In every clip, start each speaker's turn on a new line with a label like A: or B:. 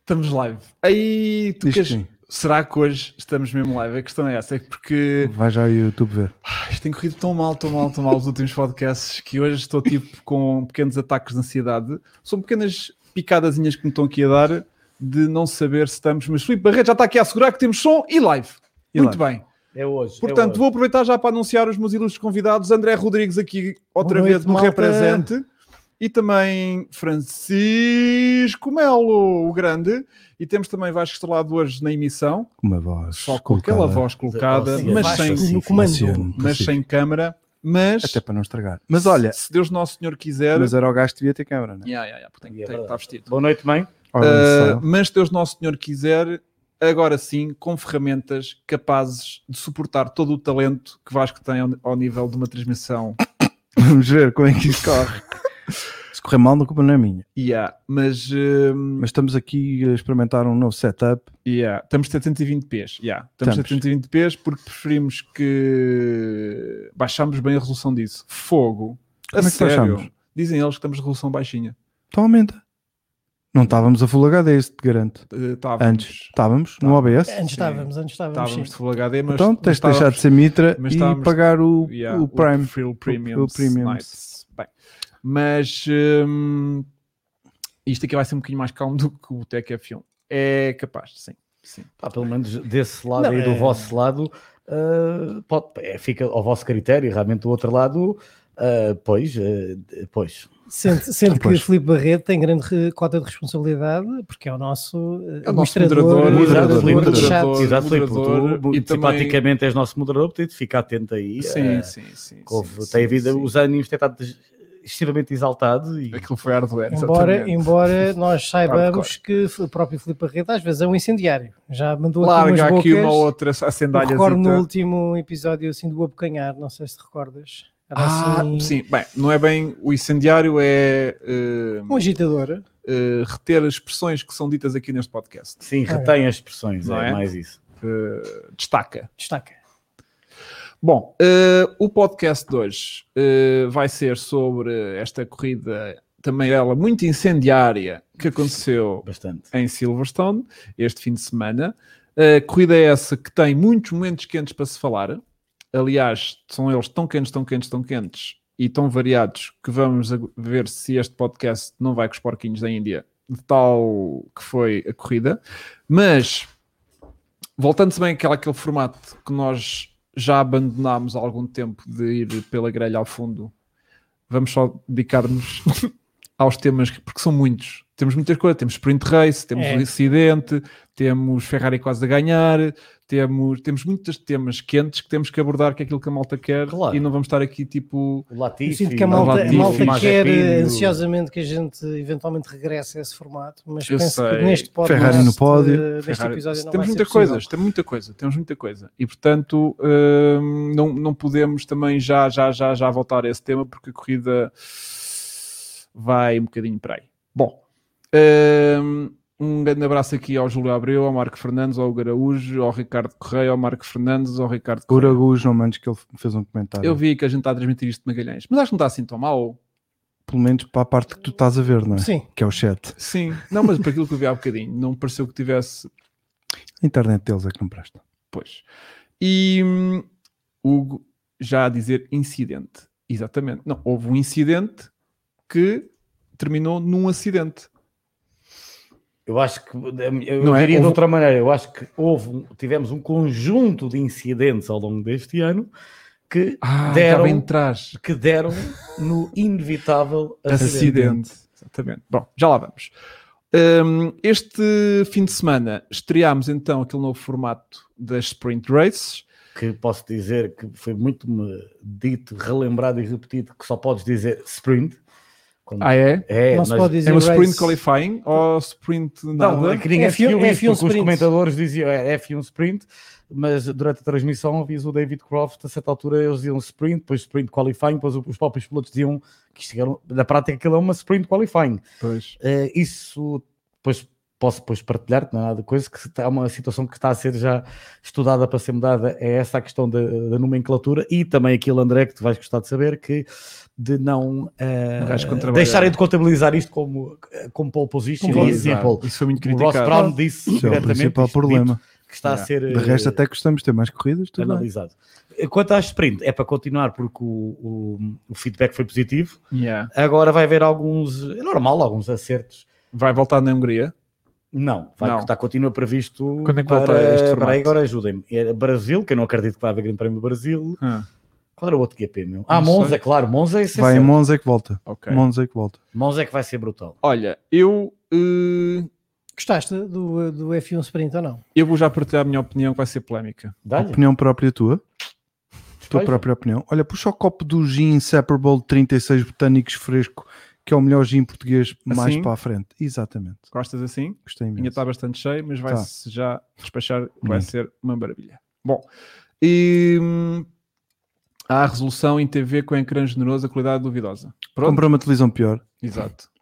A: Estamos live. Aí, tu
B: Diz que
A: queres-
B: sim.
A: Será que hoje estamos mesmo live? A questão é essa, é que porque
B: Vai já ao YouTube ver.
A: ah, isto tem corrido tão mal, tão mal, tão mal os últimos podcasts que hoje estou tipo com pequenos ataques de ansiedade. São pequenas picadazinhas que me estão aqui a dar de não saber se estamos. Mas Filipe Barreto já está aqui a assegurar que temos som e live.
B: E
A: Muito
B: live.
A: bem.
C: É hoje.
A: Portanto, vou aproveitar já para anunciar os meus ilustres convidados. André Rodrigues aqui outra
B: Boa noite,
A: vez no
B: malta.
A: Represente. E também Francisco Melo, o grande. E temos também Vasco Estrelado hoje na emissão.
B: Com Uma voz.
A: Só com aquela
B: colocada.
A: voz colocada,
C: Sim,
A: mas
C: Vasco,
A: sem,
C: sim.
B: Pacífico,
C: no comando.
B: oceano
A: mas
B: Pacífico.
A: sem câmara. Mas,
B: Até para não estragar. Mas olha,
A: se Deus Nosso Senhor quiser...
B: mas era o gajo que devia ter câmara, né? Eh,
A: Yeah, yeah, yeah, porque tem-
C: É
A: tem-
C: verdade.
A: está vestido.
C: Boa noite, mãe.
B: Olha
A: Uh,
B: só.
A: mas se Deus Nosso Senhor quiser, agora sim, com ferramentas capazes de suportar todo o talento que Vasco tem ao, ao nível de uma transmissão.
B: Vamos ver como é que isso corre. Se correr mal, não culpa não é minha.
A: Yeah, mas hum,
B: Mas estamos aqui a experimentar um novo setup.
A: yeah, estamos 720p. Yeah, estamos
B: Estamos.
A: 720p porque preferimos que baixámos bem a resolução disso. Fogo.
B: Como
A: a
B: é que
A: sério.
B: baixámos?
A: Dizem eles que estamos a resolução baixinha.
B: Então aumenta. Não estávamos a Full HD, isso te garanto.
A: Eh, Estávamos.
B: Antes estávamos no OBS.
A: Sim.
D: Antes estávamos, antes estávamos.
A: Estávamos de
D: sim.
A: Full HD, mas.
B: Então tens de deixar de
A: estávamos-
B: ser Mitra
A: mas
B: e
A: estávamos-
B: pagar o,
A: Yeah,
B: o Prime.
A: Free Premium.
B: o Premium.
A: Nice. Bem, mas hum, isto aqui vai ser um bocadinho mais calmo do que o Tech F1. É capaz, sim. sim.
C: Pá, pelo menos desse lado
D: Não,
C: e do
D: é-
C: vosso lado, ah, pode- é, fica ao vosso critério. Realmente do outro lado, ah, pois, ah, pois.
D: Sente, sente que
B: Pois.
D: Filipe Barreto tem grande re- cota de responsabilidade, porque é o nosso eh,
A: É o nosso
D: administrador,
A: moderador,
D: moderador
C: Filipe,
A: moderador,
D: de chat.
C: Exato, Filipe,
A: moderador
C: tu
A: e
C: muito
A: também-
C: simpaticamente és nosso moderador, portanto fica atento aí.
A: Sim,
C: ah,
A: sim, sim.
C: que houve-
A: sim,
C: tem
A: sim,
C: havido
A: sim.
C: os ânimos têm estado extremamente exaltado e
A: Aquilo foi hardware.
D: Embora,
A: exatamente.
D: embora nós
A: Hardcore.
D: saibamos que o próprio Filipe Barreto às vezes é um incendiário. Já mandou aqui
A: Larga
D: umas
A: aqui uma
D: bocas.
A: outra
D: Eu
A: acendalha.
D: recordo no último episódio assim do abocanhar, não sei se te recordas. Era
A: Ah,
D: assim,
A: sim. Bem, não é bem. O incendiário é eh,
D: Um agitador.
A: eh, reter as expressões que são ditas aqui neste podcast.
C: sim,
D: Ah,
C: retém as expressões,
A: Não
C: é,
A: é?
C: mais isso.
A: Eh, destaca.
D: Destaca.
A: Bom, eh, o podcast de hoje eh, vai ser sobre esta corrida, também ela muito incendiária, que aconteceu
C: Bastante.
A: em Silverstone este fim de semana. A corrida é essa que tem muitos momentos quentes para se falar. Aliás, são eles tão quentes, tão quentes, tão quentes e tão variados que vamos a- ver se este podcast não vai com os porquinhos da Índia, de tal que foi a corrida. Mas, voltando-se bem àquele, àquele formato que nós já abandonámos há algum tempo de ir pela grelha ao fundo, vamos só dedicar-nos aos temas, que- porque são muitos. Temos muitas coisas, temos sprint race, temos
D: É.
A: o incidente, temos Ferrari quase a ganhar, temos, temos muitos temas quentes que temos que abordar, que é aquilo que a malta quer,
C: Claro.
A: e não vamos estar aqui tipo.
C: O
D: Eu
C: Latifi,
D: sinto que a
C: o
D: malta, a
A: Latifi,
D: malta
A: Mazepin,
D: quer eh,
C: o-
D: ansiosamente que a gente eventualmente regresse a esse formato, mas
A: Eu
D: penso
A: sei.
D: que neste podcast,
B: Ferrari no pódio.
D: eh, neste
A: Ferrari.
D: episódio não
A: temos
D: vai
A: muita
D: ser
A: coisa,
D: possível.
A: temos muita coisa, temos muita coisa. E portanto, hum, não, não podemos também já, já, já, já voltar a esse tema, porque a corrida vai um bocadinho para aí. Bom, hum, um grande abraço aqui ao Júlio Abreu, ao Marco Fernandes, ao Hugo Araújo, ao Ricardo Correia, ao Marco Fernandes, ao Ricardo
B: Por
A: Correia.
B: Agus, não mandes que ele fez um comentário.
A: Eu vi que a gente está a transmitir isto de Magalhães, mas acho que não está assim tão mal.
B: Pelo menos para a parte que tu estás a ver, não é?
D: Sim,
B: Que é o chat.
A: Sim, não, mas para aquilo que eu vi há bocadinho, não pareceu que tivesse
B: A internet deles é que não presta.
A: Pois. E hum, Hugo já a dizer incidente. Exatamente. Não, houve um incidente que terminou num acidente.
C: Eu acho que, eu
A: Não é?
C: diria
A: Houve-
C: de outra maneira, eu acho que houve, um- tivemos um conjunto de incidentes ao longo deste ano que,
A: Ah,
C: Deram-
A: já bem atrás.
C: que deram no inevitável acidente.
A: Acidente. Exatamente. Bom, já lá vamos. Hum, este fim de semana estreámos então aquele novo formato das Sprint Races.
C: Que posso dizer que foi muito me dito, relembrado e repetido que só podes dizer sprint. Quando-
A: Ah, é?
C: é,
D: não se
C: nós-
D: pode dizer
A: É uma Sprint
D: race.
A: Qualifying ou Sprint nada?
C: Não, é que ninguém
D: F1
C: seguiu
D: F1
C: isso, porque os
D: sprint.
C: comentadores diziam é, F1 sprint, mas durante a transmissão havia o David Croft, a certa altura eles diziam sprint, depois sprint qualifying, depois os próprios pilotos diziam um, que isto era, na prática aquilo é uma sprint qualifying.
A: Pois.
C: Eh, isso, depois posso depois partilhar, não é nada de coisa, que está uma situação que está a ser já estudada para ser mudada, é essa a questão da, da nomenclatura e também aquilo, André, que tu vais gostar de saber, que de não eh,
A: Um gajo com trabalho.
C: deixarem de contabilizar isto como, eh, como pole position
A: Sim,
C: e
A: exato.
C: example.
A: Isso foi muito
C: O Ross
A: criticado.
C: Brown disse
B: Isso é o
C: diretamente
B: principal
C: isto dito,
B: problema.
C: que está a
A: Yeah.
C: ser
B: De resto,
C: eh,
B: até gostamos de ter mais corridas, tudo bem.
C: analisado. Quanto à sprint, é para continuar porque o, o- o feedback foi positivo.
A: Yeah.
C: Agora vai haver alguns, é normal, alguns acertos.
A: Vai voltar na Hungria?
C: Não, vai
A: Não.
C: está continua previsto
A: Quando é que volta
C: para,
A: este
C: para aí,
A: formato?
C: agora ajudem-me. É Brasil, que eu não acredito que vai haver grande prémio do Brasil.
A: Ah,
C: Qual era o outro GP, meu? Ah,
A: Não
C: Monza,
A: sei.
C: claro, Monza é
B: Vai em
C: Monza.
B: Monza que volta.
A: ok.
B: Monza que volta.
C: Monza é que vai ser brutal.
A: Olha, eu, eh,
D: Gostaste do, do F1 Sprint ou não?
A: eu vou já partilhar a minha opinião que vai ser polémica.
C: Dá-lhe.
B: Opinião própria tua. Tua
C: Pois.
B: própria opinião. Olha, puxa o copo do gin Inseparable 36 Botânicos Fresco, que é o melhor gin português mais
A: Assim?
B: para a frente. Exatamente.
A: Gostas assim?
B: Gostei
A: A minha
B: imenso.
A: está bastante cheia, mas
B: Tá.
A: vai-se já despachar, vai
B: Muito.
A: ser uma maravilha. Bom, e hum, há a resolução em TV com ecrã generoso, a qualidade duvidosa. Pronto,
B: Comprar uma televisão pior.
A: exato.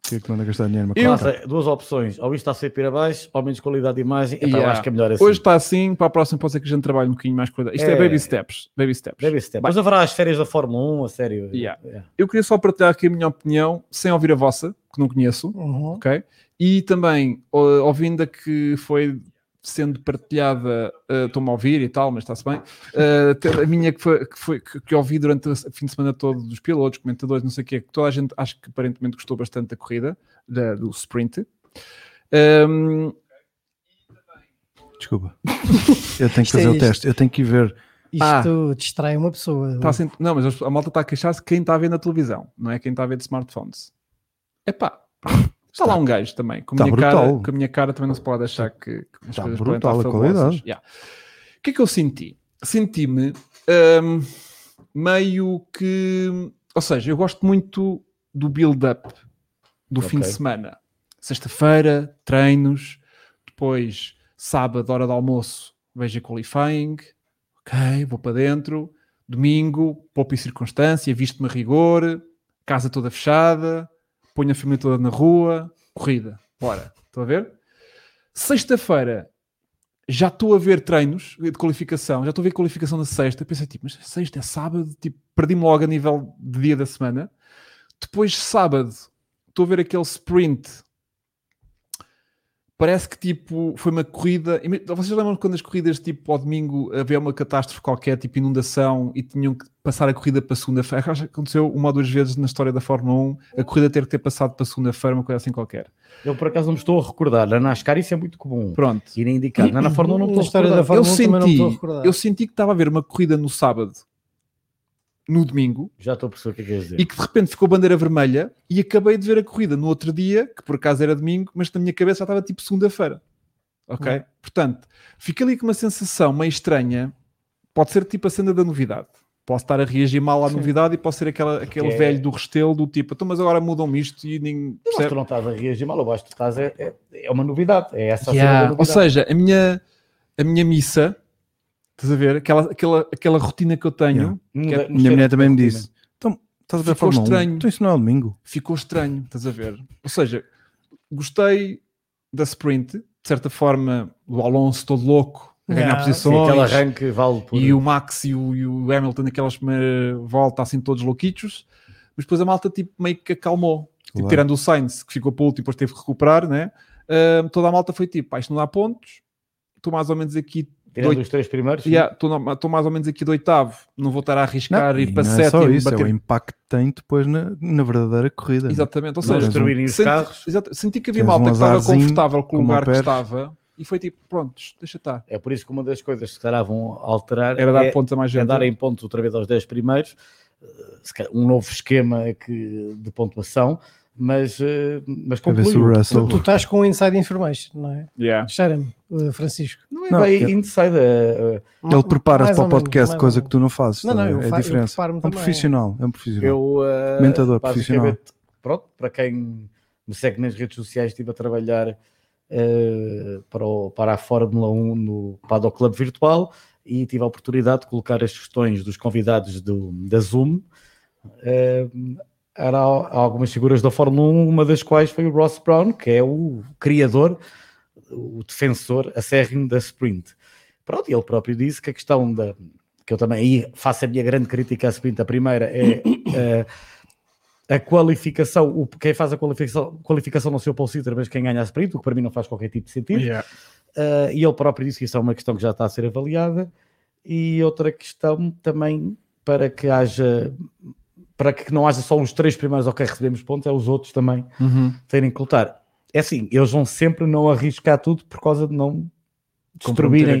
B: Que é que não anda a gastar dinheiro numa
A: Eu-
B: conta.
C: Nossa, duas opções, ou isto está a ser pira abaixo, ou menos qualidade de imagem. Epá, Eu
A: Yeah.
C: acho que é melhor assim.
A: Hoje está assim, para a próxima pode ser que a gente trabalhe um bocadinho mais qualidade. Isto é,
C: É.
A: baby steps, baby steps.
C: Deve ser. Mas haverá as férias da Fórmula 1, a sério.
A: Yeah.
C: É.
A: Eu queria só partilhar aqui a minha opinião, sem ouvir a vossa, que não conheço,
D: Uhum.
A: ok? E também, ó, ouvindo a que foi sendo partilhada, eh, estou-me a ouvir e tal, mas está-se bem, eh, te- a minha que, foi, que, foi, que, que ouvi durante o fim de semana todo dos pilotos, comentadores, não sei o quê, que toda a gente, acho que aparentemente gostou bastante da corrida, da- do sprint. Ehm,
B: Desculpa. Eu tenho que
D: Isto é
B: fazer o
D: isto.
B: teste. Eu tenho que ir ver.
C: Ah.
D: Isto distrai uma pessoa.
B: assim.
A: Tá sem- Não, mas a malta está a queixar-se de quem está a ver na televisão, não é quem está a ver de smartphones. Epá, está lá um gajo também. Com a,
B: Está Tá
A: minha cara,
B: brutal.
A: com a minha cara também não se pode achar que, que as
B: Está
A: coisas podem
B: brutal
A: estar
B: a
A: fabulosas.
B: qualidade.
A: Yeah. O que é que eu senti? Senti-me hum, meio que... Ou seja, eu gosto muito do build-up do fim de
C: Ok.
A: semana. Sexta-feira, treinos, depois sábado, hora de almoço, vejo a qualifying, ok, vou para dentro, domingo, poupa e circunstância, visto-me a rigor, casa toda fechada, ponho a família toda na rua, corrida, bora, estão a ver? Sexta-feira, já estou a ver treinos de qualificação, já estou a ver qualificação na sexta, pensei tipo, mas sexta é sábado, tipo, perdi-me logo a nível de dia da semana. Depois, sábado, estou a ver aquele sprint parece que tipo foi uma corrida. Ima- Vocês lembram quando as corridas tipo ao domingo havia uma catástrofe qualquer, tipo inundação, e tinham que passar a corrida para segunda-feira? Acho que aconteceu uma ou duas vezes na história da Fórmula 1 a corrida ter que ter passado para segunda-feira, uma coisa assim qualquer.
C: Eu por acaso não me estou a recordar. Na NASCAR isso é muito comum.
A: Pronto.
C: E nem indicar. Na, na Fórmula 1 não me estou
D: Na
C: a
D: história
C: recordar.
D: da Fórmula
A: eu
D: 1 também não me estou a
A: senti,
D: recordar.
A: eu senti que estava a haver uma corrida no sábado, no domingo,
C: Já estou a perceber o que é que queres dizer.
A: e que de repente ficou bandeira vermelha e acabei de ver a corrida no outro dia, que por acaso era domingo, mas na minha cabeça já estava tipo segunda-feira. Ok?
D: Hum.
A: Portanto, fica ali com uma sensação meio estranha. Pode ser tipo a cena da novidade. Posso estar a reagir mal à novidade e posso ser aquela, aquele
C: é-
A: velho do restelo do tipo, então, mas agora mudam-me isto e ninguém.
C: Eu acho que
A: percebe?"
C: tu não estás a reagir mal, eu acho que tu estás. É, é, é uma novidade. É essa a
D: Yeah.
C: cena da
A: Ou
C: novidade.
A: seja, a minha, a minha missa, estás a ver? Aquela, aquela, aquela rotina que eu tenho
B: Yeah.
C: Muda-
A: que é-
C: mexer
B: Minha mulher
C: na
B: também me
C: rotina.
B: disse. Então, estás a ver a
A: Ficou
B: Fórmula 1?
A: estranho.
B: Então isso não é domingo.
A: ficou estranho, estás a ver? Ou seja, gostei da sprint, de certa forma, o Alonso todo louco, a ganhar
D: Ah,
C: Sim, aquele
A: posições,
C: arranque vale por.
A: e o Max e o, e o Hamilton naquelas primeira volta assim todos louquitos, mas depois a malta tipo meio que acalmou, Tipo,
B: Claro.
A: tirando o Sainz, que ficou para último e depois teve que recuperar, né? Ahm, toda a malta foi tipo, pá, isto não dá pontos, estou mais ou menos aqui...
C: Tirando
A: do-
C: os três primeiros.
A: Yeah, Estou na- estou mais ou menos aqui do oitavo, não vou estar a arriscar
B: Não,
A: ir
B: e
A: para
B: não é só
A: sétimo,
B: isso, é
A: bater
B: o impacto que tem depois na, na verdadeira corrida. né?
A: Exatamente, ou
B: Não,
A: seja,
B: mas
C: destruírem os
A: senti,
C: carros.
A: exato, senti que havia
B: Tens
A: malta
B: um
A: que estava
B: azarzinho
A: confortável com o
B: com uma
A: lugar que
B: perna.
A: estava e foi tipo, prontos, deixa estar.
C: É por isso que uma das coisas que se calhar vão alterar
A: Era dar
C: é,
A: pontos a mais
C: é
A: gente.
C: dar em pontos outra vez aos 10 primeiros, eh, se calhar um novo esquema que, de pontuação, mas, eh, mas
B: Para ver se
C: concluiu.
B: o
D: Tu,
B: Russell.
D: tu estás com um inside information, não é?
A: Yeah.
D: Cheira-me, eh, Francisco.
C: Não é
B: Não,
C: bem
B: eu-
C: inside. eh, eh,
B: Ele prepara-se
D: Mais
B: para
D: ou
B: o
D: menos,
B: podcast,
D: mais
B: coisa
D: ou
B: que tu não fazes.
D: Não, não,
B: tá a
D: eu
B: ver?
D: fa-
B: é a
D: eu
B: diferença.
D: preparo-me
B: é um
D: também.
B: profissional, é um profissional.
C: Eu, eh,
B: Comentador
C: basicamente,
B: profissional.
C: Pronto, para quem me segue nas redes sociais, estive a trabalhar eh, para, o- para a Fórmula 1 no Paddock Club Virtual e tive a oportunidade de colocar as questões dos convidados do, da Zoom eh, era al- algumas figuras da Fórmula 1, uma das quais foi o Ross Brown, que é o criador, o defensor acérrimo da sprint. Pronto, e ele próprio disse que a questão da. que eu também aí faço a minha grande crítica à sprint. A primeira é. eh, a qualificação, o, quem faz a qualificação, qualificação não sei o Paul Sitter, mas quem ganha a sprint, o que para mim não faz qualquer tipo de sentido. Uh, e ele próprio disse que isso é uma questão que já está a ser avaliada. E outra questão também para que haja para que não haja só os três primeiros ok recebemos pontos, é os outros também
A: Uhum.
C: terem que lutar. É assim, eles vão sempre não arriscar tudo por causa de não destruírem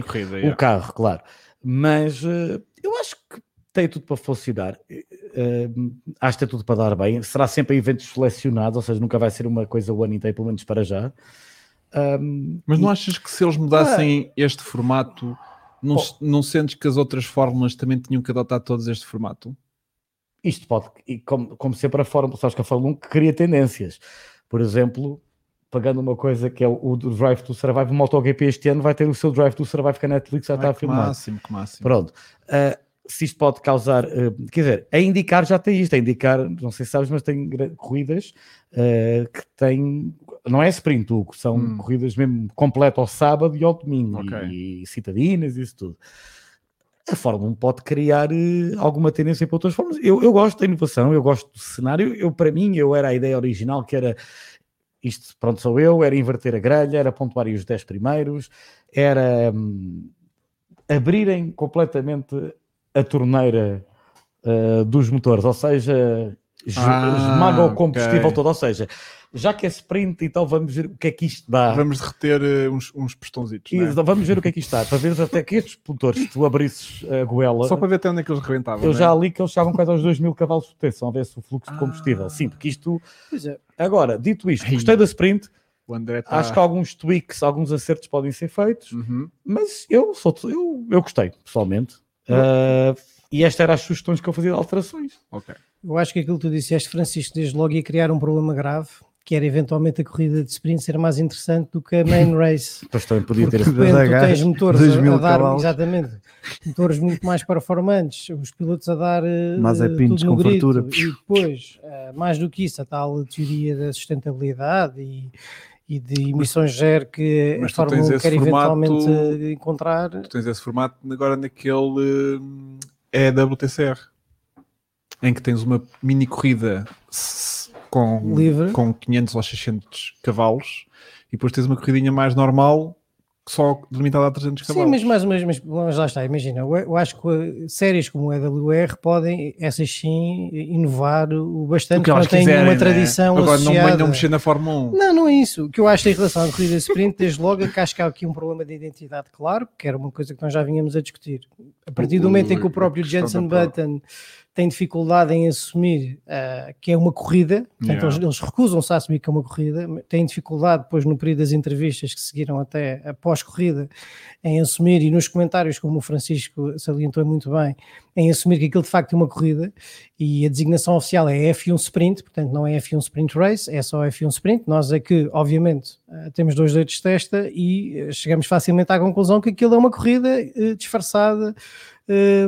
A: Comprometer a corrida,
C: o
A: yeah.
C: carro, claro. Mas eh, eu acho que tem tudo para funcionar. Eh, eh, acho que tem tudo para dar bem. Será sempre a eventos selecionados, ou seja, nunca vai ser uma coisa one in day, pelo menos para já. Ahm,
A: Mas
C: e-
A: não achas que se eles mudassem este formato, não,
C: Bom.
A: se- não sentes que as outras fórmulas também tinham que adotar todos este formato?
C: isto pode, e como, como sempre a Fórmula, sabes que a Fórmula 1 cria tendências. Por exemplo, pagando uma coisa que é o, o do Drive to Survive, o MotoGP este ano vai ter o seu Drive to Survive que a Netflix já está
A: Ai,
C: a
A: que
C: filmar.
A: máximo, que máximo.
C: Pronto. Ah, se isto pode causar, ah, quer dizer, a indicar já tem isto, a indicar, não sei se sabes, mas tem gra- corridas ah, que têm, não é sprint, Hugo, são
A: Hum.
C: corridas mesmo completo ao sábado e ao domingo,
A: Ok.
C: e, citadinas e isso tudo. A Fórmula 1 pode criar eh, alguma tendência para outras formas. Eu, eu gosto da inovação, eu gosto do cenário. Eu, para mim, eu era a ideia original que era isto, pronto, sou eu, era inverter a grelha, era pontuar aí os 10 primeiros, era hum, abrirem completamente a torneira eh, dos motores, ou seja, es-
A: Ah,
C: esmaga o
A: ok.
C: combustível todo, ou seja, já que é sprint, então vamos ver o que é que isto dá.
A: Vamos derreter eh, uns, uns pistãozitos,
C: E
A: não é?
C: então vamos ver o que é que isto dá, para ver até que estes motores, se tu abrisses a goela,
A: Só para ver até onde é que eles rebentavam.
C: eu
A: não é?
C: já li que eles estavam quase aos 2 mil cavalos de potência, a ver se o fluxo de combustível.
A: Ah.
C: Sim, porque isto.
D: Pois é.
C: Agora, dito isto, gostei da sprint,
A: O André tá- está...
C: acho que alguns tweaks, alguns acertos podem ser feitos,
A: Uhum.
C: mas eu, sou, eu, eu gostei, pessoalmente. Ah, e esta era as sugestões que eu fazia de alterações.
A: Ok.
D: Eu acho que aquilo que tu disseste, Francisco, desde logo ia criar um problema grave, que era eventualmente a corrida de sprint ser mais interessante do que a main race.
C: Depois também podia
D: Porque
C: ter.
D: de
B: esse-
D: repente
B: Das
D: tu tens
B: agarras,
D: motores
B: 2000
D: a, a dar,
B: cavalos.
D: exatamente, motores muito mais performantes, os pilotos a dar eh,
B: Mas é
D: tudo
B: pinos
D: no
B: com
D: grito.
B: fartura.
D: E depois, eh, mais do que isso, a tal teoria da sustentabilidade e, e de emissões zero que
A: mas
D: a
A: tu
D: Fórmula
A: tens
D: 1
A: esse
D: quer
A: formato-
D: eventualmente eh, encontrar.
A: Tu tens esse formato agora naquele eh, EWTCR, em que tens uma mini corrida s- com,
D: Livre.
A: com 500 ou 600 cavalos e depois tens uma corridinha mais normal, só limitada a 300
D: Sim,
A: cavalos.
D: mas mais ou menos, mas, mas lá está, imagina, eu, eu acho que eh, séries como a EWR podem, essas sim, inovar o bastante,
A: O que
D: porque não
A: elas
D: tem
A: quiserem,
D: nenhuma
A: né?
D: tradição
A: Agora não
D: associada.
A: venham mexer na Fórmula 1.
D: Não, não é isso. O que eu acho em relação à corrida sprint, desde logo, é que acho que há aqui um problema de identidade, claro, que era uma coisa que nós já vínhamos a discutir. A partir do momento em que o próprio
A: A questão
D: Jensen
A: da prova.
D: Button tem dificuldade em assumir ah, que é uma corrida, portanto,
A: Yeah.
D: eles, eles recusam-se a assumir que é uma corrida, têm dificuldade depois no período das entrevistas que seguiram até após corrida em assumir e nos comentários, como o Francisco salientou muito bem, em assumir que aquilo de facto é uma corrida e a designação oficial é F1 Sprint, portanto não é F1 Sprint Race, é só F1 Sprint. Nós é que, obviamente, eh, temos dois dedos de testa e eh, chegamos facilmente à conclusão que aquilo é uma corrida eh, disfarçada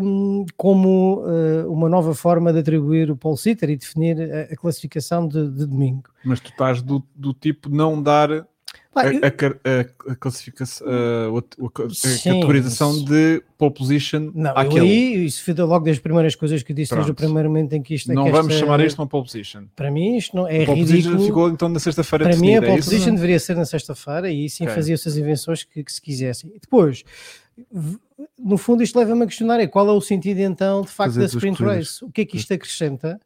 D: hum, como eh, uma nova forma de atribuir o pole sitter e definir a, a classificação de, de domingo.
A: Mas tu estás do, do tipo não dar a,
D: Pá, eu-
A: a car- a- a classificação, a, a- a- a
D: Sim,
A: categorização
D: isso.
A: de pole position
D: não, eu
A: àquele.
D: aí, isso foi logo das primeiras coisas que eu disse desde o
A: Pronto.
D: primeiro momento em que isto é
A: não
D: que
A: vamos
D: esta-
A: chamar isto uma pole position.
D: Para mim, isto não é
A: pole position
D: ridículo.
A: ficou então na sexta-feira
D: Para mim, a
A: definida, é
D: pole
A: isso?
D: position deveria ser na sexta-feira e aí sim
A: Ok.
D: faziam-se as invenções que, que se quisessem. E depois, v- no fundo, isto leva-me a questionar é qual é o sentido então, de facto,
B: Fazer
D: da
B: duas
D: sprint
B: corridas.
D: race? O que é que
A: Hum.
D: isto acrescenta?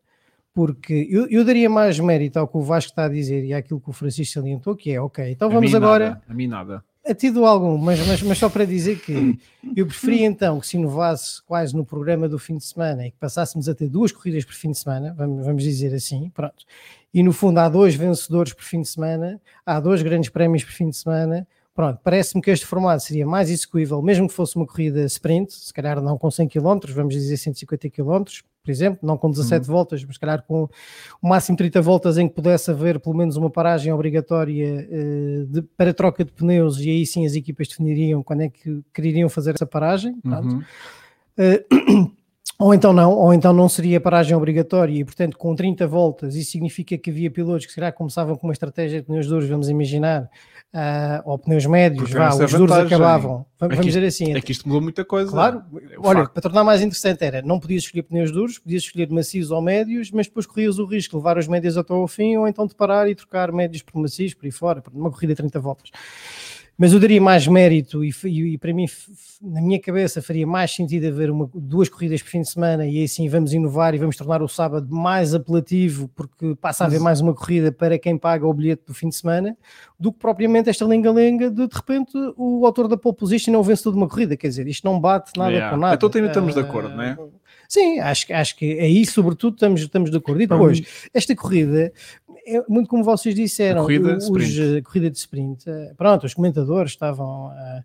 D: Porque eu, eu daria mais mérito ao que o Vasco está a dizer e àquilo que o Francisco salientou, que é, ok, então
A: A
D: vamos
A: mim
D: agora...
A: nada, a mim nada.
D: A tido algum, mas, mas, mas só para dizer que eu preferia então que se inovasse quase no programa do fim de semana e que passássemos a ter duas corridas por fim de semana, vamos, vamos dizer assim, pronto. E no fundo há dois vencedores por fim de semana, há dois grandes prémios por fim de semana. Pronto, parece-me que este formato seria mais execuível, mesmo que fosse uma corrida sprint, se calhar não com 100 km, vamos dizer 150 km, por exemplo, não com 17 voltas, mas se calhar com o máximo 30 voltas em que pudesse haver pelo menos uma paragem obrigatória eh, de- para troca de pneus e aí sim as equipas definiriam quando é que quereriam fazer essa paragem. pronto.
A: Uhum.
D: Ou então não, ou então não seria paragem obrigatória e, portanto, com 30 voltas, isso significa que havia pilotos que, se calhar, começavam com uma estratégia de pneus duros, vamos imaginar, ah, ou pneus médios,
B: Porque
D: vá,
B: essa é
D: os
B: a
D: duros
B: vantagem.
D: acabavam. Va- Vamos
A: que
D: dizer assim,
A: É que isto mudou muita coisa.
D: Claro,
A: É um
D: olha,
A: facto.
D: para tornar mais interessante era, não podias escolher pneus duros, podias escolher macios ou médios, mas depois corrias o risco de levar os médios até ao fim ou então de parar e trocar médios por macios, por aí fora, por- numa corrida de 30 voltas. Mas eu daria mais mérito e, f- e- e para mim, f- f- na minha cabeça, faria mais sentido haver uma- duas corridas por fim de semana e aí sim vamos inovar e vamos tornar o sábado mais apelativo porque passa a haver mais uma corrida para quem paga o bilhete do fim de semana do que propriamente esta lenga-lenga de de repente o autor da pole position não vence toda uma corrida, quer dizer, isto não bate nada
A: Yeah.
D: com nada.
A: Então também estamos de
D: Ah,
A: acordo, não é?
D: Sim, acho, que- acho que aí sobretudo estamos, estamos de acordo. E depois, esta corrida, é muito como vocês disseram,
A: A corrida
D: o- os,
A: sprint.
D: eh, corrida de sprint, eh, pronto, os comentadores estavam ah,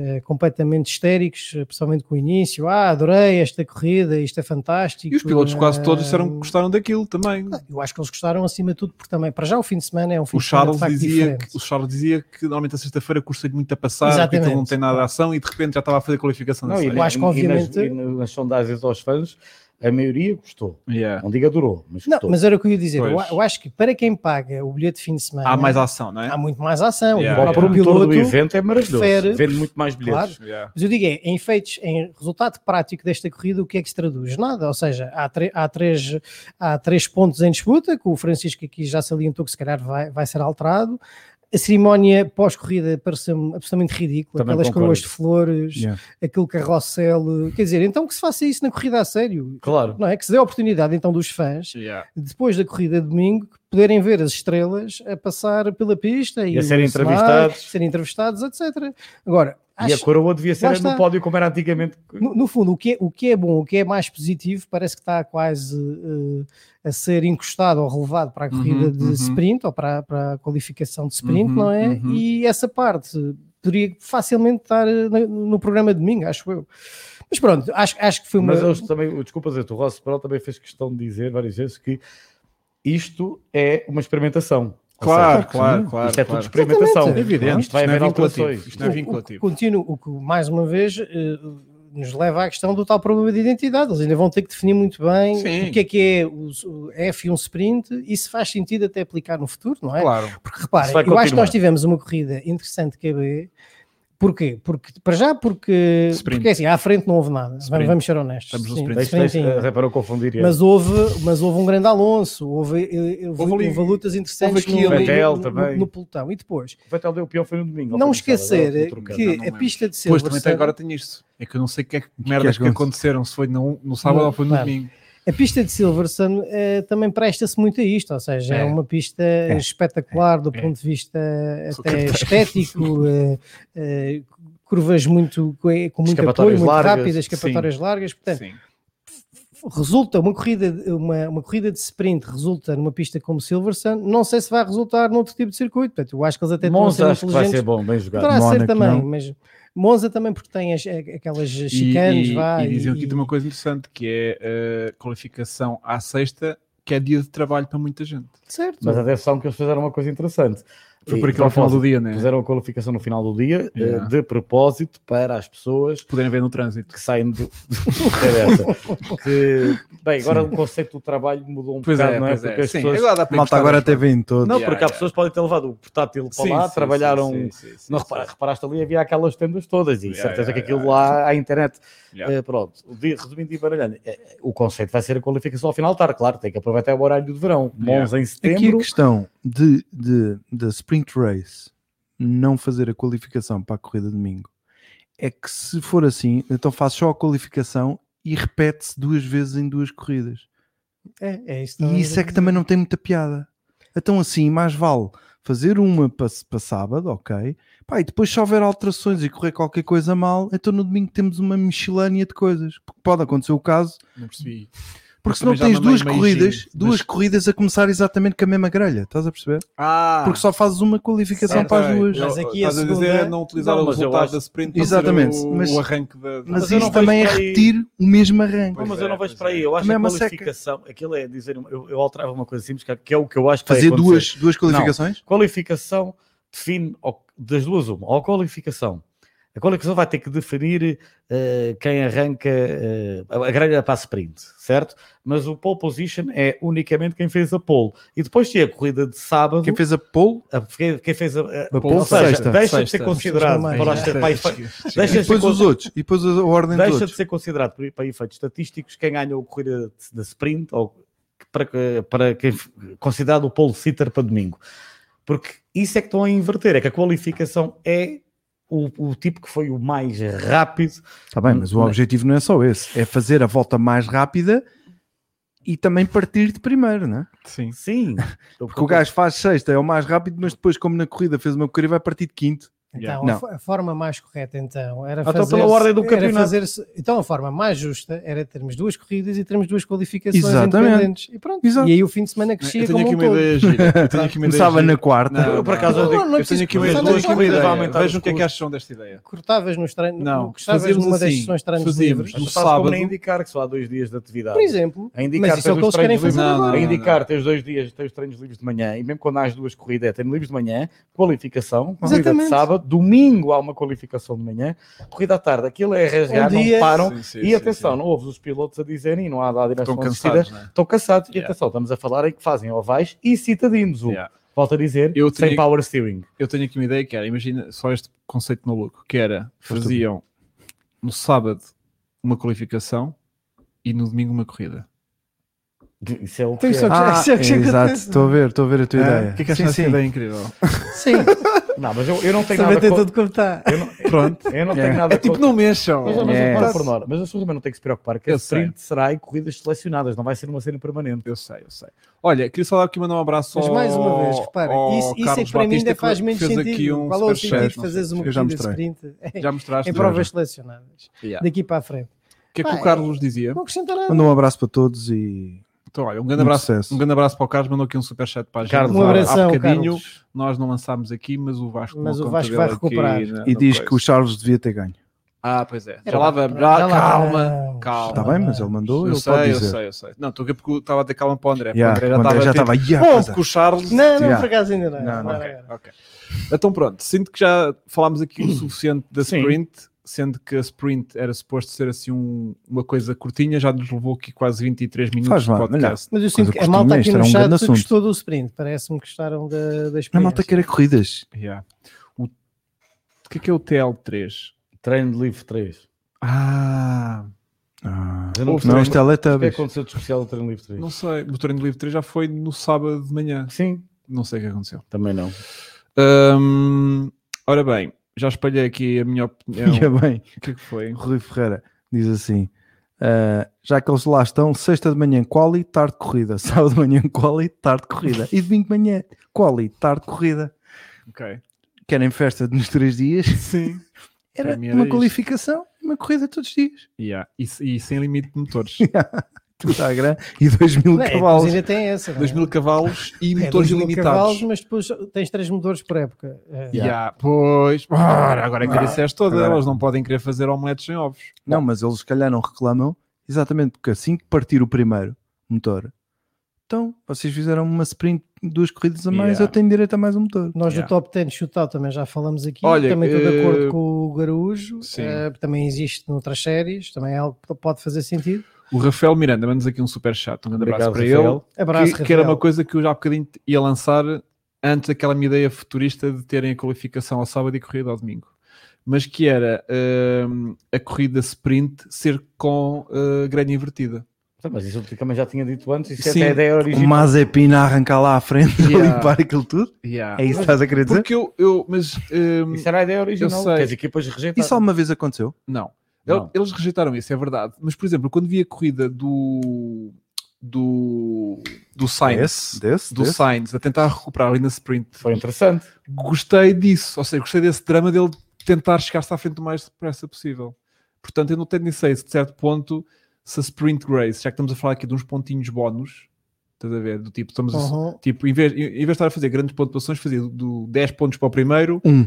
D: eh, completamente histéricos, eh, principalmente com o início, ah, adorei esta corrida, isto é fantástico.
A: E os pilotos quase todos
D: ah,
A: disseram que gostaram daquilo também.
D: Eu acho que eles gostaram acima de tudo, porque também, para já o fim de semana é um fim
A: O
D: de semana
A: Charles,
D: de facto
A: dizia
D: diferente.
A: que, o Charles dizia que normalmente a sexta-feira custa-lhe muito a passar, que aquilo não
D: Exatamente.
A: tem nada de ação e de repente já estava a fazer qualificação.
C: Não,
A: na
C: e,
A: sexta.
C: na-
D: acho que,
C: né? e nas-
D: obviamente-
C: e nas, sondagens aos fãs, a maioria gostou.
A: Yeah.
C: Não diga durou, mas
D: Não,
C: gostou.
D: mas era o que eu ia dizer. Eu,
A: Pois.
D: eu acho que para quem paga o bilhete de fim de semana
A: Há mais ação, não é?
D: há muito mais ação.
A: Yeah,
D: e o
C: Para o
A: yeah.
D: próprio
C: promotor do
D: piloto-
C: evento é maravilhoso.
D: prefere-
C: Vende muito mais bilhetes.
D: Claro.
A: Yeah.
D: Mas eu digo é, em feitos, em resultado prático desta corrida, o que é que se traduz? Nada, ou seja, há, tre- há três, há três pontos em disputa, que o Francisco aqui já salientou que se calhar vai, vai ser alterado. A cerimónia pós-corrida pareceu-me absolutamente ridícula,
C: Também
D: aquelas
C: concordo.
D: coroas de flores,
B: Yeah.
D: aquele carrossel, quer dizer, então que se faça isso na corrida a sério,
C: Claro.
D: não é? Que se dê a oportunidade então dos fãs
A: Yeah.
D: depois da corrida de domingo, que poderem ver as estrelas a passar pela pista e,
C: E a
D: o
C: serem
D: cenário,
C: entrevistados.
D: serem entrevistados, etc. Agora,
C: E a
D: acho,
C: coroa devia ser
D: Lá
C: no
D: está.
C: pódio como era antigamente.
D: no, no fundo, o que, é, o que é bom, o que é mais positivo, parece que está quase eh, a ser encostado ou relevado para a corrida
A: Uhum,
D: de
A: uhum.
D: sprint ou para, para a qualificação de sprint,
A: Uhum,
D: não é?
A: uhum.
D: E essa parte poderia facilmente estar eh, na- no programa de domingo, acho eu. Mas pronto, acho, acho que foi uma.
C: Mas eles também, desculpa dizer, o Ross Perot também fez questão de dizer várias vezes que isto é uma experimentação. Ou
A: Claro,
C: seja,
A: claro, claro.
C: isto é tudo
A: claro.
C: experimentação.
D: Exatamente.
A: Evidente,
C: Isto vai
A: isto não é
C: haver
A: vinculativo.
C: alterações.
A: Isto não é
D: O- o que
A: vinculativo.
D: continua- o que, mais uma vez, eh, nos leva à questão do tal problema de identidade. Eles ainda vão ter que definir muito bem
A: Sim.
D: o que é que é o, o F1 Sprint e se faz sentido até aplicar no futuro, não é?
A: Claro.
D: Porque reparem,
C: Isso
D: eu
C: vai
D: acho que
C: continuar.
D: nós tivemos uma corrida interessante de QB. Porquê? Porque, para já, porque,
A: Sprint.
D: porque assim, à frente não houve nada. Vamos,
A: Sprint.
D: vamos ser honestos.
A: Estamos no
D: Sim,
A: sprint.
C: Deixa,
D: sprintinho.
C: deixa, é para não confundir. é.
D: Mas houve, mas houve um grande Alonso, houve, eh, houve,
A: Houve ali-
D: houve lutas interessantes
A: houve aqui
D: no,
A: ali-
C: Vettel
D: no-
C: também.
D: no pelotão. E depois,
C: O Vettel deu o pior foi no domingo. ao
D: não
C: fim de um sábado, agora
D: esquecer
C: estou trocando.
A: já não
D: que a
A: lembro.
D: pista de
A: Pois também até
D: Silverstone,
A: agora tenho isto. É que eu não sei que é que merdas que,
B: acontece?
A: aconteceram, se foi no, no sábado
D: Não,
A: ou foi no
D: claro.
A: domingo.
D: a pista de Silverstone eh, também presta-se muito a isto, ou seja, é,
A: É.
D: uma pista espetacular do
A: É.
D: ponto de vista
A: Sou
D: até
A: capaz.
D: estético, eh, eh, curvas muito com com muito apoio,
C: Escapatórias
D: muito
C: largas,
D: rápidas, escapatórias largas, portanto,
A: Sim.
D: resulta uma corrida, uma, uma corrida de sprint resulta numa pista como Silverstone, não sei se vai resultar noutro tipo de circuito, portanto, eu acho que eles até estão a ser
C: Monza acho que vai
D: inteligentes
C: ser bom, bem jogado.
D: Poderá
B: Mónaco,
D: ser também,
B: não?
D: mas Monza também porque tem as- eh, aquelas
A: E,
D: chicanes,
A: e,
D: vá,
A: e diziam aqui
D: e-
A: de uma coisa interessante que é a qualificação à sexta, que é dia de trabalho para muita gente.
D: certo.
C: Mas atenção que eles fizeram uma coisa interessante.
A: Foi
C: E,
A: por
C: de
A: aquilo ao final do
C: propósito,
A: dia, né?
C: Fizeram a qualificação no final do dia, eh,
A: Yeah.
C: de propósito, para as pessoas
A: Poderem ver no trânsito.
C: que saem do. Era essa. que, bem, agora o conceito do trabalho mudou um
A: Pois
C: bocado,
A: é,
C: não é?
A: pois
C: Porque
A: é.
C: as
A: Sim,
C: pessoas.
A: agora dá para
B: Malta
A: encostar
B: agora
A: nas
B: até vêm todo.
C: Não,
A: Yeah,
C: porque há
A: yeah.
C: pessoas que podem ter levado o portátil para
A: Sim,
C: lá,
A: sim,
C: trabalharam.
A: sim, sim, sim,
C: não
A: sim,
C: repara-
A: sim.
C: reparaste ali, havia aquelas tendas todas, e
A: Yeah,
C: certeza
A: yeah,
C: que aquilo
A: yeah,
C: lá à internet.
A: Yeah.
C: Eh, pronto, de- resumindo e baralhando, eh, o conceito vai ser a qualificação ao final de tarde, claro, tem que aproveitar o horário de verão.
A: Yeah.
C: Monza em
B: Aqui a
C: setembro,
B: questão de, de, da sprint race não fazer a qualificação para a corrida de domingo é que se for assim, então faz só a qualificação e repete-se duas vezes em duas corridas.
D: É, é isso.
A: Tá
B: E isso é que também não tem muita piada. Então, assim, mais vale fazer uma para, para sábado, ok? Pá, e depois, se houver alterações e correr qualquer coisa mal, então no domingo temos uma michelânea de coisas. Porque pode acontecer o caso,
A: Não percebi.
B: porque senão
A: Também já
B: tens
A: mamei
B: duas
A: meio
B: corridas,
A: giro, mas-
B: duas corridas a começar exatamente com a mesma grelha, estás a perceber?
A: Ah!
B: Porque só fazes uma qualificação
A: Ok.
B: para as duas.
D: Mas aqui a
A: Estás dizer
D: segunda-
A: é não utilizar
C: Não,
A: o
C: mas eu
A: resultado
C: acho-
A: da sprint para
B: Exatamente,
A: fazer o,
B: mas-
A: o arranque da. da-
B: Mas
C: eu então não
B: isso
C: vejo
B: também é
C: para aí-
B: repetir o mesmo arranque.
C: Não, mas
A: Pois
C: eu
A: é,
C: não vejo
A: pois
C: para
A: é.
C: aí. Eu
B: Também
C: acho que
B: é
C: a
B: uma seca.
C: qualificação, aquilo é dizer, eu, eu alterava uma coisa simples, que é- que é o que eu acho que vai
B: Fazer
C: acontecer.
B: duas, duas qualificações?
C: Qualificação define ou- das duas uma, ou qualificação A qualificação vai ter que definir eh, quem arranca eh, a grelha para a sprint, certo? Mas o pole position é unicamente quem fez a pole. E depois tinha a corrida de sábado.
B: Quem fez a pole?
C: a- quem- quem fez a, a- a
B: pole
C: pole, ou seja,
B: sexta.
C: deixa de ser
A: Sexta.
C: considerado
D: Sexta.
C: para os
A: Sexta.
C: para efe-
A: é,
C: deixa
B: E
C: de ser
B: depois os
C: considerado-
B: outros. E depois a ordem de
C: deixa de
B: todos.
C: ser considerado por- para efeitos estatísticos quem ganhou a corrida de- da sprint ou que- para, que- para quem f- considerado o pole sitter para domingo. Porque isso é que estão a inverter, é que a qualificação é o, o tipo que foi o mais rápido.
B: Está Tá
A: Hum,
B: bem, mas o
C: Não.
B: objetivo não é só esse. É fazer a volta mais rápida e também partir de primeiro, não é?
A: Sim.
C: Sim,
B: Porque o gajo faz sexta, é o mais rápido, mas depois, como na corrida fez uma corrida, vai partir de quinto.
A: Yeah.
D: Então, a
B: Não.
D: fo- a, forma mais correta, então, era
C: Então,
D: fazer
C: pela ordem do campeonato.
D: então, a forma mais justa era termos duas corridas e termos duas qualificações
B: Exatamente.
D: independentes. E pronto.
B: Exato.
D: E aí o fim de semana crescia
E: Eu tenho
D: como
E: aqui
D: um
E: uma
D: todo.
E: ideia gira. Eu tenho aqui uma ideia
B: Começava
E: gira.
B: na quarta.
A: Não,
C: Eu, por
A: não.
C: acaso,
D: Não, não, não é
A: Eu tenho
D: preciso
A: aqui umas
D: começar
A: duas
D: na
A: corridas
D: quarta.
A: a
E: corrida.
A: aumentar. Vejam
E: os
A: o que é que
E: custos.
A: acham desta ideia.
D: Cortavas nos treinos,
A: Não,
D: gostavas
A: fazíamos
D: numa das
A: assim,
D: sessões de treinos
A: fazíamos.
D: livres.
A: No
C: Mas faz como
A: sábado-
C: nem indicar que só há dois dias de atividade.
D: Por exemplo,
C: A indicar
D: Mas isso é
C: tens
D: o que
C: dois
D: eles querem
C: treinos livres.
D: fazer
A: Não,
D: agora.
A: não,
C: a
A: não.
C: indicar tens dois dias, tens treinos livres de manhã, e mesmo quando há as duas corridas, é treinos livres de manhã, qualificação, corrida de
D: Exatamente.
C: sábado, domingo há uma qualificação de manhã, corrida à tarde, aquilo é rasgar,
D: Um dia-
C: não param,
A: Sim, sim,
C: e
A: sim,
C: atenção,
A: sim.
C: não ouves os pilotos a dizerem, e não há dado direção
A: Estão
C: assistida,
A: cansados, não é?
C: estão cansados, e
A: Yeah.
C: atenção, estamos a falar em que fazem ovais e citadinos, Hugo.
A: Yeah.
C: volto a dizer,
A: Eu
C: sem
A: tinha-
C: power steering.
A: Eu tenho aqui uma ideia que era, imagina só este conceito maluco, que era, faziam no sábado uma qualificação e no domingo uma corrida.
C: Isso é o que
D: Tem
C: é.
D: só que-
B: Ah,
D: Isso é o que
B: exato,
D: acontece.
B: estou a ver, estou a ver a tua
A: Ah,
B: ideia.
A: O que é que achas
B: sim,
A: dessa
B: sim.
A: ideia incrível?
D: Sim,
C: Não, mas eu, eu não tenho
D: também
C: nada
D: tem
C: contra...
D: tudo como está.
C: Eu não,
A: Pronto.
C: eu não tenho
B: Yeah.
C: nada
A: É tipo,
C: contra-
A: não mexam.
C: Mas, mas,
B: É.
C: repara, por nora, mas a sua também não tem que se preocupar, que a
A: Eu sei.
C: sprint será em corridas selecionadas, não vai ser uma cena permanente.
A: Eu sei, eu sei. Olha, queria só dar aqui mandar um abraço
D: Mas
A: ao-
D: mais uma vez, repara,
A: ao
D: isso, isso é
A: Carlos
D: que para mim
A: Batista,
D: ainda
A: que
D: faz menos
A: fez
D: sentido.
A: aqui um
D: Qual é o
A: superchat,
D: sentido de
A: não
D: fazeres uma
B: Eu já
D: corrida
B: mostrei.
D: sprint
A: sei.
D: em,
A: Já mostraste.
D: um em
A: já,
D: provas
A: já.
D: selecionadas?
A: Yeah.
D: Daqui para a frente.
A: O que é que
D: Pá,
A: o Carlos dizia?
D: Não acrescentará nada.
B: Manda um abraço para todos e.
A: Então, olha, um grande,
B: Muito
A: abraço,
B: sucesso.
A: um grande abraço para o Carlos, mandou aqui um superchat para a gente.
C: Carlos,
D: Um abração,
A: Há bocadinho
D: Carlos.
A: nós não lançámos aqui, mas o Vasco
D: Mas
A: tomou
D: o
A: conta
D: Vasco vai
A: dele
D: recuperar.
A: aqui na-
B: E
A: na
B: diz
A: coisa.
B: que o Charles devia ter ganho.
A: Ah, pois é.
D: Era
A: Já lá vamos.
D: lá-
A: Já,
D: já lá
A: calma,
D: vamos.
A: calma.
B: Está Tá bem, mas ele mandou,
A: Ah, eu
B: ele
A: sei,
B: pode
A: eu
B: dizer.
A: sei, eu sei. Não, estou aqui porque estava a ter calma para o André. porque
B: Yeah,
A: o
B: o André
A: André
B: já
A: já estava.
B: estava.
A: tipo,
B: yeah,
A: Bom,
B: pois é.
A: porque o Charles.
D: Não, não,
B: Yeah.
D: por acaso ainda não.
B: Não, não.
D: Agora, agora.
A: Ok. Então pronto, sinto que já falámos aqui o suficiente da
C: Sim.
A: sprint, sendo que a sprint era suposto ser assim um- uma coisa curtinha, já nos levou aqui quase 23 minutos
B: Faz
A: de
B: mal, olha.
A: podcast.
D: Mas eu sinto
B: Coisa
D: que a
B: costumeira,
D: malta aqui
B: isto era
D: no
B: um
D: chat
B: grande assunto.
D: gostou do sprint. Parece-me que gostaram da, da
B: A
D: experiência.
B: malta que era corridas.
A: Yeah. O, o que é que é o TL3?
C: Treino de livre 3.
A: Ah,
B: Ah,
C: Eu não
A: Ouve,
C: percebi
B: não,
C: muito
B: os
C: o que é
B: Teletubbies.
C: que aconteceu de especial do treino livre 3.
A: não sei, o treino livre 3 já foi no sábado de manhã,
C: Sim,
A: não sei o que aconteceu.
C: também não.
A: Hum, ora bem, já espalhei aqui a minha opinião.
B: E é bem,
A: O que é que foi?
B: o Rui Ferreira diz assim: ah, já que eles lá estão, sexta de manhã quali, tarde corrida, sábado de manhã quali, tarde corrida, e domingo de manhã quali, tarde corrida.
A: Ok.
B: Querem festa nos três dias?
A: Sim.
B: Era
A: Para mim era
B: uma
A: isto.
B: qualificação e uma corrida todos os dias.
A: Yeah. E, se- e sem limite de motores.
B: Tudo à grande e dois mil
D: Não, é,
B: cavalos.
D: mas ainda tem essa. não é?
A: 2 mil cavalos e
D: É,
A: motores
D: 2000
A: ilimitados.
D: cavalos, mas depois tens três motores por época. É.
A: Yeah. Pois, ora, agora é que
B: Ah,
A: disseste toda,
B: agora-
A: elas não podem querer fazer omeletes sem ovos.
B: Não, mas eles se calhar não reclamam, exatamente porque assim que partir o primeiro motor, então vocês fizeram uma sprint, duas corridas a mais,
A: Yeah.
B: eu tenho direito a mais um motor.
D: Nós
A: Yeah.
D: do top 10 shootout também já falamos aqui.
A: Olha,
D: também estou de
A: eh,
D: acordo com o Garujo.
A: sim.
D: eh, também existe noutras séries. Também é algo que pode fazer sentido.
A: O Rafael Miranda manda-nos aqui um super chat, um grande abraço
C: Obrigado,
A: para
C: Rafael.
A: ele.
D: Abraço,
A: que, que era
D: Rafael.
A: uma coisa que eu já há bocadinho te- ia lançar antes daquela minha ideia futurista de terem a qualificação ao sábado e corrida ao domingo. Mas que era hum, a corrida sprint ser com uh, grelha invertida.
C: Então, Mas isso eu também já tinha dito antes, isso é
A: Sim.
C: até a ideia
B: O
C: original.
B: Mazepin a arrancar lá à frente
A: Yeah.
B: a limpar aquilo tudo? É isso é- que estás a querer dizer?
A: Porque eu, eu mas hum,
C: Isso era a ideia
A: Eu
C: original,
A: sei.
C: que as equipas rejeitaram.
B: Isso alguma vez aconteceu?
A: não.
C: Não.
A: Eles rejeitaram isso, é verdade. Mas, por exemplo, quando vi a corrida do do, do Sainz,
B: Desse, desse,
A: do
B: desse.
A: Sainz a tentar recuperar ali na sprint,
C: Foi interessante.
A: gostei disso, ou seja, gostei desse drama dele tentar chegar-se à frente o mais depressa possível. Portanto, eu não tenho nem sei se de certo ponto se a sprint race, já que estamos a falar aqui de uns pontinhos bónus, estás a ver? Do tipo, estamos a-
D: Uhum.
A: tipo, em vez, em vez de estar a fazer grandes pontuações, fazia do, do 10 pontos para o primeiro,
B: Um.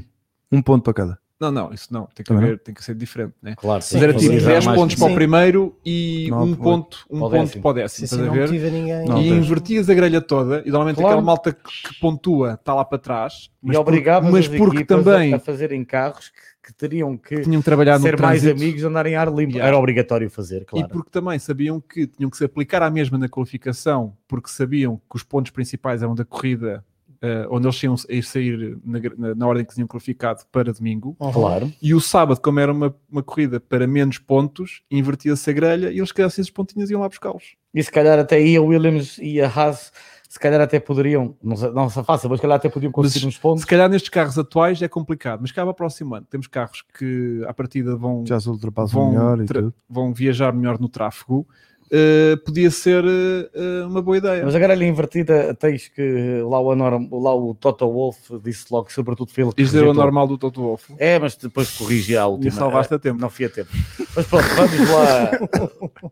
B: Um ponto para cada.
A: Não, não, isso não. Tem que,
B: Também
A: haver, tem que ser diferente, né?
C: Claro,
D: Sim,
A: Mas era tipo
D: sim.
A: 10
D: Sim.
A: pontos para o
D: Sim.
A: primeiro e
B: Não,
A: um
B: para o-
A: ponto, um
C: para o
A: ponto
C: décimo.
A: para o décimo.
D: Se, se
A: Estás a
D: não
A: ver?
D: tive ninguém.
B: Não,
A: e
B: tens.
A: invertias a grelha toda, e normalmente
C: Claro.
A: aquela malta que que pontua está lá para trás,
C: e
A: por-
C: obrigava
A: mas porque também
C: a, fazerem carros que, que teriam que
A: tinham que trabalhar no
C: ser mais
A: trânsito,
C: amigos, andarem ar limpo.
A: Yeah.
C: Era obrigatório fazer, claro.
A: e porque também sabiam que tinham que se aplicar à mesma na qualificação, porque sabiam que os pontos principais eram da corrida, eh, onde eles tinham a ir sair na, gr- na- na ordem que tinham qualificado para domingo,
D: Uhum.
C: Claro,
A: e o sábado, como era uma, uma corrida para menos pontos, invertia-se a grelha e eles criassem esses pontinhos e iam lá buscá-los.
C: e se calhar até aí a Williams e a Haas, se calhar até poderiam, não se, não se faça, mas se calhar até podiam conseguir uns pontos.
A: Se calhar nestes carros atuais é complicado, mas cá para o próximo ano temos carros que à partida vão,
B: Já se ultrapassam melhor
A: vão,
B: e
A: tra-
B: tudo.
A: vão viajar melhor no tráfego, eh, podia ser eh, eh, uma boa ideia.
C: Mas agora ali invertida, tens que lá o, anorm, lá o Toto Wolff disse logo, sobretudo foi ele que
A: Diz dizer o
C: rejeitou.
A: normal do Toto Wolff.
C: É, mas depois corrigi a
A: Me
C: última.
A: salvaste a
C: Eh,
A: tempo.
C: Não fui a tempo. Mas pronto, vamos lá.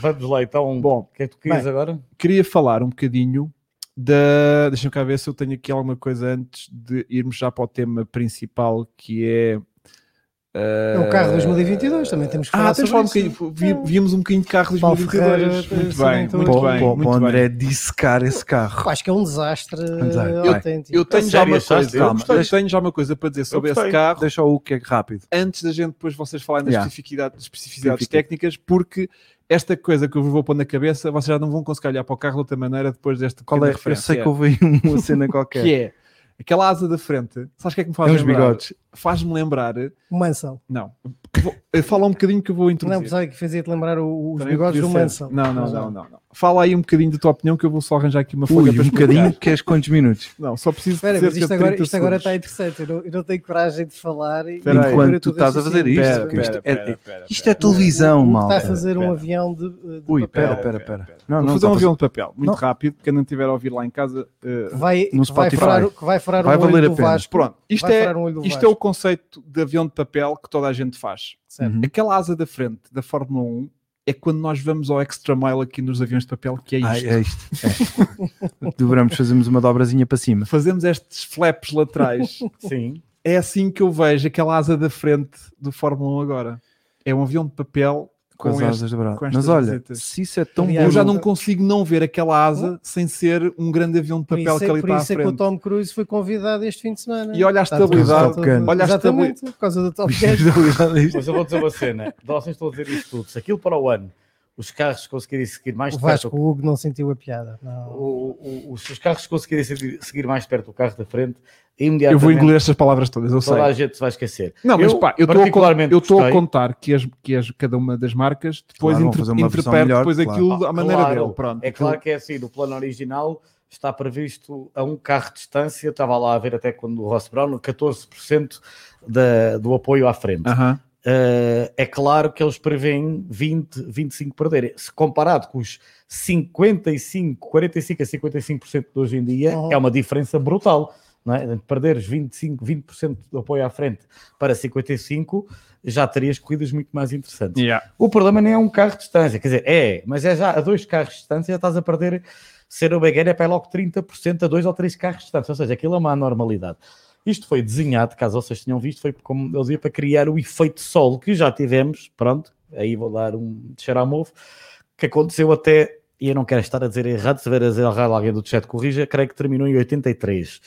C: vamos lá então.
A: Bom,
C: o que é que tu querias agora?
A: Queria falar um bocadinho da. Deixa-me cá ver se eu tenho aqui alguma coisa antes de irmos já para o tema principal que é. eh,
D: É o carro 2022, também temos que falar
A: Ah, temos
D: sobre
A: falado um
D: isso. É.
A: bocadinho. vi- Vimos um bocadinho de carro de
D: Paulo
A: 2022.
D: Ferreira,
A: Muito
D: sim,
A: bem,
D: então,
A: muito
B: Pô,
A: bem.
B: pô,
A: muito
B: pô,
A: bem.
B: André dissecar esse carro.
D: Acho que é um desastre
B: André,
D: eh,
B: eu-
D: autêntico.
A: Eu tenho, já
C: sério,
A: uma
C: achaste?
A: coisa, eu
B: Calma,
A: gostei,
B: deixa-
A: tenho já uma coisa para dizer sobre esse
C: gostei.
A: carro.
B: Deixa o que é rápido.
A: antes da gente depois vocês falarem das
B: Yeah.
A: especificidades, especificidades
B: Específica.
A: técnicas, porque esta coisa que eu vos vou pôr na cabeça, vocês já não vão conseguir olhar para o carro de outra maneira depois desta
B: Qual
A: pequena
B: é? Eu
A: referência.
B: sei que houve aí uma cena
A: que
B: qualquer.
A: é aquela asa da frente, sabes o que é que me faz
B: Tem uns
A: lembrar?
B: bigodes.
A: Faz-me lembrar,
D: O Mansell.
A: não, Vou- eh, fala um bocadinho que eu vou
D: Não,
A: introduzir.
D: apesar que fazia-te lembrar o- os
A: Também
D: bigodes do
A: podia ser.
D: Mansell.
A: Não, não,
D: Mas,
A: não, não, não. Fala aí um bocadinho da tua opinião que eu vou só arranjar aqui uma folha
B: Ui,
A: para
B: um
A: explicar.
B: bocadinho, queres quantos minutos?
A: Não, só preciso
D: Espera,
A: dizer
D: mas
A: que
D: isto agora, isto agora está
A: segundos.
D: interessante. Eu não, eu não tenho coragem de falar. e-
A: Espera aí.
D: Enquanto
B: Enquanto tu estás a fazer
D: raciocínio.
B: isto,
A: Pera,
B: que
A: pera,
B: isto é-
A: pera, pera, pera,
B: Isto é
A: pera.
B: televisão,
D: O que Está a
B: malta.
D: fazer um
A: Pera.
D: avião de, de
B: Ui,
D: papel.
B: pera, pera, pera. Não,
A: Vou
B: não,
A: fazer um
B: tá-
A: avião de papel, muito
B: Não.
A: rápido. Quem não tiver a ouvir lá em casa, eh,
D: Vai, que
B: No
D: vai
B: Spotify.
D: furar, o- que vai furar
B: Vai
D: o olho
B: valer a
D: do
B: pena.
D: Vasco.
A: Pronto, isto,
D: vai
A: é,
D: furar um olho do
A: isto
D: Vasco.
A: é o conceito de avião de papel que toda a gente faz.
D: Certo.
B: Uhum.
A: Aquela asa da frente da Fórmula 1 é quando nós vamos ao extra mile aqui nos aviões de papel, que é isto.
B: Ah, é isto. É. Dobramos, fazemos uma dobrazinha para cima.
A: Fazemos estes flaps laterais.
C: Sim.
A: é assim que eu vejo aquela asa da frente do Fórmula 1 agora. É um avião de papel
B: Com,
A: com,
B: as
A: este-
B: asas dobradas.
A: com estas
B: Mas olha,
A: visitas.
B: se isso é tão
D: Aliás,
A: Eu
B: bom.
A: já não consigo não ver aquela asa sem ser um grande avião de
D: Por
A: papel
D: isso, é-
A: que ali
D: por
A: está à
D: isso é que o
A: frente.
D: Tom Cruise foi convidado este fim de semana. Tá
A: E olha a
D: Está
A: estabilidade.
D: por causa do-
A: Olha a
D: Exatamente, Por causa do Top Gun.
C: Mas eu vou dizer uma cena. Vocês estão a dizer isto tudo. Se aquilo para o ano os carros conseguirem seguir mais
D: O
C: de
D: Vasco,
C: perto.
D: o Hugo não sentiu a piada. Não.
C: o- o- o- se os carros conseguirem seguir, seguir mais perto do carro da frente, imediatamente
A: Eu vou engolir estas palavras todas, eu sei. Ah,
C: toda a gente se vai esquecer.
A: Não, mas
C: Eu
A: pá, eu estou a, con-
C: particularmente
A: eu tô a
C: gostei.
A: contar que, as, que as, cada uma das marcas depois
B: Claro, vão
A: inter-
B: fazer uma versão
A: interpreta
B: melhor,
A: depois
B: claro.
A: aquilo à maneira
C: Ah, Claro,
A: dele. Pronto,
C: É claro que é assim, no plano original está previsto a um carro de distância, eu estava lá a ver até quando o Ross Brown, 14% da, do apoio à frente.
A: Aham.
C: Eh, é claro que eles preveem 20, 25 perderem. Se comparado com os 55, 45 a 55% de hoje em dia,
D: Uhum.
C: é uma diferença brutal. Não é? De Perderes 25, 20% do apoio à frente para 55, já terias corridas muito mais interessantes.
A: Yeah.
C: O problema nem é um carro de distância, quer dizer, é, mas é já a dois carros de distância já estás a perder ser o Begueira para logo 30% a dois ou três carros de distância, ou seja, aquilo é uma anormalidade. Isto foi desenhado, caso vocês tenham visto, foi como eu dizia, para criar o efeito sol que já tivemos, pronto, aí vou dar um xeramofo, que aconteceu até, e eu não quero estar a dizer errado, se ver a dizer errado alguém do chat corrija, creio que terminou em 83,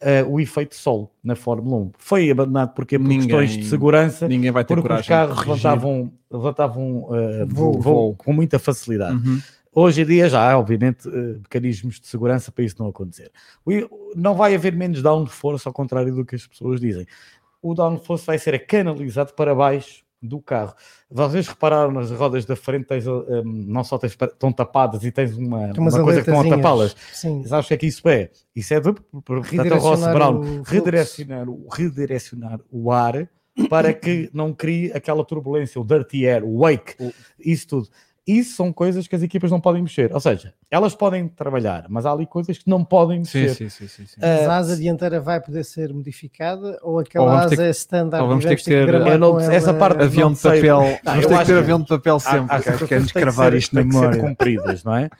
C: eh, o efeito sol na Fórmula 1. Foi abandonado porque por
A: Ninguém-
C: questões de segurança,
A: Ninguém vai ter
C: porque
A: coragem.
C: os carros
A: de corrigir.
C: levantavam, levantavam eh,
A: Voo,
C: voo,
A: voo.
C: com muita facilidade.
A: Uhum.
C: Hoje em dia já há, obviamente, eh, mecanismos de segurança para isso não acontecer. O i- Não vai haver menos downforce, ao contrário do que as pessoas dizem. O downforce vai ser canalizado para baixo do carro. Vocês repararam nas rodas da frente, tens, eh, eh, não só tens, pa- estão tapadas e tens uma,
D: Tem umas
C: uma coisa que estão a
D: aletazinhas.
C: tapá-las.
D: Sim.
C: Sabes o que é que isso é? Isso é de, portanto, é o Ross
D: Redirecionar
C: Brown
D: o fluxo.
C: redirecionar, o- redirecionar o ar para que não crie aquela turbulência, o dirty air, o wake, isso tudo. Isso são coisas que as equipas não podem mexer. Ou seja, elas podem trabalhar, mas há ali coisas que não podem
A: Sim,
C: mexer.
A: sim, sim. sim, sim.
C: Ah,
D: Mas a asa dianteira vai poder ser modificada ou
A: Ou
D: aquela
A: vamos ter
D: asa
A: que-
D: é standard?
A: ou vamos
D: e
A: ter que ter-
D: gramar
C: Eu não-
D: com
C: essa
D: ela-
C: parte-
A: avião
C: não
A: de
C: sei.
A: papel.
C: Não,
A: Vamos
C: eu
A: ter que
C: acho
A: ter
C: que-
A: avião de papel
C: há- há
A: sempre.
B: acho que
C: situações
B: queremos
C: têm que
B: cravar
C: ser-
B: isto na
C: têm que ser
B: memória.
C: cumpridas, não é?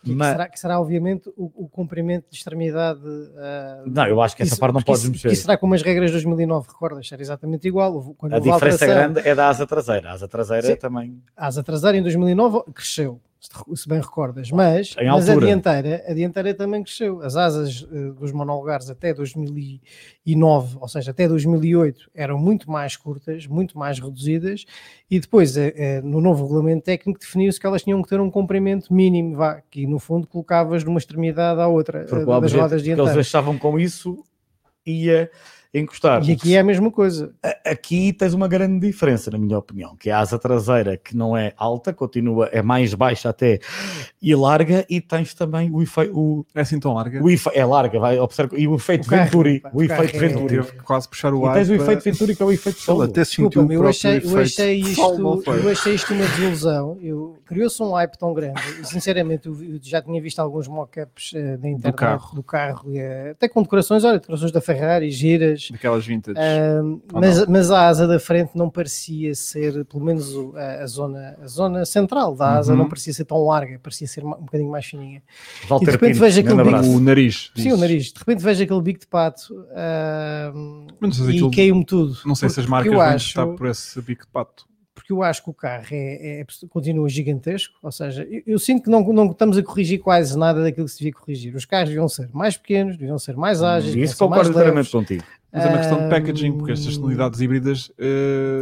D: Que,
C: Mas-
D: será, que será, obviamente, o, o comprimento de extremidade. ah,
C: Não, eu acho que essa
D: isso-
C: parte não
D: porque
C: podes
D: isso,
C: mexer.
D: porque Isso será como as regras de 2009, recordas? Era exatamente igual. Houve- Quando
C: A
D: houve
C: diferença
D: alteração,
C: grande é da asa traseira. A asa traseira é
D: Sim.
C: também.
D: A asa traseira em 2009 cresceu, se te- se bem recordas, mas,
C: Em
D: mas a,
C: altura.
D: dianteira, a dianteira também cresceu. As asas eh, dos monolugares até 2009, ou seja, até 2008, eram muito mais curtas, muito mais reduzidas, e depois, eh, eh, no novo regulamento técnico, definiu-se que elas tinham que ter um comprimento mínimo, vá, que no fundo colocavas de uma extremidade à outra eh,
C: Porque, o
D: das
C: objeto
D: rodas
C: que eles
D: dianteiras.
C: achavam com isso ia encostar.
D: E aqui é a mesma coisa.
C: aqui tens uma grande diferença, na minha opinião, que é a asa traseira, que não é alta, continua, é mais baixa até e larga, e tens também o efeito. O,
A: É assim tão larga.
C: o efe- é larga, vai, observa, e o efeito
D: O carro,
C: Venturi.
D: pá,
C: O
D: o carro
C: efeito
D: é-
C: Venturi.
A: Teve que quase puxar o
C: E
A: ar.
C: tens o
A: para-
C: efeito Venturi, que é o efeito
B: Ele
C: solo.
B: até sentiu
D: Desculpa,
B: o
D: eu
B: próprio
D: achei, eu
B: efeito.
D: achei
B: Solo
D: isto,
B: foi.
D: eu achei isto uma desilusão. Eu criou-se um hype tão grande. E, Sinceramente, eu, vi- eu já tinha visto alguns mock-ups eh, da internet
A: carro.
D: do carro, eh, até com decorações, olha, decorações da Ferrari, giras.
A: Daquelas vintage.
D: Ahm,
A: Ou
D: mas, mas a asa da frente não parecia ser, pelo menos o- a, a zona, a zona central da asa,
A: Uhum.
D: não parecia ser tão larga, parecia ser ma- um bocadinho mais fininha.
C: Walter
D: e de repente
C: Pinto,
D: vejo
B: Um
D: aquele
C: grande
D: bico-
C: abraço.
A: o nariz.
D: Sim,
A: disso.
D: o nariz. De repente vejo aquele bico de pato ahm,
A: Mas não sei se
D: e
A: aquilo-
D: caiu-me tudo.
A: Não sei se as
D: Porque
A: marcas
D: eu
A: vão
D: acho-
A: estar por esse bico de pato.
D: porque eu acho que o carro é, é- continua gigantesco, ou seja, eu, eu sinto que não, não estamos a corrigir quase nada daquilo que se devia corrigir. Os carros deviam ser mais pequenos, deviam ser mais ágeis, deviam
C: Hum, Isso
D: ser mais
C: concordo inteiramente
D: leves.
C: contigo.
A: Mas é uma questão de packaging, porque
D: Ahm,
A: estas tonalidades híbridas, eh,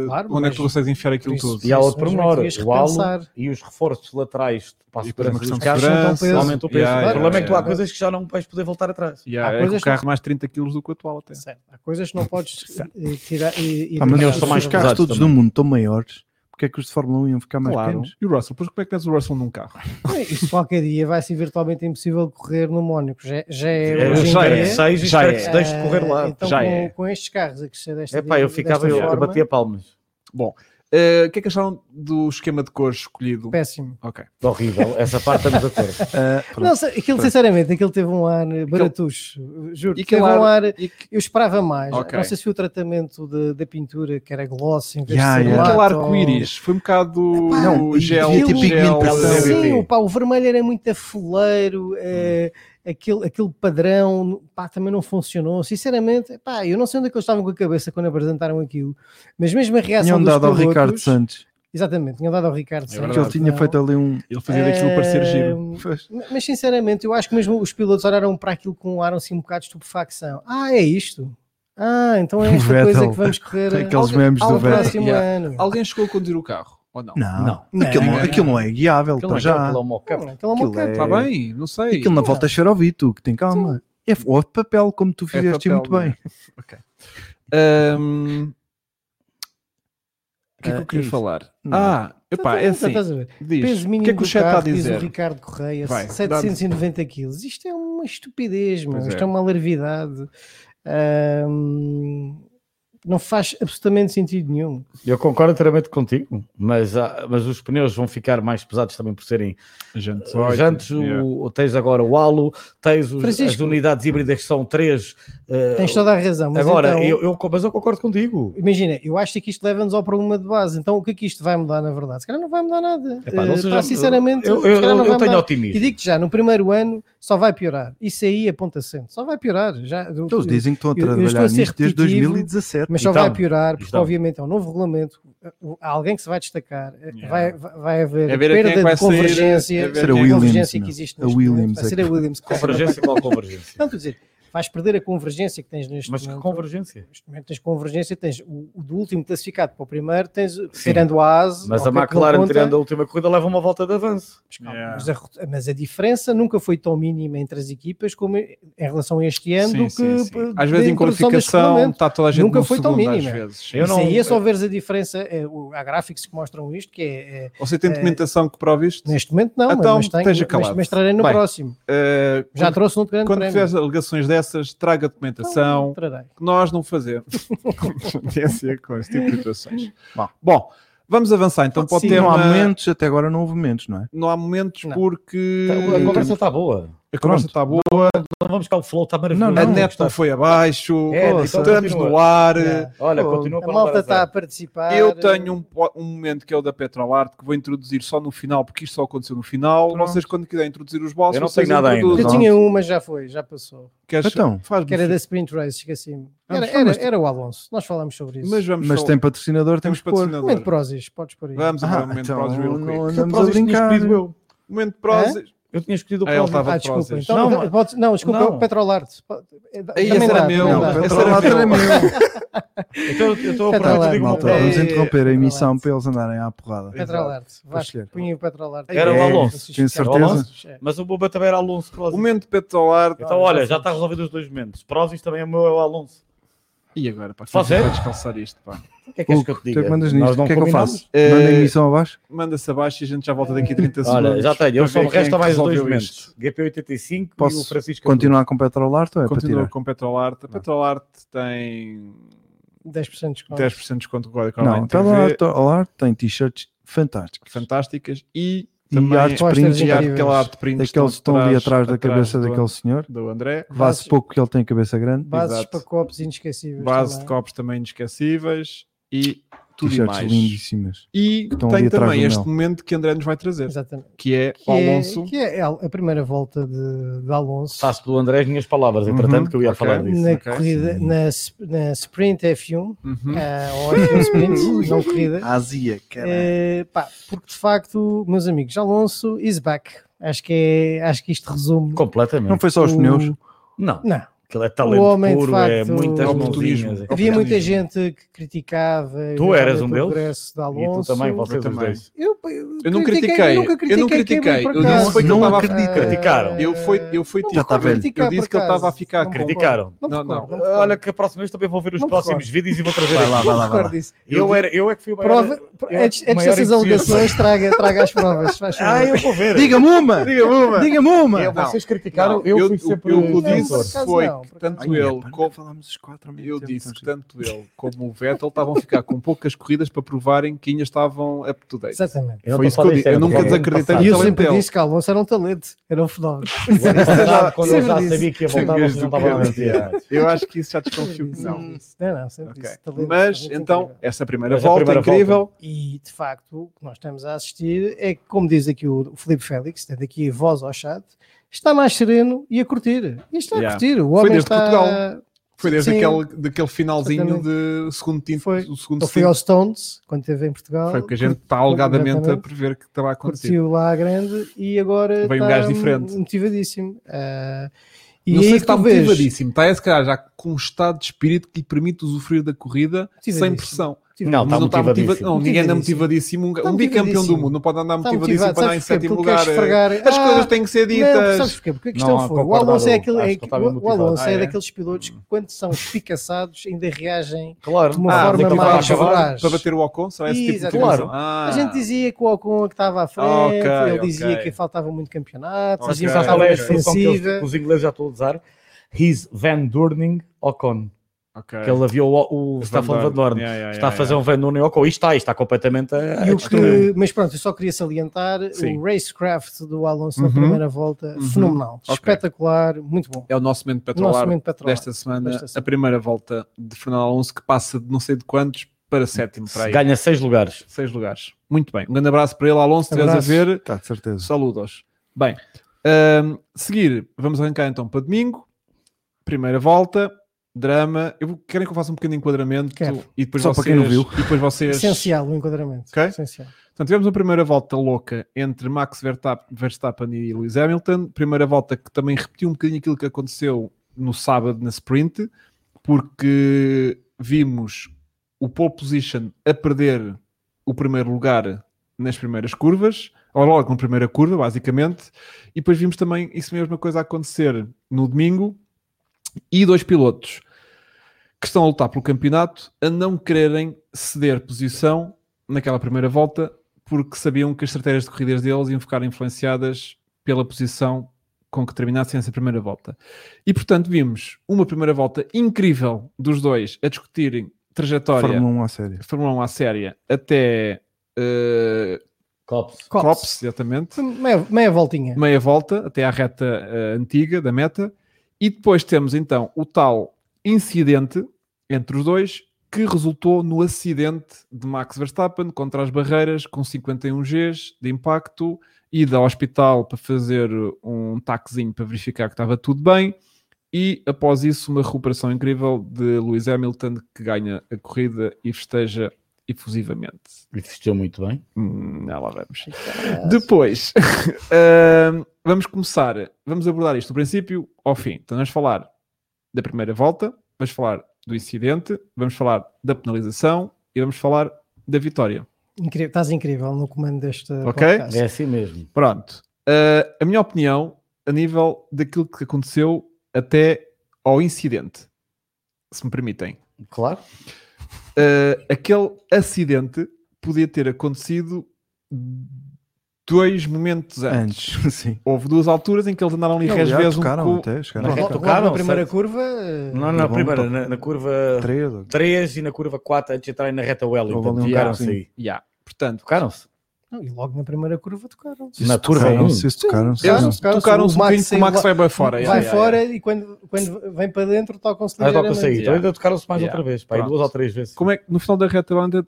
D: Hum, Claro,
A: onde é
D: mas-
A: que tu consegues enfiar aquilo
D: por isso-
A: tudo?
C: E há
D: Isso,
C: outro
D: mas não é
C: menor,
D: que devias
C: o halo
D: repensar.
C: e os reforços laterais para a
A: E depois é uma
C: segurança
A: questão
C: dos
A: de
C: carros
D: segurança,
A: segurança.
C: aumenta o peso.
A: Yeah,
C: o
A: yeah,
C: problema é que tu há
A: yeah.
C: coisas que já não vais poder voltar atrás.
A: Yeah,
D: Há
A: é que
D: coisas
A: o carro mais 30 kg do que o atual até.
D: Certo, Há coisas que não podes eh, tirar e, e
B: Ah, mas
D: deixar
B: eles
C: Eles são
B: são
D: de
C: mais
B: mais
D: ser-
B: carros
C: pesados
B: todos
C: também.
B: do mundo estão maiores. Porque é que os de Fórmula 1 iam ficar mais
A: Claro.
B: pequenos?
A: E o Russell, pois como é que metes o Russell num carro?
D: Isso qualquer dia vai ser virtualmente impossível correr no Mónaco. Já, já é,
C: É,
D: hoje em
C: já é,
D: dia.
C: seis e
A: Já
C: espero que se
A: é.
C: deixe de correr lá.
D: Eh, Então,
A: Já
D: com,
A: é.
D: com estes carros a crescer desta
C: É pá, eu
D: desta
C: ficava, eu, eu
D: forma,
C: batia palmas.
A: Eh, O que é que acharam do esquema de cores escolhido?
D: Péssimo.
A: Ok.
C: Horrível, essa parte estamos de acordo.
B: Ah, pronto.
D: Não, se- aquilo, sinceramente, aquilo teve um ar eh, baratucho, juro.
A: E aquele
D: teve um
A: ar-
D: ar,
A: e-
D: eu esperava mais.
A: Ok.
D: Não sei se foi o tratamento de- da pintura, que era gloss, em vez
B: Yeah,
D: de ser um
B: yeah.
D: matte
A: Aquele
D: ou-
A: arco-íris foi um bocado
B: Não,
A: o gel,
B: devia
D: tipo
A: gel,
B: ter pigmentação.
A: eh,
D: Sim,
C: LGBT.
D: o, pá, o vermelho era muito afoleiro, eh,
A: Hum.
D: aquele, aquele padrão pá, também não funcionou. Sinceramente, pá, eu não sei onde é que eles estavam com a cabeça quando apresentaram aquilo, mas mesmo a reação
B: Tinham
D: dos
B: dado ao
D: pilotos,
B: Ricardo Santos.
D: Exatamente, tinham dado ao
A: É
D: Ricardo Santos.
B: Que ele tinha
D: não.
B: feito ali um.
A: Ele fazia daquilo parecer giro.
D: Eh, Ma- Mas sinceramente, eu acho que mesmo os pilotos olharam para aquilo com um ar assim um bocado de estupefacção. Ah, é isto? Ah, então é
B: O
D: esta coisa
B: Vettel.
D: que vamos correr
B: Tem
D: a-
B: aqueles memes
D: ao
B: do Vettel.
D: próximo
A: Yeah.
D: ano.
A: assim, eh, Alguém chegou a conduzir o carro? Ou não?
B: Não,
D: Não.
B: Aquilo, não,
D: Não.
B: aquilo não é guiável
C: Aquilo um
B: para
C: não
B: já.
D: Hum, aquilo é uma
B: Aquilo
D: cata.
A: Está tá bem, não sei.
B: Aquilo na volta a xarovito, que tem calma. É f- ou de papel, como tu fizeste
A: papel,
B: muito bem.
A: Ahm, O que é que eu queria
B: isso.
A: falar?
B: Não.
A: Ah, epá, é
D: Estás a
A: assim.
D: ver? Estás a ver?
A: Diz,
D: Então, Peso
A: o
D: mínimo
A: que é que o
D: do
A: chat está a
D: carro, diz o
A: dizer?
D: Ricardo Correia,
A: Vai,
D: 790 quilos. Isto é uma estupidez, meu.
A: Pois é.
D: Isto é uma larvidade. Ahm, não faz absolutamente sentido nenhum.
C: Eu concordo inteiramente contigo, mas, há- mas os pneus vão ficar mais pesados também por serem
A: Gente,
C: jantes. o-
A: yeah.
C: o- Tens agora o halo, tens os- as
D: Francisco.
C: unidades híbridas que são três. eh,
D: Tens toda a razão. Mas
C: agora,
D: então-
C: eu, eu co- mas eu concordo contigo.
D: Imagina, eu acho que isto leva-nos ao problema de base. Então, o que é que isto vai mudar, na verdade? Se calhar não vai mudar nada.
C: Epá, não
D: Eh,
C: seja-
D: pá, sinceramente,
C: eu,
D: se
C: eu-
D: calhar não
C: eu
D: vai
C: tenho
D: mudar. E
C: otimismo.
D: digo-te já, no primeiro ano só vai piorar. Isso aí aponta sempre. Só vai piorar. Já, eu-
B: Então, Eles dizem que estão a
D: eu- eu estou
B: trabalhar
D: a ser
B: nisto desde
D: repetitivo,
B: 2017.
D: Mas só
C: Então,
D: vai piorar, porque
C: então.
D: obviamente é um novo regulamento. Há alguém que se vai destacar. eh,
A: Yeah.
D: Vai, vai- vai haver
A: É ver a quem é que
D: perda
A: vai
D: de
A: sair,
D: convergência.
A: é ver
B: Será
D: a
B: quem é que-
D: convergência
B: Williams,
D: que
B: não.
D: existe
B: A
D: neste momento.
B: Williams
D: Vai
B: é
D: ser a
B: que-
D: Williams. que vai
C: Convergência
D: acabar
C: igual
D: com-
C: convergência.
D: Não, estou a dizer, vais perder a convergência que tens neste
C: Mas que
D: momento.
C: convergência?
D: Neste momento tens convergência, tens o, o do último classificado para o primeiro, tens
C: Sim.
D: tirando a ASE.
C: Mas a
D: ok, que não
C: McLaren,
D: conta,
C: tirando a última corrida, leva uma volta de avanço.
D: mas calma,
A: Yeah.
D: mas, a, mas a diferença nunca foi tão mínima entre as equipas como em relação a este ano
A: Sim,
D: do
A: sim,
D: que
A: sim.
D: p-
A: Às
D: da
A: vezes em
D: introdução deste
A: qualificação
D: regulamento.
A: está toda a gente
D: Nunca
A: num
D: foi tão
A: segundo, às
D: mínima.
A: vezes.
C: Eu
D: Isso
C: não-
D: aí é só veres a diferença, é, o- há gráficos que mostram isto, que é, é,
A: Você tem documentação que prova isto?
D: neste momento não, mas-
A: Então,
D: mas, tenho,
A: esteja
D: mas-
A: calado.
D: mas trarei no
A: Bem,
D: próximo.
A: Eh,
D: Já trouxe no outro grande
A: quando
D: prémio.
A: fizeres um- alegações dessas, traga documentação.
D: Trarei.
A: que nós não fazemos competência com este tipo de situações.
C: Bom.
A: Bom, vamos avançar então para o
B: Sim,
A: tema.
B: não há momentos, até agora não houve momentos, não é?
A: não há momentos
D: Não.
A: porque
C: A Tá, conversa está boa.
A: A conversa está boa,
C: Não Então vamos cá, o flow está maravilhoso.
A: a
B: não,
A: net
C: Está-
A: não foi abaixo,
C: É, então
A: estamos
C: continua. É.
A: no ar.
D: Yeah.
C: Olha,
B: Oh,
C: continua
D: A
C: para não dar
D: malta tá- está a
C: azar.
D: participar.
A: Eu tenho um, po- um momento que é o da Petrolart que vou introduzir só no final, porque isto só aconteceu no final.
B: Pronto.
A: Vocês, quando quiserem introduzir os vossos,
C: Eu não
A: vocês
C: tenho nada ainda.
A: introduzem.
D: Eu tinha uma, já foi, já passou.
A: Queres-
B: Então,
A: faz-me
D: Que era
A: um-
D: da Sprint Race, esqueci-me.
B: Ah, mas
D: Era, era,
B: falaste-
D: era o Alonso, nós falámos sobre isso. Um
A: Mas vamos
B: mas
A: só-
B: tem patrocinador, temos
A: temos
B: que pôr.
A: patrocinador.
D: Momento Prozis, podes pôr aí.
A: Vamos agora
B: Ah,
A: ao momento
B: então,
A: prós, real quick.
B: não
C: Por
B: andamos
C: causa
B: a
C: disto, tinha
B: brincar.
C: escolhido eu.
A: Momento prós.
C: Eu tinha escolhido o
A: Ah, ele
C: Prozis.
A: estava
D: Ah,
A: de
D: desculpa.
A: Prozis.
D: Então,
C: Não,
D: não,
C: mas-
D: podes, não, desculpa,
C: não.
D: é o Petrolarte. Ei,
A: esse era meu.
B: Não,
A: Não,
B: para
A: esse
B: lá
A: era
B: era
A: meu.
B: meu.
C: Então eu estou a
D: Espera lá,
C: aproveitar e digo uma
B: Malta,
A: Ei,
C: coisa.
B: vamos interromper a
D: ei,
B: emissão
D: relaxa.
B: para eles andarem à porrada.
D: Petrolarte.
B: Pois é.
D: Vasco, punha o Petrolarte.
C: Era o
D: É,
C: Alonso,
D: Francisco
B: tenho
D: Chiara.
C: certeza.
D: O Alonso, é.
C: Mas o Boba também era Alonso
A: O
C: Prozis.
A: momento Petrolart.
C: Então olha, já está resolvido os dois momentos. Prozis também é o meu é o Alonso.
A: E agora, pá,
C: Faz
A: quem
C: é?
A: vai descalçar isto, pá?
C: O que é que és
B: Hugo,
C: que eu
B: tu
C: te
B: é
C: diga?
B: que mandas
C: Nós
B: nisto?
C: não
B: O que é que eu
C: combinamos.
B: faço?
A: Eh,
B: Manda a emissão abaixo?
A: Manda-se abaixo e a gente já volta daqui a 30 segundos.
C: Olha, já tenho. Eu
A: para
C: só
A: ver
C: me
A: quem é
C: resta
A: que
C: mais dois
A: resolveu isto.
C: momentos. GP85 e o
B: Posso
C: Francisco.
B: continuar com Petrolart ou é para
A: Continua
B: tirar?
A: com Petrolart. A Petrolart tem
D: 10% de desconto.
A: 10% de desconto com o código
B: Não,
A: online TV,
B: Petrolart tem t-shirts fantásticos.
A: fantásticas e
B: E
A: também
B: artes
A: e
D: prints
A: arte-
D: incríveis.
A: aquela arte print
B: Daqueles que estão ali atrás da cabeça
A: do,
B: daquele senhor.
A: do André.
B: Vá-se
D: Bases-
B: pouco que ele tem cabeça grande.
D: Bases
A: Exato.
D: para copos inesquecíveis.
A: Base de
D: também.
A: copos também inesquecíveis e tudo e
B: T-shirts
A: mais.
B: lindíssimas.
A: E
B: Estão
A: tem
B: ali atrás
A: também
B: do
A: este
B: Mel.
A: momento que André nos vai trazer,
D: Exatamente.
A: que é
D: Que
A: o
D: é-
A: Alonso.
D: que é a a primeira volta de, de Alonso.
C: Faço pelo André as minhas palavras, entretanto,
A: Uhum,
C: que eu ia
A: ok.
C: falar disso.
D: na
A: ok.
D: corrida, na, sp- na Sprint F1,
A: Uhum.
D: ah, ou F1 Sprint, não corrida,
B: Ah, Ásia,
D: Eh, pá, porque de facto, meus amigos, Alonso is back. Acho que, é, acho que isto resume.
B: É.
C: Completamente.
B: Não foi só os
D: o-
B: pneus.
C: Não,
D: Não.
C: aquilo é talento
D: O homem, de
C: puro, é
D: facto,
C: muitas
A: oportunismo.
C: mãozinhas.
D: Havia muita
A: Optimismo.
D: gente que criticava
C: Tu eras um
D: o
C: deles?
D: progresso de
C: E tu
D: Alonso.
C: também, vocês os
A: também.
C: dois.
D: Eu,
A: Eu não critiquei, eu não critiquei,
D: por
A: eu disse
D: acaso.
A: foi que eu Não estava-
B: acredito.
C: Criticaram.
A: Eu fui, eu fui
D: Não
A: tipo-
B: está velho.
A: Eu disse que ele estava a ficar
D: Não
A: a
D: concordo.
C: Criticaram.
D: Não,
A: Não, não.
D: concordo, não. concordo.
C: Olha que a próxima vez também vou ver os
D: Não
C: próximos
D: concordo.
C: vídeos e vou trazer
B: Vai lá,
C: aqui.
B: vai lá, vai
D: Concordo
B: lá.
D: disso.
C: Eu, era, eu é que fui o maior...
D: Prova,
C: eu-
D: antes antes
C: maior
D: dessas
C: entusiasta.
D: alegações, traga, traga as provas. faz favor.
C: Ah, eu vou ver.
B: Diga-me uma!
A: Diga-me uma!
B: Diga-me uma!
A: Eu-
C: Vocês criticaram, eu, fui sempre...
A: eu, o que eu
D: Não,
A: disse
D: por acaso
A: foi
D: não,
A: que
D: um por
A: tanto
D: acaso
A: ele como
B: falámos os quatro
A: eu disse que tanto ele como o Vettel estavam a ficar com poucas corridas para provarem que ainda estavam up to date.
D: Exatamente.
C: não
A: Foi
C: tô
A: isso que eu
C: falando
A: disse,
C: isso, é
A: eu nunca
C: do ano
A: desacreditei
C: passado.
D: E
A: nisso.
D: eu
A: talento
D: sempre
A: dele.
D: disse que Alonso era um talento, era um fenómeno.
C: O ano passado, Quando eu
D: Sempre
C: já
D: disse.
C: sabia que ia voltar, mas não estava a
A: Sempre
C: mentir.
A: Eu acho que isso já desconfio que não.
D: um Não, não, é sempre
A: Ok.
D: disse, talento,
A: Mas
D: talento
A: então,
D: incrível.
A: essa primeira
C: Mas a
A: volta
C: primeira
A: incrível.
D: E de facto, o que nós estamos a assistir é que, como diz aqui o Felipe Félix, tendo aqui a voz ao chat, está mais sereno e a curtir. E está
A: Yeah.
D: a curtir. O
A: Foi
D: homem
A: desde
D: está.
A: Portugal. Foi desde
D: Sim.
A: aquele, daquele finalzinho de segundo tinto.
D: Foi.
A: O segundo
D: Ele foi
A: tinto.
D: aos Stones, quando esteve em Portugal.
A: Foi o que a gente está alegadamente a
D: completamente.
A: prever que estava a acontecer.
D: curtiu lá a grande e agora
A: Veio um
D: está
A: gajo diferente.
D: motivadíssimo. Ah, e
A: Não
D: aí
A: sei se
D: tu
A: está
D: vês-
A: motivadíssimo. Está, se calhar, já com um estado de espírito que lhe permite usufruir da corrida sem
D: Motivadíssimo.
A: pressão. Mas
C: Não, está
A: não tá está motiva-
C: Ah, tá motivadíssimo.
A: Não, ninguém anda motivadíssimo.
D: Motivadíssimo.
A: Um,
D: Está
A: um bicampeão do
D: motivadíssimo.
A: mundo não pode andar
D: Está
A: motivadíssimo
D: Tá motivado,
A: para andar em
D: sabes porquê?
A: sétimo
D: Porque ele
A: lugar. eh,
D: quer esfregar.
A: As coisas
D: Ah,
A: têm que ser
D: Não, sabes
A: ditas.
D: porquê? Porque a
C: Não,
D: questão foi, o
C: concordava,
D: Alonso é aquele,
C: acho
D: é
C: que
D: que-
C: ele estava
D: o- o Alonso
A: motivado.
D: é
A: Ah, é?
D: daqueles pilotos que quando são espicaçados ainda reagem.
C: Claro.
D: De uma
A: Ah,
D: forma
A: então
C: então
A: vai
D: mais
A: acabar
D: voraz.
A: para bater o Ocon? Será esse
D: Sim,
A: tipo de
D: exatamente.
A: motivação?
D: A gente
A: Ah.
D: dizia que o Ocon é que estava à frente,
A: Ah, ok,
D: ele
A: ok.
D: dizia que faltava muito campeonato,
A: Ok,
D: dizia que
C: Sabes qual
D: faltava
C: é a
A: ok.
C: expressão que eles-
D: defensiva.
C: os ingleses já estão a usar? He's Van Durning Ocon.
A: Ok.
C: Que ele aviou o, o Staffan Van Dorn.
A: Yeah, yeah,
C: Está a
A: yeah,
C: fazer um Van Durning Ocon. Isto está, isto está completamente a,
D: E
C: a
D: o
C: destruir.
D: que, mas pronto, eu só queria salientar
A: Sim.
D: o racecraft do Alonso
A: Uhum.
D: na primeira volta,
A: Uhhm.
D: fenomenal,
A: Ok.
D: espetacular, muito bom.
A: é o nosso momento
D: O nosso
A: petrolar
D: momento petrolado.
A: desta semana,
D: desta
A: a
D: semana.
A: primeira volta de Fernando Alonso que passa de não sei de quantos para sétimo para aí.
C: Ganha seis lugares.
A: Seis lugares. Muito bem. Um grande abraço para ele, Alonso. Se estiveres a
D: Abraço.
A: ver,
B: Está Tá, de certeza.
A: saludos. Bem, ahm, seguir, vamos arrancar então para domingo. Primeira volta, drama. Eu vou- querem que eu faça um pequeno enquadramento
D: Quero.
A: e depois
B: Só para
A: vocês,
B: quem não viu.
A: E depois vocês
D: Essencial o enquadramento.
A: Ok.
D: Essencial.
A: Portanto, tivemos uma primeira volta louca entre Max Vertap- Verstappen e Lewis Hamilton. Primeira volta que também repetiu um bocadinho aquilo que aconteceu no sábado na sprint, porque vimos o pole position a perder o primeiro lugar nas primeiras curvas, ou logo na primeira curva, basicamente. E depois vimos também isso mesma coisa a acontecer no domingo e dois pilotos que estão a lutar pelo campeonato a não quererem ceder posição naquela primeira volta porque sabiam que as estratégias de corridas deles iam ficar influenciadas pela posição com que terminassem essa primeira volta. E portanto vimos uma primeira volta incrível dos dois a
B: um
A: discutirem trajetória
B: Fórmula 1 à série.
A: Fórmula 1 à séria até eh, Cops,
C: Cops.
D: Cops.
A: exatamente.
D: Meia, meia voltinha.
A: Meia volta até à reta eh, antiga da meta. E depois temos então o tal incidente entre os dois que resultou no acidente de Max Verstappen contra as barreiras com 51 Gs de impacto, ida ao hospital para fazer um taquezinho para verificar que estava tudo bem e após isso uma recuperação incrível de Lewis Hamilton que ganha a corrida e festeja efusivamente.
C: E vestiu muito bem.
A: Hum, já lá vamos. Depois, ahm, vamos começar, vamos abordar isto do princípio ao fim. Então, vamos falar da primeira volta, vamos falar do incidente, vamos falar da penalização e vamos falar da vitória.
D: Incrível, estás incrível no comando deste
A: Ok.
C: É
D: podcast.
C: assim mesmo.
A: Pronto. Ah, a minha opinião, a nível daquilo que aconteceu até ao incidente, se me permitem.
C: Claro.
A: Uh, aquele acidente podia ter acontecido dois momentos antes.
B: Antes, sim.
A: Houve duas alturas em que eles andaram ali às
B: Aliás,
A: vezes um
B: tocaram
A: pouco.
B: até, chegaram
A: Não,
B: a
A: não
B: tocar.
D: Logo
C: Tocaram,
D: na primeira
C: é certo.
D: curva, eh,
A: é?
C: Não, na
B: Vão
C: primeira,
B: tocar.
C: na, na curva
B: Três, ok.
C: 3 e na curva 4 antes de entrarem na reta
B: Houve ali
C: Wellington.
B: um
C: Tocaram-se
B: carrozinho.
C: aí.
A: Yeah. Portanto,
C: Tocaram-se.
D: não, e logo na primeira curva tocaram.
C: Na
B: Se
C: curva
B: tocaram,
C: um.
B: se tocaram, se
A: eles
B: tocaram.
A: tocaram-se
D: tocaram-se,
A: um
D: o
A: bocadinho
D: Max
A: que o
D: saiu
A: Max
D: lá-
A: vai para fora. yeah,
D: vai
A: yeah,
D: fora
A: yeah.
D: e quando, quando vem para dentro tocam-se
C: Ah, toca-se aí.
D: ligeiramente.
C: Então ainda tocaram-se mais
A: Yeah.
C: outra vez. pá, aí
A: Pronto.
C: duas ou três vezes.
A: Como é que no final da reta banda, uh,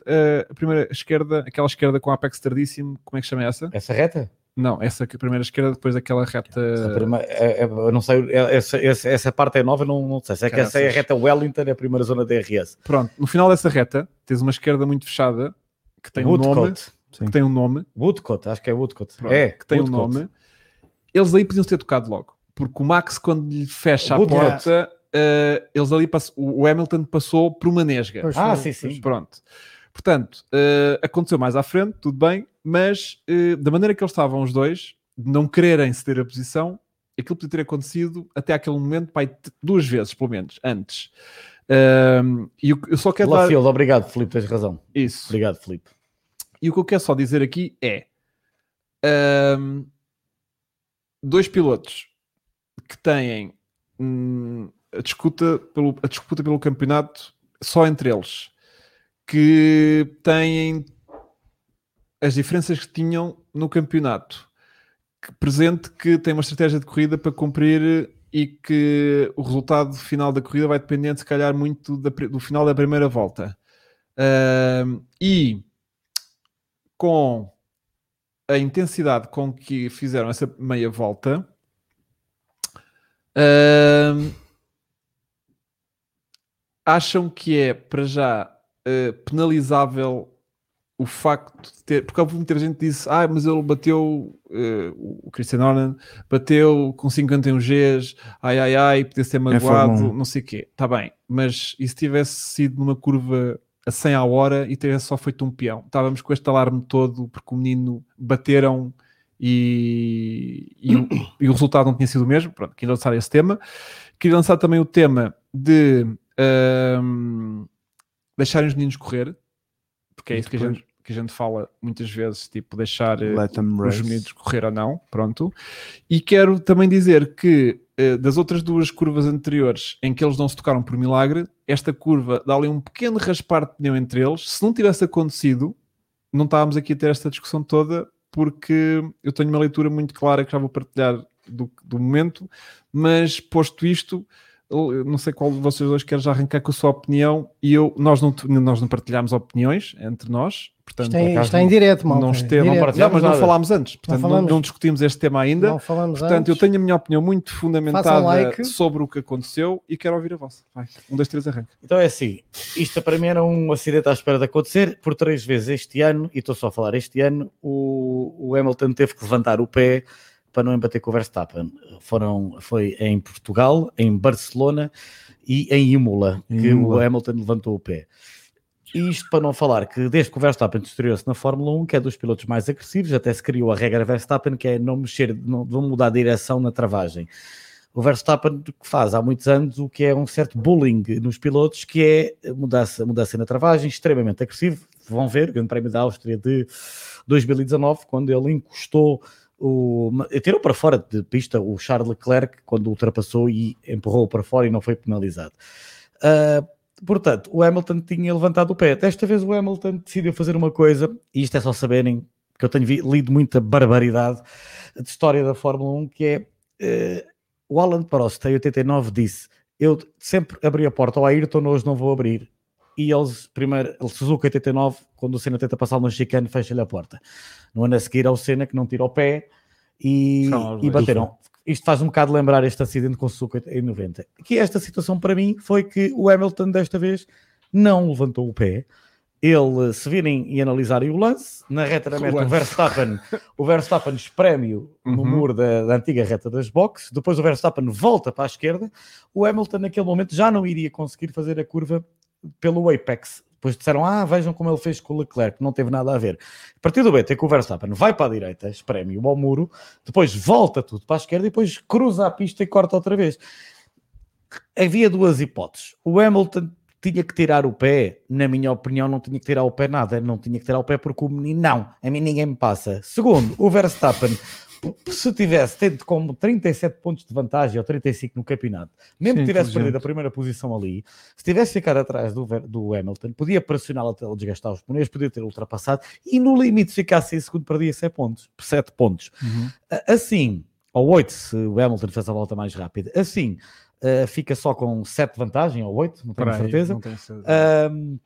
A: a primeira esquerda, aquela esquerda com a Apex tardíssimo, como é que chama essa?
C: Essa reta?
A: Não, essa que a primeira esquerda, depois daquela reta.
C: Essa, prima- é- é- eu não sei, é- essa, essa- essa parte é nova, não, não sei. Se é que essa é a
A: Caraças.
C: reta Wellington, é a primeira zona da DRS.
A: Pronto, no final dessa reta tens uma esquerda muito fechada que tem um nome,
C: Woodcote.
A: que tem um nome
C: Woodcote, acho que é Woodcote.
A: Pronto,
C: é,
A: que tem o
C: Woodcote.
A: nome, eles aí podiam ter tocado logo, porque o Max, quando lhe fecha a
C: Good
A: porta, eh, eles ali pass- o o Hamilton passou por uma nesga.
D: Pois
C: Ah,
D: foi,
C: sim, sim.
A: Pronto. Portanto, eh, aconteceu mais à frente, tudo bem, mas eh, da maneira que eles estavam os dois, de não quererem ceder a posição, aquilo podia ter acontecido até aquele momento, pai, t- duas vezes, pelo menos, antes. Ahm, e eu, eu só quero dar
C: Lafield, obrigado, Filipe, tens razão.
A: isso.
C: Obrigado, Filipe.
A: E o que eu quero só dizer aqui é: ahm, dois pilotos que têm hum, a, disputa pelo, a disputa pelo campeonato só entre eles, que têm as diferenças que tinham no campeonato, que presente que tem uma estratégia de corrida para cumprir e que o resultado final da corrida vai dependendo, se calhar, muito da pri- do final da primeira volta. Ahm, e com a intensidade com que fizeram essa meia volta, ahm, acham que é para já eh, penalizável o facto de ter, porque houve muita gente que disse, ah, mas ele bateu, eh, o Christian Horner bateu com 51 Gs, ai ai ai, podia ser magoado,
B: Fórmula um.
A: não sei o quê, está bem, mas e se tivesse sido numa curva a 100 à hora e tivesse só feito um peão. Estávamos com este alarme todo porque o menino bateram e, e o- e o resultado não tinha sido o mesmo. Pronto, queria lançar esse tema. Queria lançar também o tema de ahm, deixarem os meninos correr, porque é
B: E
A: isso que a,
B: depois?
A: gente, que a gente fala muitas vezes, tipo, deixar eh,
B: Let them
A: os
B: race.
A: meninos correr ou não, pronto. E quero também dizer que eh, das outras duas curvas anteriores em que eles não se tocaram por milagre, esta curva dá ali um pequeno raspar de pneu entre eles. Se não tivesse acontecido, não estávamos aqui a ter esta discussão toda, porque eu tenho uma leitura muito clara que já vou partilhar do, do momento, mas posto isto. eu Não sei qual de vocês dois quer já arrancar com a sua opinião e eu, nós não, nós não partilhámos opiniões entre nós, portanto,
D: Isto é,
C: acaso
D: isto é em direto, malta.
A: não esteve, não,
D: direto.
A: não,
C: partilhamos
A: mas não
C: nada.
A: falámos antes, portanto não,
D: falámos.
A: não discutimos este tema ainda.
D: Não falamos
A: portanto, eu
D: antes.
A: tenho a minha opinião muito fundamentada
D: Façam like.
A: sobre o que aconteceu e quero ouvir a vossa. Vai, um, dois, três, arranca.
C: Então é assim, isto para mim era um acidente à espera de acontecer, por três vezes este ano, e estou só a falar este ano, o, o Hamilton teve que levantar o pé para não embater com o Verstappen. Foram, foi em Portugal, em Barcelona e em Imola
B: Em
C: que o
B: Imola.
C: Hamilton levantou o pé. E isto para não falar que desde que o Verstappen estreou-se na Fórmula 1, que é dos pilotos mais agressivos, até se criou a regra Verstappen, que é não mexer, não, não mudar a direção na travagem o Verstappen que faz há muitos anos o que é um certo bullying nos pilotos, que é mudança, mudança na travagem, extremamente agressivo. Vão ver o Grande Prémio da Áustria de 2019, quando ele encostou o. tirou para fora de pista o Charles Leclerc, quando o ultrapassou e empurrou para fora e não foi penalizado. Ah, portanto, o Hamilton tinha levantado o pé. Desta vez o Hamilton decidiu fazer uma coisa, e isto é só saberem porque eu tenho vi- lido muita barbaridade de história da Fórmula 1, que é eh, o Alan Prost, em 89, disse: Eu sempre abri a porta ao Ayrton, hoje não vou abrir. E eles, primeiro, ele Suzuka 89, quando o Senna tenta passar no chicane, fecha-lhe a porta. No ano a seguir, é o Senna que não tira o pé e,
A: São os
C: e
A: dois.
C: bateram. Isto faz um bocado lembrar este acidente com o Suzuka em 90. Que esta situação para mim foi que o Hamilton desta vez não levantou o pé. Ele, se virem e analisarem o lance, na reta da
A: O
C: meta, o
A: lance.
C: Verstappen, o Verstappen espreme-o no
A: Uhum.
C: muro da, da antiga reta das boxes. Depois o Verstappen volta para a esquerda. O Hamilton, naquele momento, já não iria conseguir fazer a curva pelo apex. Depois disseram, ah, vejam como ele fez com o Leclerc, não teve nada a ver. A partir do momento em que o Verstappen vai para a direita, espreme-o ao muro, depois volta tudo para a esquerda e depois cruza a pista e corta outra vez. Havia duas hipóteses. O Hamilton tinha que tirar o pé, na minha opinião, não tinha que tirar o pé nada, não tinha que tirar o pé porque o menino, não, a mim ninguém me passa. Segundo, o Verstappen, p- se tivesse tendo como 37 pontos de vantagem ou 35 no campeonato, mesmo
B: Sim,
C: que tivesse
B: inteligente.
C: perdido a primeira posição ali, se tivesse ficado atrás do, Ver- do Hamilton, podia pressioná-lo até ele desgastar os pneus, podia ter ultrapassado e no limite se ficasse em segundo, perdia 7 pontos. 7 pontos. A- Assim, ou 8, se o Hamilton fez a volta mais rápida. Assim, eh, fica só com 7 vantagem, ou 8, não tenho
A: Espera aí,
C: certeza.
A: não tenho certeza.
C: Ahm,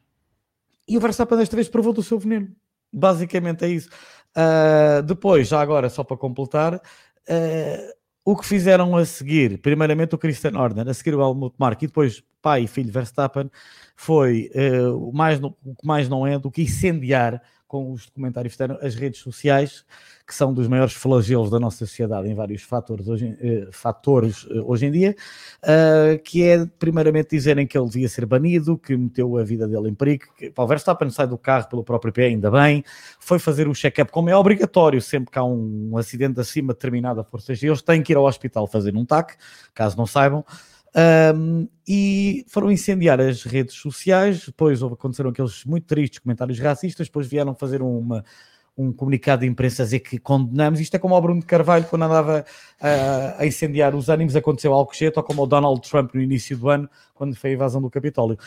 C: e o Verstappen desta vez provou do seu veneno. Basicamente é isso. Ah, depois, já agora, só para completar, ah, o que fizeram a seguir, primeiramente o Christian Horner, a seguir o Helmut Marko e depois pai e filho Verstappen, foi ah, o, mais no- o que mais não é do que incendiar com os documentários externos as redes sociais, que são dos maiores flagelos da nossa sociedade em vários fatores hoje, em- eh, fatores, eh, hoje em dia, ah, que é primeiramente dizerem que ele devia ser banido, que meteu a vida dele em perigo, que pá, o Verstappen sai do carro pelo próprio pé, ainda bem, foi fazer o check-up, como é obrigatório sempre que há um, acidente acima de determinada força, eles têm que ir ao hospital fazer um TAC, caso não saibam, Ahm, e foram incendiar as redes sociais, depois houve- aconteceram aqueles muito tristes comentários racistas, depois vieram fazer uma, um comunicado de imprensa a dizer que condenamos, isto é como o Bruno de Carvalho quando andava ah, a incendiar os ânimos, aconteceu algo cheio, ou como o Donald Trump no início do ano, quando foi a invasão do Capitólio.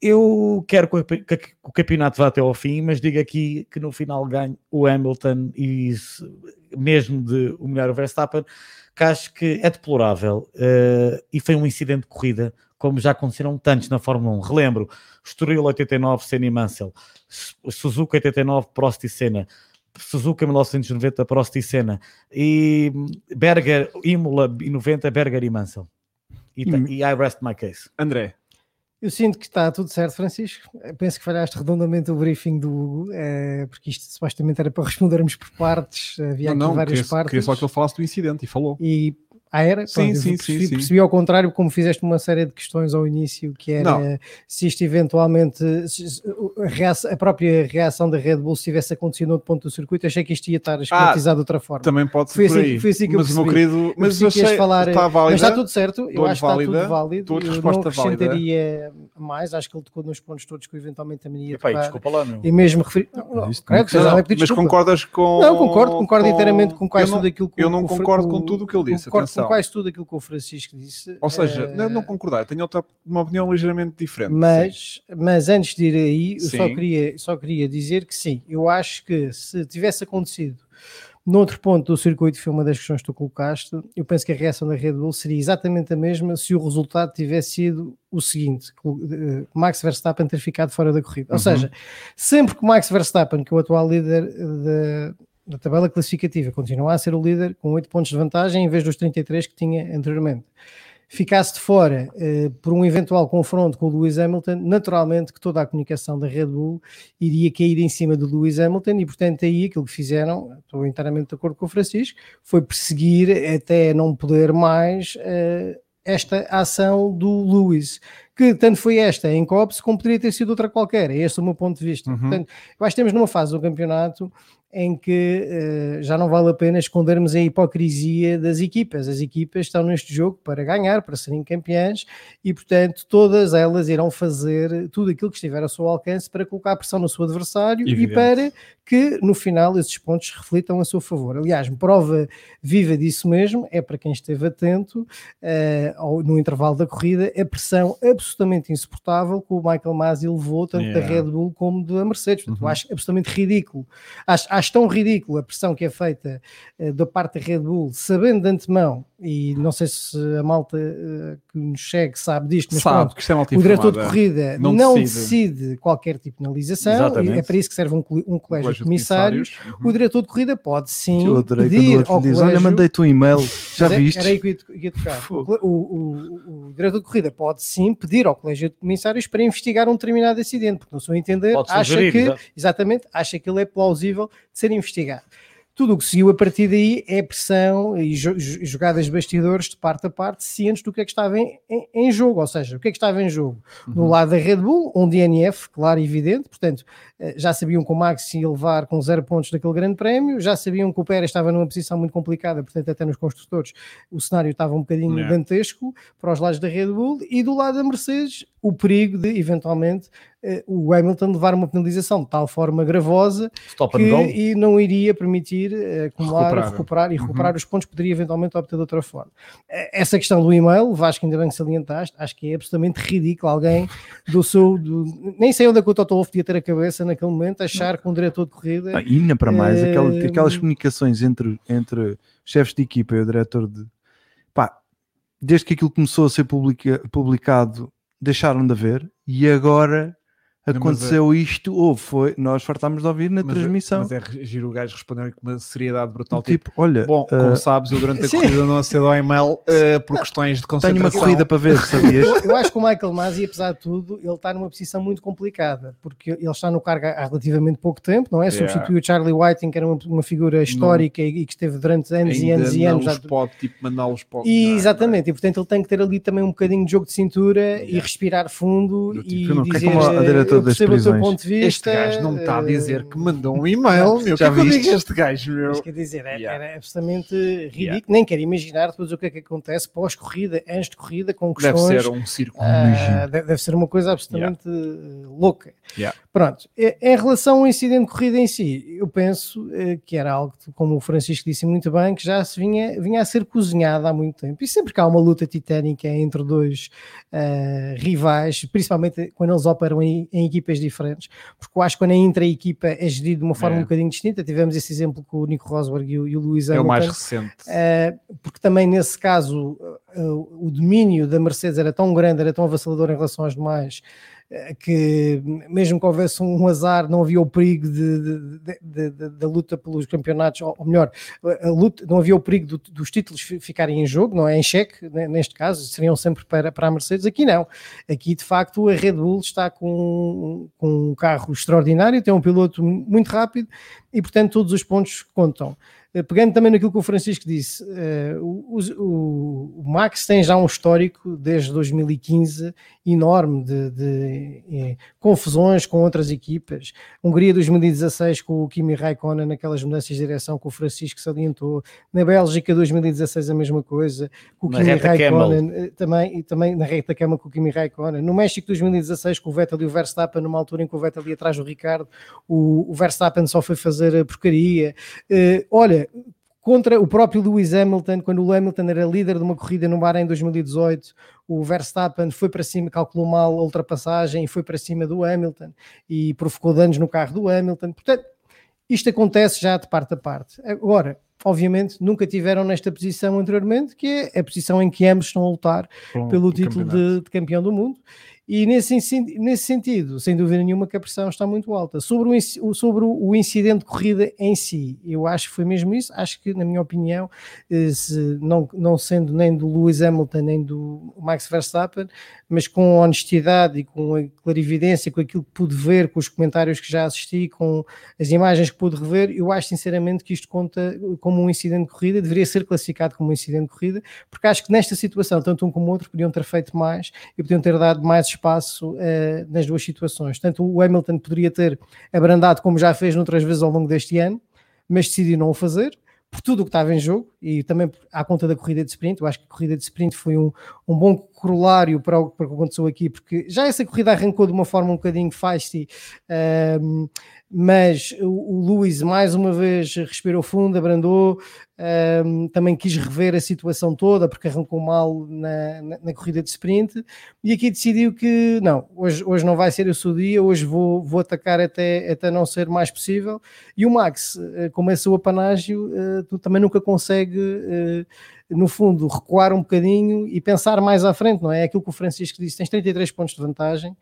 C: Eu quero que o campe- que- que o campeonato vá até ao fim, mas digo aqui que no final ganhe o Hamilton e se- mesmo de humilhar o Verstappen, que acho que é deplorável eh, e foi um incidente de corrida, como já aconteceram tantos na Fórmula 1. Relembro, Estoril 89, Senna e Mansell, Su- Suzuka 89, Prost e Senna, Suzuka 1990, Prost e Senna, e Berger, Imola 90, Berger e Mansell. E, ta- e I rest my case.
A: André,
D: Eu sinto que está tudo certo, Francisco. Eh, Penso que falhaste redondamente o briefing do Hugo, eh, porque isto supostamente era para respondermos por partes. Havia
A: não,
D: aqui
A: não,
D: várias
A: queria,
D: partes.
A: queria só que ele falasse do incidente e falou.
D: E ah, era?
A: Sim,
D: eu
A: sim,
D: percebi,
A: sim, sim.
D: percebi ao contrário, como fizeste uma série de questões ao início, que era
A: Não.
D: se isto eventualmente, se- se- a, reação- a própria reação da Red Bull se tivesse acontecido noutro ponto do circuito, achei que isto ia estar esquematizado de outra forma.
A: Ah, Também pode ser
D: Foi
A: por
D: assim-
A: aí.
D: foi assim que eu
A: mas o meu
D: percebi.
A: querido, mas
D: percebi que ias
A: achei,
D: falar-
A: está
D: Mas
A: é válida.
D: está tudo certo, eu
A: dou-lhe
D: acho que está tudo
A: válida,
D: válido.
A: dou-lhe
D: Eu não
A: resposta válida.
D: acrescentaria mais, acho que ele tocou nos pontos todos que eu eventualmente também ia
C: Epá, e
D: tocar.
C: desculpa lá, meu.
D: E mesmo referir. Não, não,
B: isto
D: credo,
B: não-
D: vocês já vão pedir
A: mas
D: desculpa.
A: concordas com.
D: Não, concordo, concordo
A: com-
D: inteiramente com quase
A: eu não-
D: tudo aquilo que o-
A: eu não
D: o Fra-
A: concordo
D: o-
A: com tudo o que ele disse,
D: Concordo
A: atenção.
D: com quase tudo aquilo que o Francisco disse.
A: Ou seja,
D: eh,
A: não, não concordar, tenho outra, uma opinião ligeiramente diferente. sim.
D: Mas, mas antes de ir aí, eu só
A: Sim.
D: queria, só queria dizer que sim, eu acho que se tivesse acontecido noutro ponto do circuito, foi uma das questões que tu colocaste, eu penso que a reação da Red Bull seria exatamente a mesma se o resultado tivesse sido o seguinte: que o, eh, Max Verstappen ter ficado fora da corrida. Ou
A: Uhum.
D: seja, sempre que o Max Verstappen, que é o atual líder eh, da. Da tabela classificativa, continua a ser o líder com 8 pontos de vantagem em vez dos 33 que tinha anteriormente ficasse de fora eh, por um eventual confronto com o Lewis Hamilton, naturalmente que toda a comunicação da Red Bull iria cair em cima do Lewis Hamilton e, portanto, aí aquilo que fizeram, estou inteiramente de acordo com o Francisco, foi perseguir até não poder mais eh, esta ação do Lewis, que tanto foi esta em Copse como poderia ter sido outra qualquer, é este o meu ponto de vista.
A: Uhum.
D: Portanto, eu acho que estamos numa fase do campeonato em que eh, já não vale a pena escondermos a hipocrisia das equipas. As equipas estão neste jogo para ganhar, para serem campeãs e, portanto, todas elas irão fazer tudo aquilo que estiver ao seu alcance para colocar pressão no seu adversário
A: Evidente.
D: e para que, no final, esses pontos reflitam a seu favor. Aliás, prova viva disso mesmo é para quem esteve atento eh, ao- no intervalo da corrida a pressão absolutamente insuportável que o Michael Masi levou tanto
A: Yeah.
D: da Red Bull como da Mercedes. Portanto,
A: Uhum.
D: eu acho absolutamente ridículo acho, acho acho tão ridículo a pressão que é feita eh, da parte da Red Bull, sabendo de antemão, e não sei se a malta eh, que nos segue sabe disto, mas pronto,
A: Sabe que isto é malta
D: o diretor de
A: informada.
D: corrida
A: Não
D: não,
A: decide.
D: decide. qualquer tipo de penalização,
C: Exatamente.
D: e é para isso que serve um, cole- um
A: O
D: colégio de comissários. O diretor de corrida pode sim oh,
B: Eu adorei quando o
D: pedir
B: outro
D: ao
B: me diz:
D: colégio...
B: Olha, mandei-te um e-mail, já
D: Mas é-
B: viste?
D: Era aí que eu ia to- ia tocar. O,
A: Fogo.
D: cole- o- o- o diretor de corrida pode sim pedir ao colégio de comissários para investigar um determinado acidente, porque não sou a entender,
C: Pode
D: acha
C: sugerir,
D: que,
C: exa-
D: exatamente, acha que ele é plausível de ser investigado. Tudo o que seguiu a partir daí é pressão e jo- jo- jogadas de bastidores de parte a parte, cientes do que é que estava em, em- em jogo, ou seja, o que é que estava em jogo? do lado da Red Bull, um DNF, claro e evidente, portanto, eh, já sabiam que o Max ia levar com zero pontos daquele grande prémio, já sabiam que o Pérez estava numa posição muito complicada, portanto, até nos construtores o cenário estava um bocadinho
A: Yeah.
D: dantesco para os lados da Red Bull, e do lado da Mercedes, o perigo de, eventualmente, eh, o Hamilton levar uma penalização de tal forma gravosa
C: Stop and
D: que,
C: go.
D: e não iria permitir eh, acumular,
A: Recuperar. Uhum.
D: recuperar, e recuperar os pontos, poderia eventualmente obter de outra forma. Eh, Essa questão do e-mail, Vasco, ainda bem que salientaste, acho que é absolutamente ridículo alguém do seu. do- nem sei onde é que o Toto Wolff podia ter a cabeça naquele momento, achar que um diretor de corrida.
B: Ah, e ainda para mais, aquela-
D: Eh,
B: aquelas comunicações entre, entre chefes de equipa e o diretor de. Pá, desde que aquilo começou a ser publica- publicado, deixaram de haver e agora
A: Não, mas eh,
B: aconteceu isto, ou foi, nós fartámos de ouvir na
A: Mas é-
B: transmissão.
A: Mas é re- giro o gajo responder com uma seriedade brutal.
B: do
A: Tipo,
B: tipo, olha,
A: bom,
B: eh,
A: como sabes, eu durante a
D: sim.
A: corrida não acedo ao e-mail eh, por questões de
B: tenho
A: concentração.
B: uma corrida para ver, sabias?
D: Eu- Eu acho que o Michael Masi, apesar de tudo, ele está numa posição muito complicada, porque ele está no cargo há relativamente pouco tempo, não é?
A: Yeah.
D: Substituiu o Charlie Whiting, que era uma, uma figura histórica e, e que esteve durante anos e anos e anos
A: não
D: à-
A: os pode, tipo, mandá-los para o-
D: E,
A: Não,
D: exatamente, e portanto ele tem que ter ali também um bocadinho de jogo de cintura e respirar fundo
A: Do tipo,
D: e
A: eu não- é
D: dizer, eh,
B: como a- a diretora
D: eu
B: das
D: percebo o teu
B: prisões.
D: ponto de vista.
A: Este gajo não me está a dizer
D: é, eh,
A: que mandou um e-mail, meu. que é
B: Já
A: que eu
B: viste?
A: digo a este gajo, meu?
D: mas quer dizer, é-
A: Yeah.
D: era absolutamente ridículo, nem quero imaginar depois o que é que acontece pós-corrida, antes de corrida, com
A: Deve
D: questões.
A: ser um circo.
D: Ah, deve, deve ser uma coisa absolutamente eh, louca.
A: Yeah.
D: Pronto, eh, em relação ao incidente de corrida em si, eu penso eh, que era algo, que, como o Francisco disse muito bem, que já se vinha, vinha a ser cozinhado há muito tempo. E sempre que há uma luta titânica entre dois eh, rivais, principalmente quando eles operam em, em equipas diferentes, porque eu acho que quando a intra-equipa é gerido de uma forma
A: É.
D: um bocadinho distinta, tivemos esse exemplo com o Nico Rosberg e o, e o Lewis
A: É o
D: Hamilton.
A: mais recente.
D: Eh, porque também nesse caso eh, o domínio da Mercedes era tão grande, era tão avassalador em relação aos demais, eh, que mesmo que houvesse um azar, não havia o perigo de- de- de- de- de- da luta pelos campeonatos, ou, ou melhor, a luta, não havia o perigo do- dos títulos fi- ficarem em jogo, não é em xeque, né, neste caso, seriam sempre para, para a Mercedes, aqui não. Aqui, de facto, a Red Bull está com, com um carro extraordinário, tem um piloto muito rápido e, portanto, todos os pontos contam. Eh, Pegando também naquilo que o Francisco disse, eh, o, o- o Max tem já um histórico desde 2015 enorme de, de, eh, confusões com outras equipas. Hungria 2016 com o Kimi Raikkonen naquelas mudanças de direção que o Francisco salientou. Na Bélgica 2016 a mesma coisa. Com o
C: Na
D: Kimi
C: reta
D: Raikkonen eh, também, e também na reta cama com o Kimi Raikkonen. No México 2016 com o Vettel e o Verstappen numa altura em que o Vettel ia atrás do Ricardo. O, o Verstappen só foi fazer a porcaria. Eh, olha, contra o próprio Lewis Hamilton, quando o Hamilton era líder de uma corrida no Bahrein em 2018, o Verstappen foi para cima, calculou mal a ultrapassagem e foi para cima do Hamilton e provocou danos no carro do Hamilton. Portanto, isto acontece já de parte a parte. Agora, obviamente, nunca tiveram nesta posição anteriormente, que é a posição em que ambos estão a lutar
A: Pronto,
D: pelo
A: o
D: título
A: campeonato.
D: de, de campeão do mundo. E nesse, inci- nesse sentido, sem dúvida nenhuma, que a pressão está muito alta. Sobre o, inci- o- sobre o- o incidente de corrida em si, eu acho que foi mesmo isso. Acho que, na minha opinião, eh, se não, não sendo nem do Lewis Hamilton nem do Max Verstappen, mas com honestidade e com a clarividência, com aquilo que pude ver, com os comentários que já assisti, com as imagens que pude rever, eu acho sinceramente que isto conta como um incidente de corrida, deveria ser classificado como um incidente de corrida, porque acho que nesta situação, tanto um como o outro podiam ter feito mais e podiam ter dado mais espaço eh, nas duas situações. Tanto o Hamilton poderia ter abrandado, como já fez noutras vezes ao longo deste ano, mas decidiu não o fazer. Por tudo o que estava em jogo e também por- à conta da corrida de sprint, eu acho que a corrida de sprint foi um, um bom corolário para o para o que aconteceu aqui, porque já essa corrida arrancou de uma forma um bocadinho feisty, ehm, mas o, o Lewis mais uma vez respirou fundo, abrandou, ehm, também quis rever a situação toda, porque arrancou mal na, na- na corrida de sprint, e aqui decidiu que não, hoje, hoje não vai ser o seu dia, hoje vou, vou atacar até, até não ser mais possível, e o Max, eh, como é seu apanágio, eh, tu também nunca consegue, eh, no fundo, recuar um bocadinho e pensar mais à frente, não é? É Aquilo que o Francisco disse: tens 33 pontos de vantagem,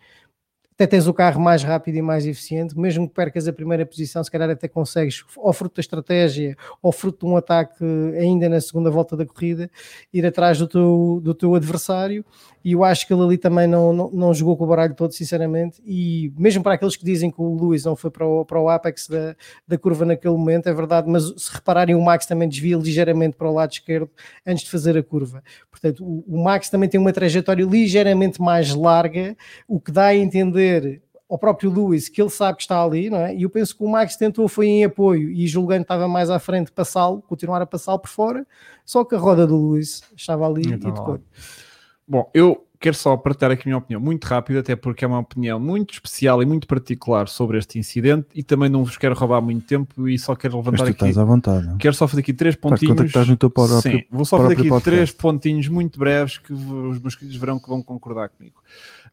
D: até tens o carro mais rápido e mais eficiente, mesmo que percas a primeira posição, se calhar até consegues, ou fruto da estratégia, ou fruto de um ataque ainda na segunda volta da corrida, ir atrás do teu, do teu adversário. E eu acho que ele ali também não, não, não jogou com o baralho todo, sinceramente. E mesmo para aqueles que dizem que o Lewis não foi para o, para o apex da, da curva naquele momento, é verdade, mas se repararem, o Max também desvia ligeiramente para o lado esquerdo antes de fazer a curva. Portanto, o, o Max também tem uma trajetória ligeiramente mais larga, o que dá a entender ao próprio Lewis que ele sabe que está ali, não é? E eu penso que o Max tentou foi em apoio e julgando que estava mais à frente passá-lo, continuar a passá-lo por fora, só que a roda do Lewis estava ali
A: Não
D: e
A: estava lá.
D: depois.
A: Bom, eu quero só apertar aqui a minha opinião muito rápido, até porque é uma opinião muito especial e muito particular sobre este incidente e também não vos quero roubar muito tempo e só quero
B: Mas
A: levantar
B: tu
A: aqui.
B: estás à vontade. não?
A: Quero só fazer aqui três
B: conta que
A: pontinhos.
B: estás no teu próprio-
A: Sim, vou só fazer
B: próprio
A: aqui
B: podcast.
A: três pontinhos muito breves que v- os meus queridos verão que vão concordar comigo.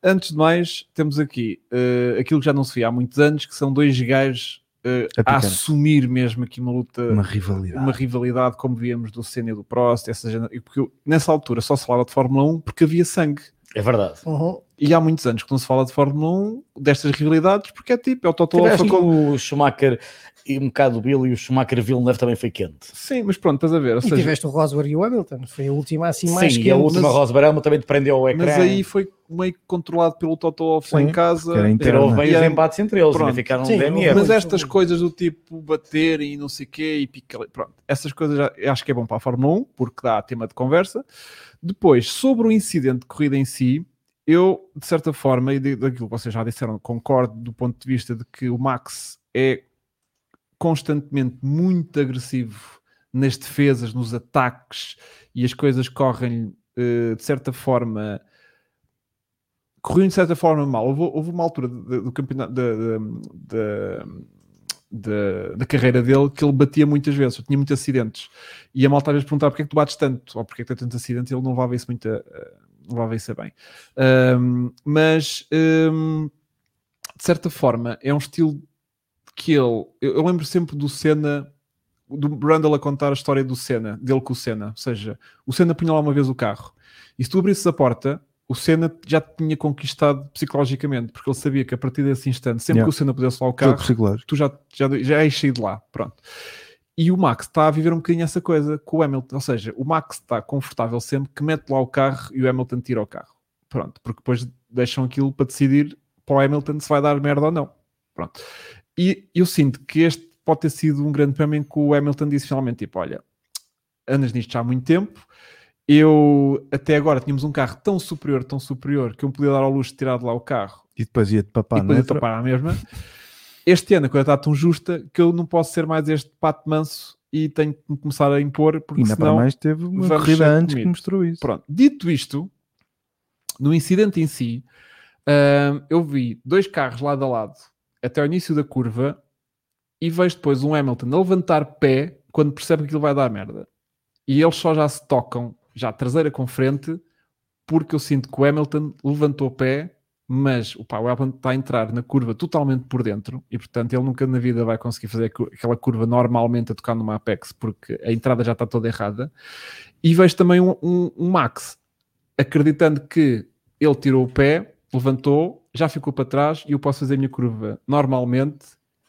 A: Antes de mais, temos aqui eh, aquilo que já não se via há muitos anos, que são dois gajos eh,
B: A picar.
A: a assumir mesmo aqui uma luta
B: Uma rivalidade.
A: uma rivalidade como víamos do Senna e do Prost, essa gena- e porque eu- nessa altura só se falava de Fórmula 1 porque havia sangue.
C: É verdade.
D: Uhum.
A: E há muitos anos que não se fala de Fórmula 1 destas rivalidades porque é tipo, é o Toto Wolff
C: Tiveste um-
A: com...
C: com o Schumacher e um bocado o Bill e o Schumacher Villeneuve também foi quente.
A: Sim, mas pronto, estás a ver. Ou
D: E
A: seja,
D: tiveste o Rosberg e o Hamilton, foi a última assim mais
C: Sim,
D: que
C: e a
D: ele,
C: última
D: mas-
C: Rosa Barama também te prendeu ao ecrã.
A: mas aí foi meio que controlado pelo Toto Wolff lá
B: Sim,
A: em casa.
B: porque era interno.
C: Tirou
B: Interna.
C: bem os
A: E é-
C: embates entre eles, ainda
A: Pronto.
C: ficaram
D: Sim,
C: DNR.
A: Mas
D: Muito
A: estas
D: bom.
A: coisas do tipo bater e não sei o quê e pica, pronto, essas coisas já- eu acho que é bom para a Fórmula 1 porque dá tema de conversa. Depois, sobre o incidente de corrida em si, eu de certa forma, e de- daquilo que vocês já disseram, concordo do ponto de vista de que o Max é constantemente muito agressivo nas defesas, nos ataques e as coisas correm eh, de certa forma corriam de certa forma mal. Houve, houve uma altura de- do campeonato da- da- da- da carreira dele que ele batia muitas vezes, tinha muitos acidentes. E a malta às vezes perguntava porque é que tu bates tanto ou porque é que tens tantos acidentes. Ele não levava isso muito a, a- não levava isso a bem. Ahm, mas ahm, de certa forma é um estilo que ele. Eu, eu lembro sempre do Senna. Do Randall a contar a história do Senna, dele com o Senna, ou seja, o Senna punha lá uma vez o carro, e se tu abrisses a porta, o Senna já te tinha conquistado psicologicamente, porque ele sabia que a partir desse instante, sempre
B: Yeah.
A: que o Senna pudesse lá o
B: Jogo
A: carro,
B: psicológico.
A: tu já, já, já és saído lá, pronto. E o Max está a viver um bocadinho essa coisa com o Hamilton, ou seja, o Max está confortável sempre que mete lá o carro e o Hamilton tira o carro, pronto, porque depois deixam aquilo para decidir para o Hamilton se vai dar merda ou não, pronto. E eu sinto que este pode ter sido um grande prémio em que o Hamilton disse finalmente, tipo, olha, andas nisto já há muito tempo, eu até agora tínhamos um carro tão superior, tão superior, que eu me podia dar ao luxo de tirar de lá o carro
B: E depois ia-te papar,
A: e
B: não
A: depois
B: é?
A: eu tapar à mesma. Este ano a coisa está tão justa que eu não posso ser mais este pato manso e tenho que me começar a impor, porque
B: Ainda para
A: senão.
B: mais teve uma
A: vamos
B: corrida
A: ser
B: antes que
A: comidos.
B: mostrou isso.
A: Pronto. Dito isto, no incidente em si, hum, eu vi dois carros lado a lado até ao início da curva e vejo depois um Hamilton a levantar pé quando percebe que aquilo vai dar merda. E eles só já se tocam, já traseira com frente, porque eu sinto que o Hamilton levantou pé, mas opá, o Hamilton está a entrar na curva totalmente por dentro e portanto ele nunca na vida vai conseguir fazer aqu- aquela curva normalmente a tocar numa Apex porque a entrada já está toda errada. E vejo também um, um- um Max acreditando que ele tirou o pé, levantou, já ficou para trás e eu posso fazer a minha curva normalmente,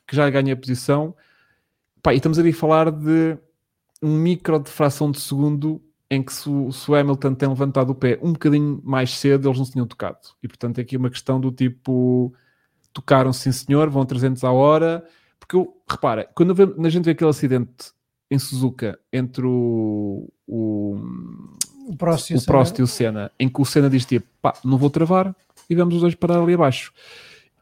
A: que já ganhei a posição. Pá, e estamos ali a falar de um micro de fração de segundo em que se o, se o Hamilton tem levantado o pé um bocadinho mais cedo, eles não se tinham tocado. E portanto é aqui uma questão do tipo: tocaram sim senhor, vão 300 à hora. Porque eu, repara, quando vê- a gente vê aquele acidente em Suzuka entre o, o,
D: o Prost e
A: o
D: Senna.
A: Prost e o Senna, em que o Senna diz tipo, pá, não vou travar e vamos os dois parar ali abaixo.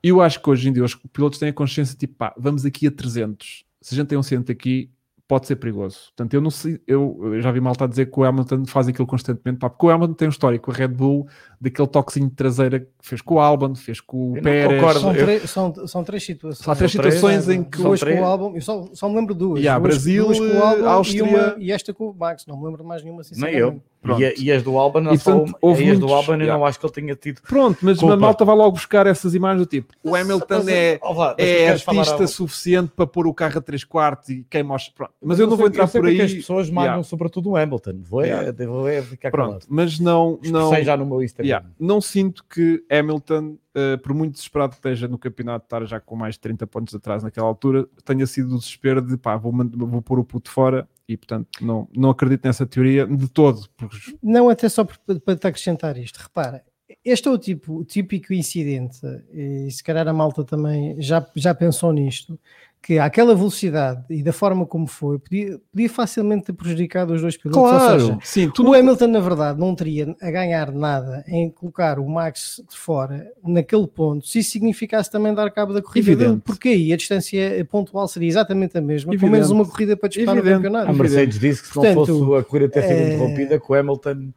A: E eu acho que hoje em dia os pilotos têm a consciência tipo, pá, vamos aqui a 300. Se a gente tem um acidente aqui, pode ser perigoso. Portanto, eu não sei, eu eu já vi malta a dizer que o Hamilton faz aquilo constantemente, pá, porque o Hamilton tem um histórico, a Red Bull, daquele toquezinho de traseira que fez com o Albon, fez com
C: Eu
A: o
C: não
A: Pérez.
C: concordo.
D: São,
C: Eu-
D: três- são, são três situações.
A: Há três
C: São três, né?
A: situações em que
C: são
D: duas com
C: três.
D: o álbum, eu só, só me lembro de duas.
A: E há
D: duas,
A: Brasil,
D: duas com o álbum e
A: Áustria.
D: uma- E, esta com o Max, não me lembro de mais nenhuma.
C: Nem
D: sinceramente.
C: é eu.
A: Pronto.
C: E, a- e as do Alban, não
A: E,
C: só
A: portanto, houve
C: e as do
A: muitos-
C: Alban, eu
A: Yeah.
C: não acho que ele tenha tido.
A: Pronto, mas
C: Culpa.
A: a malta vai logo buscar essas imagens do tipo, o Hamilton
C: Mas,
A: é,
C: ó vá, mas tu
A: é
C: queres falar
A: artista
C: algo?
A: suficiente para pôr o carro a 3 quartos e queima os... Pronto. Mas eu não
C: sei-
A: vou entrar
C: sei
A: por
C: porque
A: aí.
C: As pessoas mandam
A: Yeah.
C: sobretudo o Hamilton. Vou, é- vou é ficar
A: Pronto,
C: calado.
A: mas não... não...
C: Expressei já no meu Instagram.
A: Yeah. Não sinto que Hamilton, eh, por muito desesperado que esteja no campeonato, estar já com mais de 30 pontos atrás naquela altura, tenha sido o desespero de pá, vou, mand- vou pôr o puto fora e portanto não, não acredito nessa teoria de todo. Porque,
D: Não, até só por- para para te acrescentar isto, repara, este é o, tipo, o típico incidente, e se calhar a malta também já, já pensou nisto, que àquela velocidade e da forma como foi, podia, podia facilmente ter prejudicado os dois pilotos. Ou seja,
A: sim, tu
D: o
A: não
D: Hamilton, na verdade, não teria a ganhar nada em colocar o Max de fora naquele ponto, se isso significasse também dar cabo da corrida dele,
A: Evidente.
D: porque aí a distância pontual seria exatamente a mesma, pelo
A: Evidente.
D: menos uma corrida para disputar
A: Evidente.
D: no campeonato.
C: A Mercedes disse que se não
D: Ah, Portanto,
C: fosse a corrida ter sido
D: eh,
C: interrompida, que o Hamilton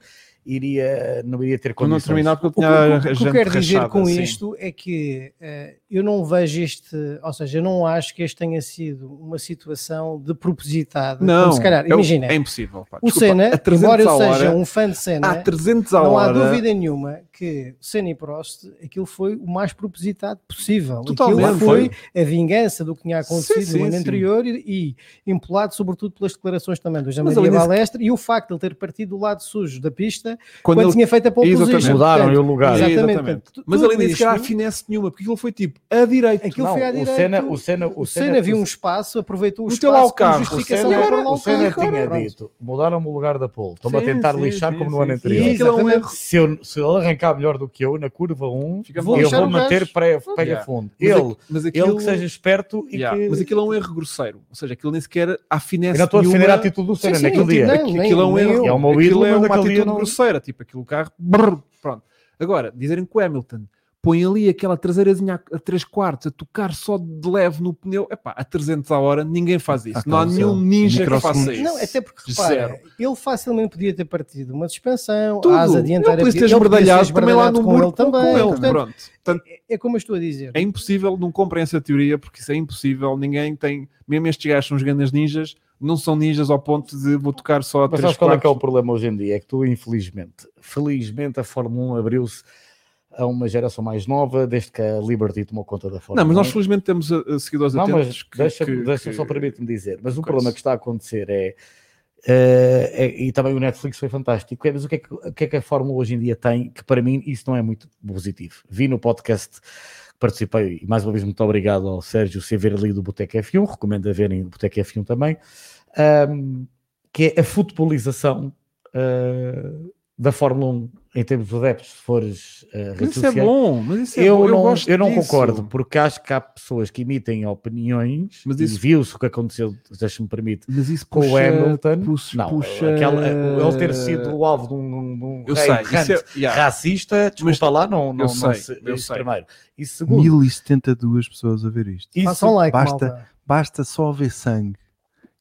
C: iria, não iria ter
A: tu não
C: condições.
A: terminar porque eu
D: O que,
A: tinha a
D: o que- o que
A: gente
D: eu quero dizer
A: rachada,
D: com
A: sim.
D: isto é que eh, eu não vejo este, ou seja, eu não acho que este tenha sido uma situação de propositada.
A: Não,
D: Como se calhar,
A: é o-
D: imagina,
A: é impossível. Pá,
D: o
A: desculpa,
D: Senna,
A: a 300
D: embora eu
A: à hora,
D: seja um fã de Senna,
A: há 300 a
D: não há
A: hora,
D: dúvida nenhuma que Senna e Prost, aquilo foi o mais propositado possível.
A: Totalmente.
D: Aquilo foi a vingança do que tinha acontecido
A: Sim, sim,
D: no ano
A: sim.
D: anterior e, e empolado sobretudo pelas declarações também do
A: Mas
D: Jamaria
A: ele disse-
D: Balestre e o facto de ele ter partido do lado sujo da pista
A: quando
D: quando,
A: ele-
D: tinha feito a pole
A: Exatamente.
D: position.
C: Mudaram-lhe o
D: Portanto,
C: lugar.
A: Exatamente.
D: Exatamente. Tu-
A: Mas
D: tudo
A: ele nem sequer há
D: isto-
A: finesse nenhuma, porque aquilo foi tipo a direita.
D: Aquilo
C: Não,
D: foi à
C: o
D: direita.
C: Senna, o Senna, o
D: O
C: Senna,
D: Senna viu um espaço, aproveitou o
A: Meteu
D: espaço
A: lá o
D: como
A: carro.
C: o
D: justificação
C: Senna,
D: para levar lá um
C: o Senna
D: carro.
C: tinha
D: Pronto.
C: dito, mudaram-me o lugar da pole, estão-me a
A: Sim,
C: tentar
A: sim,
C: lixar
A: sim,
C: como no ano
A: sim, sim.
C: anterior.
A: Aquilo é um erro.
C: Se, eu, se ele arrancar melhor do que eu na curva 1,
A: Fica
D: Vou
A: mal.
C: eu
D: lixar
C: vou
D: o
C: manter
D: gajo.
C: pré, pega
A: Yeah.
C: fundo.
A: Mas
C: Ele,
A: aqui- mas
C: ele que seja esperto e
A: Yeah,
C: que...
A: Mas aquilo é um erro grosseiro. Ou seja, aquilo nem sequer há
C: Eu
A: finesse
C: não estou a defender
A: nenhuma.
C: a atitude do Senna
D: sim,
C: naquele dia.
D: não,
A: Aqui-
D: nem-
A: aquilo é um
D: nem
A: erro.
D: eu.
C: É uma
A: aquilo
C: ídola,
A: é
C: mas
A: uma
C: naquele
A: atitude
C: dia não-
A: grosseira. Tipo, aquilo o carro. brrr, pronto. Agora, dizerem que o Hamilton põe ali aquela traseirazinha a- a 3 quartos a tocar só de leve no pneu, epá, a 300 à hora ninguém faz isso.
B: Ah,
A: não há
C: então,
B: claro,
A: nenhum
B: sim.
A: ninja que
B: Microsegundos.
A: faça isso.
D: Não, até porque
A: De
D: repara, ele facilmente podia ter partido uma suspensão,
A: Tudo. É
D: a asa dianteira
A: ele
C: é
A: podia ter
D: ele podia ser
A: esmerdalhado também lá no
D: esbardalhado com
A: muro
D: ele também.
A: com ele.
D: Portanto,
A: Pronto. Portanto,
D: é como eu estou a dizer.
A: é impossível, não comprem essa teoria, porque isso é impossível. Ninguém tem, mesmo estes gajos são os grandes ninjas, não são ninjas ao ponto de vou tocar só a
C: Mas
A: 3
C: sabes qual é
A: quartos.
C: que é o problema hoje em dia? É que tu, infelizmente, felizmente a Fórmula 1 abriu-se a uma geração mais nova, desde que a Liberty tomou conta da Fórmula
A: Não,
C: 1.
A: mas nós felizmente temos a, a seguidores
C: Não, mas
A: atentos que-
C: deixa-me
A: que-
C: deixa
A: que-
C: só permite-me dizer. Mas o
A: Coisa.
C: problema que está a acontecer é, eh, é- E também o Netflix foi fantástico. É, mas o que, é que, o que é que a Fórmula hoje em dia tem? Que para mim isso não é muito positivo. Vi no podcast que participei, e mais uma vez muito obrigado ao Sérgio Severli do Boteco F1. Recomendo a verem o Boteco F1 também. ahm, que é a futebolização eh, da Fórmula 1 em termos de adeptos, se fores eh,
A: Mas
C: redes
A: isso é
C: sociais.
A: bom, mas isso é
C: eu,
A: bom.
C: não, eu,
A: gosto
C: não
A: disso.
C: concordo, porque acho que há pessoas que emitem opiniões
A: Mas
C: e
A: isso-
C: viu-se o que aconteceu, deixa-me permite,
A: Mas isso
C: com o
A: puxa-
C: Hamilton.
A: puxa-
C: não,
A: puxa- eh,
C: aquela- ele ter sido o alvo de um, de um
A: Eu
C: rei
A: sei,
C: errante
A: isso é, yeah.
C: racista, desculpa lá, não, não,
A: eu
C: não
A: sei,
C: se,
A: eu
C: isso
A: sei.
C: primeiro. E segundo,
B: 1072 pessoas a ver isto.
C: isso-
D: Façam um like,
B: basta-
D: malta.
B: Basta só ver sangue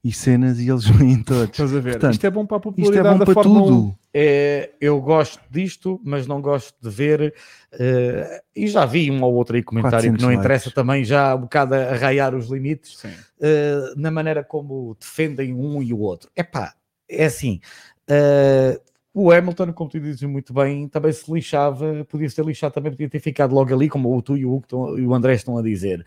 B: e cenas e eles vêm todos.
A: Estás a ver?
B: Portanto,
A: isto é bom para a
B: Isto
A: popularidade
B: é bom
A: da
B: para
A: Fórmula 1.
B: tudo.
C: É, eu gosto disto, mas não gosto de ver. eh, e já vi um ou outro aí comentário que
B: 400
C: não interessa
B: likes.
C: também, já um bocado a raiar os limites.
A: Sim.
C: eh, na maneira como defendem um e o outro. Epá, é assim. eh, o Hamilton, como tu dizes muito bem, também se lixava, podia ser lixado também, podia ter ficado logo ali, como o tu e o, Hugo estão- e o André estão a dizer.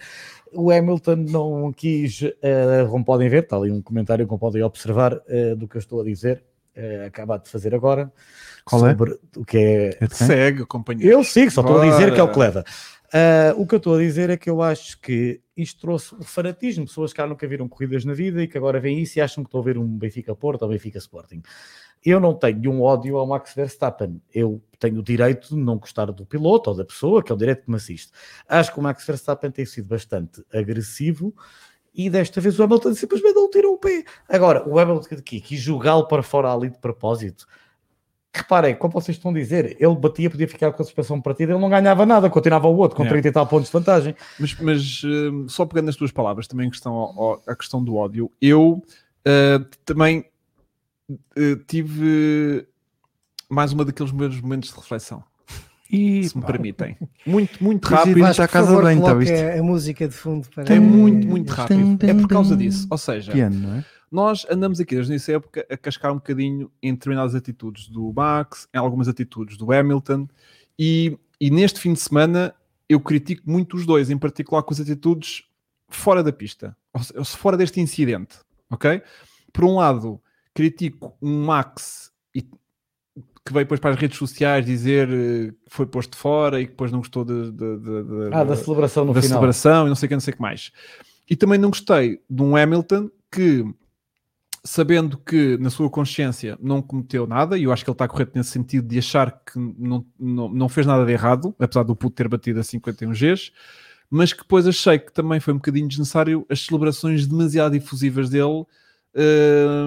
C: O Hamilton não quis, eh, como podem ver, está ali um comentário como podem observar eh, do que eu estou a dizer, eh, acabado de fazer agora.
B: Qual é?
C: sobre o que é
B: É de quem?
A: Segue, companheiro.
C: eu sigo, só estou a dizer que é o que
A: Bora.
C: leva. Ah, o que eu estou a dizer é que eu acho que isto trouxe o fanatismo, pessoas que cá nunca viram corridas na vida e que agora veem isso e acham que estão a ver um Benfica Porto ou Benfica Sporting. Eu não tenho um ódio ao Max Verstappen. Eu tenho o direito de não gostar do piloto ou da pessoa, que é o direito que me assiste. Acho que o Max Verstappen tem sido bastante agressivo e desta vez o Hamilton simplesmente não tirou o pé. Agora, o Hamilton aqui quis jogá-lo para fora ali de propósito. Reparem, como vocês estão a dizer, ele batia, podia ficar com a suspensão partida, ele não ganhava nada, continuava o outro com
A: Yeah.
C: 30 e tal pontos de vantagem.
A: Mas, mas, hum, só pegando as tuas palavras, também em questão ao- ao- à questão do ódio, eu Uh, também uh, tive mais uma daqueles meus momentos de reflexão,
B: E
A: se me
B: pá,
A: permitem. Muito, muito
B: Tens
A: rápido.
B: ido
D: Vasco,
B: à
D: por
B: casa
D: favor,
B: de banho, tá,
D: coloca
B: viste?
D: a música de fundo para...
A: É muito, muito
B: Tum,
A: rápido. É por causa
B: tum,
A: disso. Ou seja,
B: piano, não é?
A: nós andamos aqui desde essa época a cascar um bocadinho em determinadas atitudes do Max, em algumas atitudes do Hamilton, e, e neste fim de semana eu critico muito os dois, em particular com as atitudes fora da pista, ou se- ou se fora deste incidente, ok? Por um lado, critico um Max e- que veio depois para as redes sociais dizer eh, que foi posto fora e que depois não gostou de, de- de- de-
C: Ah, da
A: de-
C: celebração no
A: da
C: final.
A: celebração e não sei o que, não sei o que mais. E também não gostei de um Hamilton que, sabendo que na sua consciência não cometeu nada, e eu acho que ele está correto nesse sentido de achar que não, não, não fez nada de errado, apesar do puto ter batido a 51 Gs, mas que depois achei que também foi um bocadinho desnecessário as celebrações demasiado efusivas dele,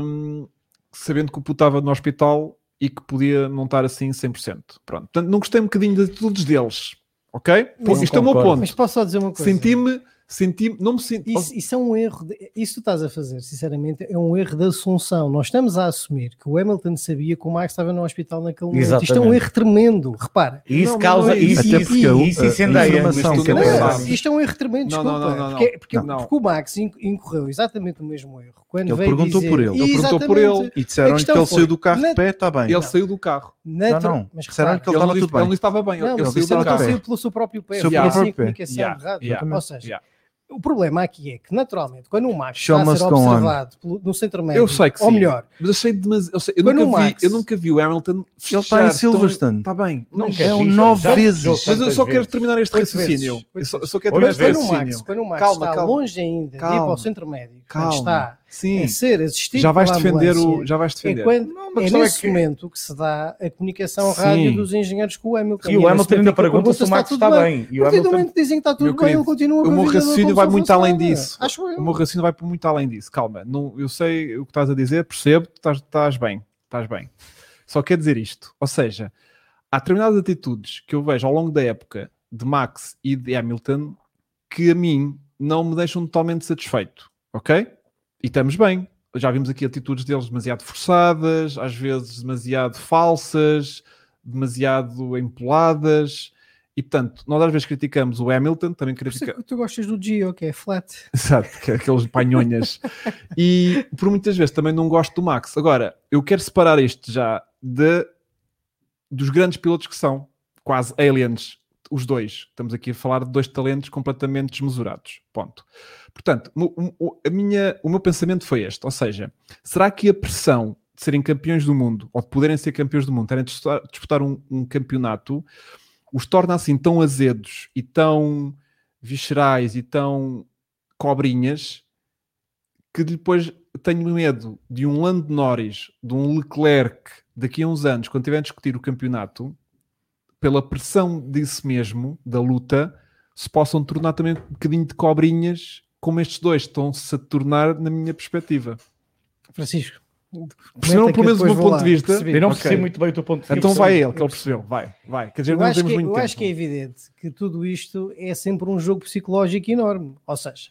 A: hum, sabendo que o puto estava no hospital e que podia não estar assim 100%. Pronto. Portanto, não gostei um bocadinho de atitudes deles, ok?
D: Mas-
A: Isto é o meu
C: Concordo.
A: ponto.
D: Mas posso só dizer uma coisa? é?
A: Senti-me, senti-me, não me senti.
D: Isso, isso é um erro, de- isso que tu estás a fazer, sinceramente, é um erro de assunção. Nós estamos a assumir que o Hamilton sabia que o Max estava no hospital naquele momento. Isto é um
C: Exatamente.
D: erro tremendo, repara.
C: E isso
A: Não,
C: causa.
A: não é
C: isso,
A: isso.
B: Até porque
C: isso,
B: a-
C: isso
B: a
C: incendeia.
B: informação
C: Mas tu
B: que é
C: não
D: Não,
A: para
C: sabes.
A: dar.
D: isto é um erro tremendo,
A: Não,
D: desculpa.
A: não, não, não, não.
D: Porque, porque-
A: Não.
D: porque o Max in- incorreu exatamente o mesmo erro. Quando
B: Ele
D: veio
B: perguntou
D: dizer-
B: por ele.
A: Ele perguntou por
D: Exatamente.
A: ele.
B: E disseram-lhe que
D: questão
B: ele
D: foi-
B: saiu do carro
D: na-
B: de pé, está bem.
A: Ele saiu do carro.
B: Não,
D: Natu-
B: não.
D: Mas
B: Disseram-lhe
D: repara,
B: que ele
A: não
B: estava
A: disse-
B: tudo bem.
A: não estava bem, ele,
D: não,
A: ele
D: mas
A: saiu
D: isso
B: disse
A: do
D: não
B: que
A: carro.
B: estava
D: saiu pelo seu próprio pé.
B: Seu
D: Foi
A: próprio
D: assim a
B: pé.
D: comunicação
A: Yeah,
D: errada.
A: yeah.
D: Ou seja,
A: Yeah.
D: o problema aqui é que, naturalmente, quando o Max está a
B: Chama-se
D: ser
B: com
D: observado pelo- no centro médico,
A: Eu sei que
D: ou
A: sim.
D: melhor,
A: Mas achei demasiado. Eu, sei- eu
D: Foi no
A: nunca vi,
D: Max.
A: eu nunca vi o Hamilton.
B: Ele está em Silverstone.
A: Está bem. Não,
C: Nunca
A: quero.
B: é um
C: vi, já-
B: nove
C: já-
B: vezes.
C: já-
B: Mas
A: mas eu
C: tantas
A: só quero
C: vezes.
A: terminar este
D: Oito
A: raciocínio.
D: vezes.
A: Eu só, eu só quero
C: Olha,
A: terminar este
C: vezes,
D: Mas quando o Max,
A: raciocínio.
D: quando o Max
A: Calma,
D: está
A: calma.
D: longe ainda de ir para
A: Calma.
D: o centro médico, quando
A: Calma.
D: está
A: Sim.
D: a ser assistido
A: Já vais
D: pela
A: defender o.
D: ambulância,
A: Já vais
D: É,
A: defender.
D: quando,
C: mas
D: é
C: questão é
D: nesse
C: que-
D: momento que se dá a comunicação
A: Sim.
D: rádio dos engenheiros com o
C: E
D: Hamilton.
C: o
D: é
C: Hamilton
D: nesse
C: ainda
D: momento que
C: pergunta se o Max
D: tudo
C: está bem. E o
D: A partir do
C: Hamilton.
D: momento que dizem que está tudo
A: Meu
D: bem,
A: querido,
D: ele continua
A: o
D: com a
A: meu
D: vida dele
A: raciocínio
D: como
A: vai
D: se
A: muito
D: fosse
A: além
D: nada.
A: disso.
D: Acho eu.
A: O meu raciocínio vai por muito além disso. Calma, não, eu sei o que estás a dizer, percebo, estás, estás bem, estás bem. Só quer dizer isto: ou seja, há determinadas atitudes que eu vejo ao longo da época de Max e de Hamilton que a mim não me deixam totalmente satisfeito, ok? E estamos bem. Já vimos aqui atitudes deles demasiado forçadas, às vezes demasiado falsas, demasiado empoladas. E portanto, nós às vezes criticamos o Hamilton, também
D: Por isso é
A: criticamos.
D: que tu gostas do Gio, que é flat.
A: Exato, que é aqueles panhonhas. e por muitas vezes também não gosto do Max. Agora, eu quero separar isto já de, dos grandes pilotos que são, quase aliens, os dois. Estamos aqui a falar de dois talentos completamente desmesurados. Ponto. Portanto, o- o- a minha, o meu pensamento foi este: ou seja, será que a pressão de serem campeões do mundo ou de poderem ser campeões do mundo, terem de disputar, disputar um, um campeonato, os torna assim tão azedos e tão viscerais e tão cobrinhas que depois tenho medo de um Lando Norris, de um Leclerc, daqui a uns anos, quando tiver a discutir o campeonato, pela pressão disso mesmo, da luta, se possam tornar também um bocadinho de cobrinhas, como estes dois estão-se a tornar, na minha perspectiva.
D: Francisco.
A: Perceberam pelo menos o meu ponto de vista?
C: Eu não
A: Ok.
C: percebi muito bem o teu ponto de vista.
A: Então vai ele, que ele percebeu. Vai, vai. Quer dizer,
D: Eu,
A: não
D: acho
A: temos
D: que,
A: muito
D: eu
A: tempo.
D: acho que é evidente que tudo isto é sempre um jogo psicológico enorme. Ou seja,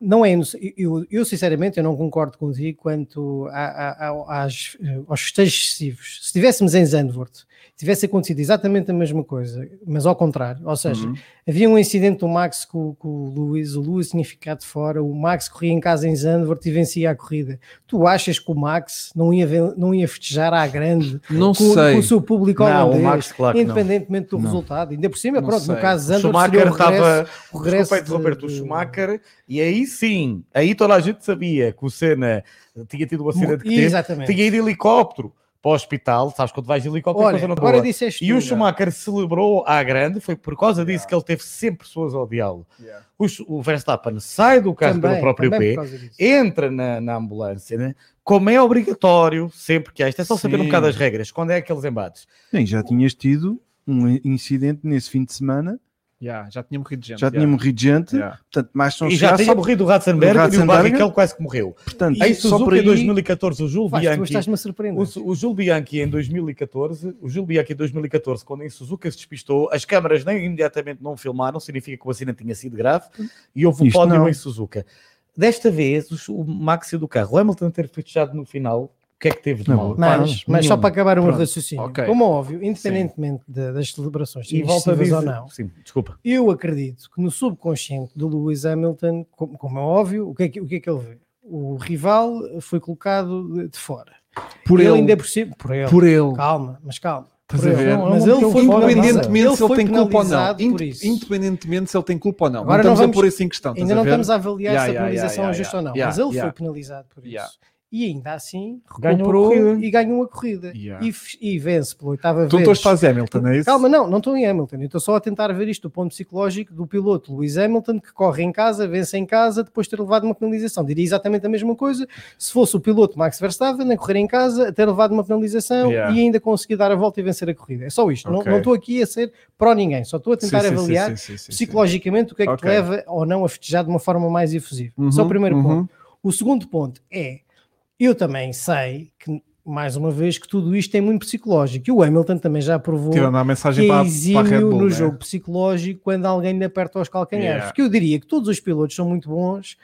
D: não é. ino- Eu, eu, sinceramente eu não concordo contigo quanto a, a- a- às, eh, aos festejos excessivos. Se estivéssemos em Zandvoort, tivesse acontecido exatamente a mesma coisa, mas ao contrário. Ou seja,
A: Uhum.
D: havia um incidente do Max com, com o Luís, o Luís tinha ficado fora, o Max corria em casa em Zandvoort e vencia a corrida. Tu achas que o Max não ia, ven- não ia festejar à grande
A: Não
D: com,
A: sei.
D: com o seu público
C: Não,
D: holandês,
C: o Max, claro que não.
D: independentemente do
B: Não.
D: resultado. Ainda por cima,
A: Não
D: pronto,
A: sei.
D: no caso
C: O
D: Zandvoort,
C: Schumacher
D: seria o regresso-
C: estava.
D: o regresso
C: Desculpa
D: de-
C: interromper o
D: de-
C: Schumacher, e aí sim, aí toda a gente sabia que o Senna tinha tido o acidente que teve,
D: Exatamente.
C: tinha ido de helicóptero para o hospital, sabes quando vais de helicóptero,
D: Olha,
C: coisa não
D: agora
C: boa.
D: disseste
C: E o
D: tu,
C: Schumacher celebrou à grande, foi por causa disso que ele teve sempre pessoas a odiá-lo.
A: Yeah.
C: O Sch- O Verstappen sai do carro
D: também,
C: pelo próprio
D: também por
C: pé,
D: causa disso.
C: entra na, na ambulância, né? como é obrigatório, sempre que há, isto é só saber um
A: Sim.
C: bocado as regras, quando é aqueles embates.
B: Bem, já tinhas tido um incidente nesse fim de semana,
A: Yeah, já tinha morrido gente.
B: já tinha morrido gente, portanto, mais
D: Então,
B: não
C: e já tinha morrido o Ratzenberger,
B: o
C: e o
B: Ratzenberger.
C: Barrichello quase que morreu.
B: portanto,
C: Em
B: só por
C: Suzuka, em
B: aí,
C: 2014, o Júlio
D: Vasco, tu
C: Bianchi
D: estás-me a surpreender.
C: O, Su- o Júlio Bianchi em 2014, o Júlio Bianchi em 2014, quando em Suzuka se despistou, as câmaras nem imediatamente não filmaram, significa que o acidente tinha sido grave, e houve um
B: Isto
C: pódio
B: não.
C: em Suzuka. Desta vez, os- o Maxi do carro, o Hamilton ter fechado no final, o que é que teve de
B: Não,
C: mal?
B: não.
D: Mas, mas só
B: nenhuma.
D: para acabar o meu
A: Pronto,
D: raciocínio,
A: ok.
D: como é óbvio, independentemente da- das celebrações,
C: E volta a
D: excessivas
C: dizer,
D: ou não,
C: sim, desculpa.
D: eu acredito que no subconsciente do Lewis Hamilton, como, como é óbvio, o que é, que, o que é que ele vê? O rival foi colocado de, de fora.
A: Por
D: ele,
A: ele,
D: ainda é por cima. Por ele.
A: por ele.
D: Calma, mas calma.
A: Estás
D: por
A: a
D: ele.
A: ver?
D: Não, Mas ele foi
A: Independentemente
D: penalizado.
A: se ele
D: Ele
A: tem
D: foi
A: culpa ou não.
D: penalizado por
A: Inde-
D: isso.
A: Independentemente se ele tem culpa ou não.
D: Agora
A: não
D: não
A: estamos
D: vamos-
A: a pôr isso em questão.
D: Ainda
A: estás
D: não
A: a ver?
D: estamos a avaliar
A: Yeah,
D: se a
A: yeah,
D: penalização
A: yeah,
D: é justa ou não,
A: yeah,
D: mas ele
A: yeah.
D: foi penalizado por isso.
A: Yeah.
D: E ainda assim
C: Ganhou a
D: recuperou
C: corrida.
D: e ganhou a corrida.
A: Yeah.
D: E, f- e vence pela oitava
A: Tu
D: vez.
A: estás faz Hamilton, é isso?
D: Calma, não, não estou em Hamilton. Eu estou só a tentar ver isto do ponto psicológico do piloto Lewis Hamilton, que corre em casa, vence em casa, depois de ter levado uma penalização. Diria exatamente a mesma coisa se fosse o piloto Max Verstappen a correr em casa, a ter levado uma penalização
A: Yeah.
D: e ainda conseguir dar a volta e vencer a corrida. É só isto. Não-
A: Ok.
D: Não estou aqui a ser pró ninguém, só estou a tentar
A: Sim, sim, sim,
D: avaliar
A: sim, sim, sim, sim.
D: psicologicamente o que é que te
A: Ok.
D: leva ou não a festejar de uma forma mais efusiva.
A: Uhum,
D: Isso é o primeiro
A: uhum.
D: ponto. O segundo ponto é, eu também sei que, mais uma vez, que tudo isto é muito psicológico. E o Hamilton também já provou
A: Tirando a mensagem
D: que
A: para, a- para a
D: exímio
A: Red Bull.
D: no
A: né?
D: jogo psicológico quando alguém lhe aperta os calcanhares.
A: Yeah.
D: Porque eu diria que todos os pilotos são muito bons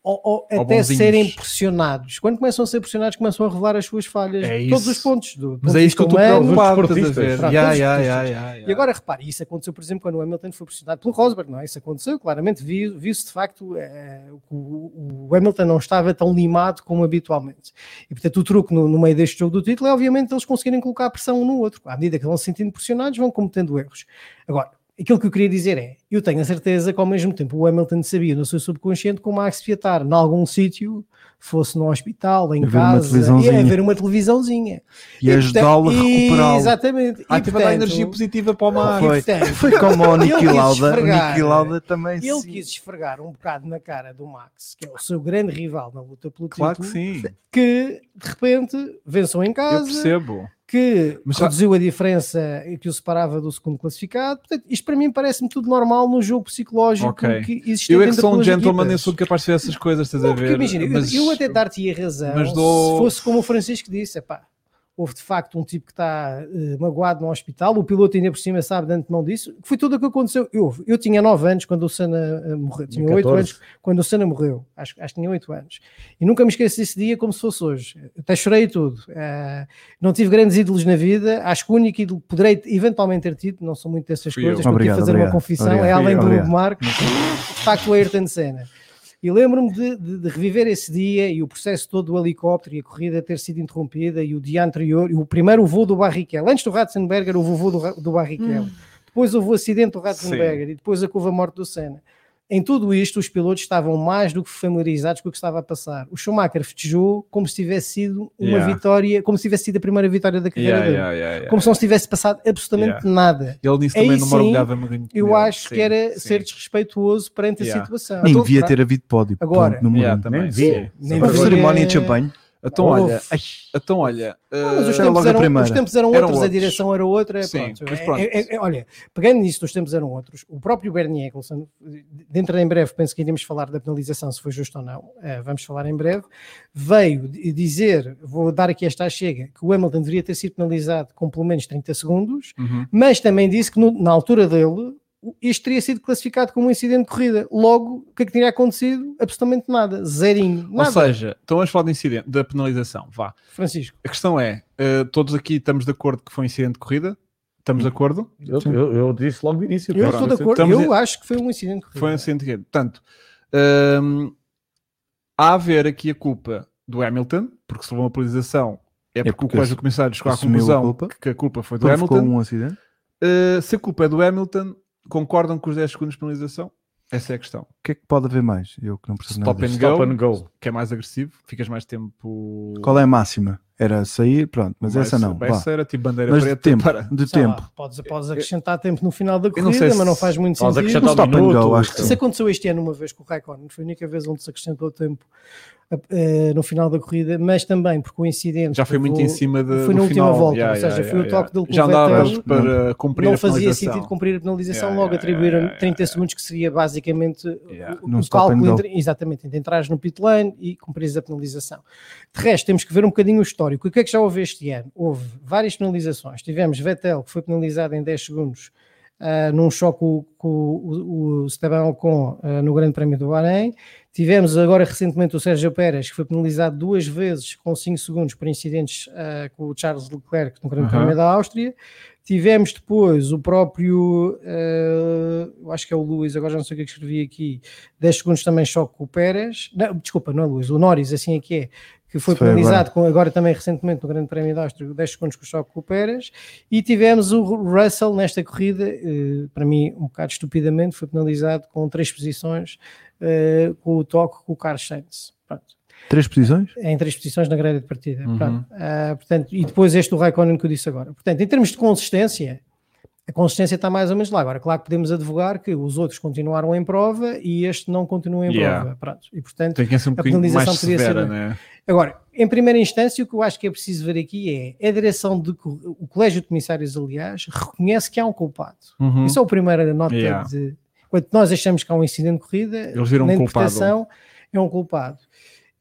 D: ou, ou
A: Ou
D: até
A: bonzinhos.
D: serem pressionados. Quando começam a ser pressionados, começam a revelar as suas falhas.
A: É
D: Todos
A: isso.
D: os pontos. Do, do
A: Mas
D: ponto
A: é isto que eu estou
D: humano,
A: preocupado.
C: dos
A: estás a ver?
D: desportistas.
A: Yeah, yeah,
D: Pronto, todos os
A: yeah,
D: desportistas.
A: yeah, yeah.
D: E agora repare, isso aconteceu, por exemplo, quando o Hamilton foi pressionado pelo Rosberg, não é? Isso aconteceu, claramente vi- viu-se de facto eh, que o, o Hamilton não estava tão limado como habitualmente. E portanto, o truque no, no meio deste jogo do título é obviamente eles conseguirem colocar pressão um no outro. À medida que vão se sentindo pressionados, vão cometendo erros. Agora, aquilo que eu queria dizer é: eu tenho a certeza que ao mesmo tempo o Hamilton sabia no seu subconsciente como há que se fiatar em algum sítio, fosse no hospital, em
B: Haver uma
D: casa, e
B: televisãozinha.
D: haver uma televisãozinha.
B: E ajudá-lo a
D: portanto-
B: recuperá-lo.
D: Exatamente.
A: Ah,
D: e,
A: tipo, a
D: é
A: dar
D: portanto,
A: energia positiva para o mar.
B: Foi.
D: e, portanto,
B: Foi como o
D: Ele
B: Niki
D: quis
B: Lauda. O
D: esfregar.
B: Niki Lauda também
D: ele
B: se-
D: quis esfregar um bocado na cara do Max, que é o seu grande rival na luta pelo
A: Claro que
D: título,
A: sim.
D: que de repente vençam em
A: Eu
D: casa,
A: percebo.
D: que
A: Mas já-
D: reduziu a diferença que o separava do segundo classificado. Portanto, isto para mim parece-me tudo normal no jogo psicológico
A: Ok.
D: que existe
A: Eu é que
D: dentro
A: sou um
D: das
A: gentleman,
D: equipas.
A: eu sou capaz de fazer essas coisas, estás a
D: Não, porque
A: ver?
D: imagina, eu-
A: Mas-
D: eu até dar-te a razão
A: mas dou-
D: se fosse como o Francisco disse, epá, houve de facto um tipo que está eh, magoado no hospital, o piloto ainda por cima sabe de antemão disso, que foi tudo o que aconteceu. Eu, eu tinha 9 anos quando o Senna eh, morreu, tinha 8
C: 14.
D: anos quando o Senna morreu, acho, acho que tinha 8 anos, e nunca me esqueço desse dia como se fosse hoje, até chorei e tudo. Ah, não tive grandes ídolos na vida, acho que o único ídolo que poderei eventualmente ter tido, não sou muito dessas
A: Fui eu.
D: coisas, estou aqui a
B: Obrigado,
D: fazer uma
B: obrigado,
D: confissão, é
B: obrigado,
D: além do
B: obrigado.
D: Hugo Marques, de facto o Ayrton Senna. E lembro-me de, de- de reviver esse dia e o processo todo do helicóptero e a corrida ter sido interrompida e o dia anterior, e o primeiro voo do Barrichello. Antes do Ratzenberger, o vovô do, Ra- do
A: Hum.
D: Barrichello. Depois houve o acidente do Ratzenberger e depois a curva morte do Senna. Em tudo isto, os pilotos estavam mais do que familiarizados com o que estava a passar. O Schumacher festejou como se tivesse sido uma
A: Yeah.
D: vitória, como se tivesse sido a primeira vitória da carreira
A: Yeah,
D: dele.
A: yeah, yeah, yeah.
D: Como se não se tivesse passado absolutamente nada.
A: Ele nisso
D: Aí
A: também não
D: sim,
A: mergulhava muito.
D: Eu
A: nele.
D: acho
A: Sim,
D: que era
A: sim.
D: ser desrespeituoso perante
A: Yeah.
D: a situação.
B: Nem
D: Então,
B: devia
D: pra-
B: ter havido pódio.
D: Agora.
B: ponto número
A: Yeah,
B: um.
A: também,
C: Nem
A: sim,
C: vi.
A: sim.
D: Nem
B: Houve
D: vi.
B: cerimónia de champanhe.
A: Então,
D: é- Houve.
A: olha, então, olha,
D: Ah, mas os
A: eh,
B: Era
D: tempos
B: logo a
D: eram,
B: primeira.
D: os tempos eram
A: Eram
D: outros, a
A: outros.
D: direção era outra.
A: Sim,
D: pronto.
A: mas
D: É-
A: pronto.
D: é- é- olha, pegando nisso, os tempos eram outros. O próprio Bernie Eccleston, dentro em breve, penso que iremos falar da penalização, se foi justo ou não, eh, vamos falar em breve, veio di- dizer, vou dar aqui esta à chega, que o Hamilton deveria ter sido penalizado com pelo menos 30 segundos,
A: uhum,
D: mas também disse que no- na altura dele o- isto teria sido classificado como um incidente de corrida. Logo, o que é que teria acontecido? Absolutamente nada. Zerinho.
A: ou
D: Nada,
A: seja, então vamos falar do incidente, da penalização, vá.
D: Francisco.
A: A questão é, eh, todos aqui estamos de acordo que foi um incidente de corrida? Estamos
B: Uhum.
A: de acordo?
C: Eu, eu- eu disse logo no início.
D: Eu
C: pronto.
D: estou de acordo.
A: estamos
D: Eu acho que foi um incidente de
B: é.
D: corrida.
A: Foi um incidente de corrida. Portanto, hum, há a ver aqui a culpa do Hamilton, porque se levou uma penalização é porque,
B: porque
A: o Colégio de Comissários chegou à
B: assumiu a
A: conclusão
B: culpa.
A: que a culpa foi do
B: Provocou
A: Hamilton.
B: um acidente.
A: Eh, se a culpa é do Hamilton, concordam com os 10 segundos de penalização? Essa é a questão.
B: O que é que pode haver mais? Eu que não percebo nada.
A: Stop and,
B: disto.
A: go,
C: Stop and go.
A: que é mais agressivo, ficas mais tempo.
B: Qual é a máxima? Era sair, pronto, mas
A: mais-
B: essa não. vá.
A: Essa era tipo bandeira
B: Mas de
A: preta.
B: tempo,
A: para-
B: de
D: Sei lá,
B: tempo.
D: podes, podes acrescentar tempo no final da
A: sei
D: corrida,
A: se-
D: mas não faz muito
C: Podes
D: sentido.
C: acrescentar
B: Não
C: um
B: stop and
C: minuto.
B: go, acho que
D: Isso aconteceu este ano uma vez com o Raikkonen, foi a única vez onde se acrescentou tempo eh, no final da corrida, mas também porque o incidente
A: Já foi muito
D: levou-
A: em cima de,
D: Tipo, foi na
A: do
D: última
A: final.
D: volta, ou seja, foi o toque dele com
A: Já
D: o
A: andavas
D: Vettel.
A: para cumprir
D: não
A: a
D: fazia
A: penalização.
D: sentido cumprir a penalização,
A: Yeah,
D: logo
A: yeah,
D: atribuíram
A: yeah, yeah,
D: 30 segundos, que seria basicamente o-
A: Yeah.
D: o,
B: Num
D: o
B: stop and
D: cálculo
B: go.
D: entre, exatamente, entre entrares no pit lane e cumprires a penalização. De resto, temos que ver um bocadinho o histórico. O que é que já houve este ano? Houve várias penalizações. Tivemos Vettel, que foi penalizado em 10 segundos ah, num choque com, com o, o Esteban Ocon ah, no Grande Prémio do Bahrein. Tivemos agora recentemente o Sérgio Pérez, que foi penalizado duas vezes com 5 segundos por incidentes ah, com o Charles Leclerc no Grande
A: Aham.
D: Prémio da Áustria. Tivemos depois o próprio, eh, eu acho que é o Luís, agora já não sei o que é que escrevi aqui, 10 segundos também choque com o Pérez. Não, desculpa, não é Luís, o Norris, assim é que é, que foi
B: Foi
D: penalizado com, agora também recentemente no Grande Prémio da Áustria, 10 segundos com o choque com o Pérez. E tivemos o Russell nesta corrida, eh, para mim um bocado estupidamente, foi penalizado com três posições eh, com o toque com o Carlos Sainz. Pronto
B: Três posições?
D: em três posições na grelha de partida.
A: Uhum.
D: Pronto. Ah, portanto, e depois este do Raikkonen que eu disse agora. Portanto, em termos de consistência, a consistência está mais ou menos lá. Agora, claro que podemos advogar que os outros continuaram em prova e este não continua em
A: Yeah.
D: prova. Pronto. E, portanto,
A: Tem que ser um
D: A
A: bocadinho mais
D: penalização podia ser-
A: severa, né?
D: Agora, em primeira instância, o que eu acho que é preciso ver aqui é a direção de co- o Colégio de Comissários, aliás, reconhece que há um culpado.
A: Uhum.
D: Isso é a primeira nota
A: Yeah.
D: de. Quando nós achamos que há um incidente de corrida,
A: Eles viram
D: na
A: um culpado.
D: interpretação é um culpado.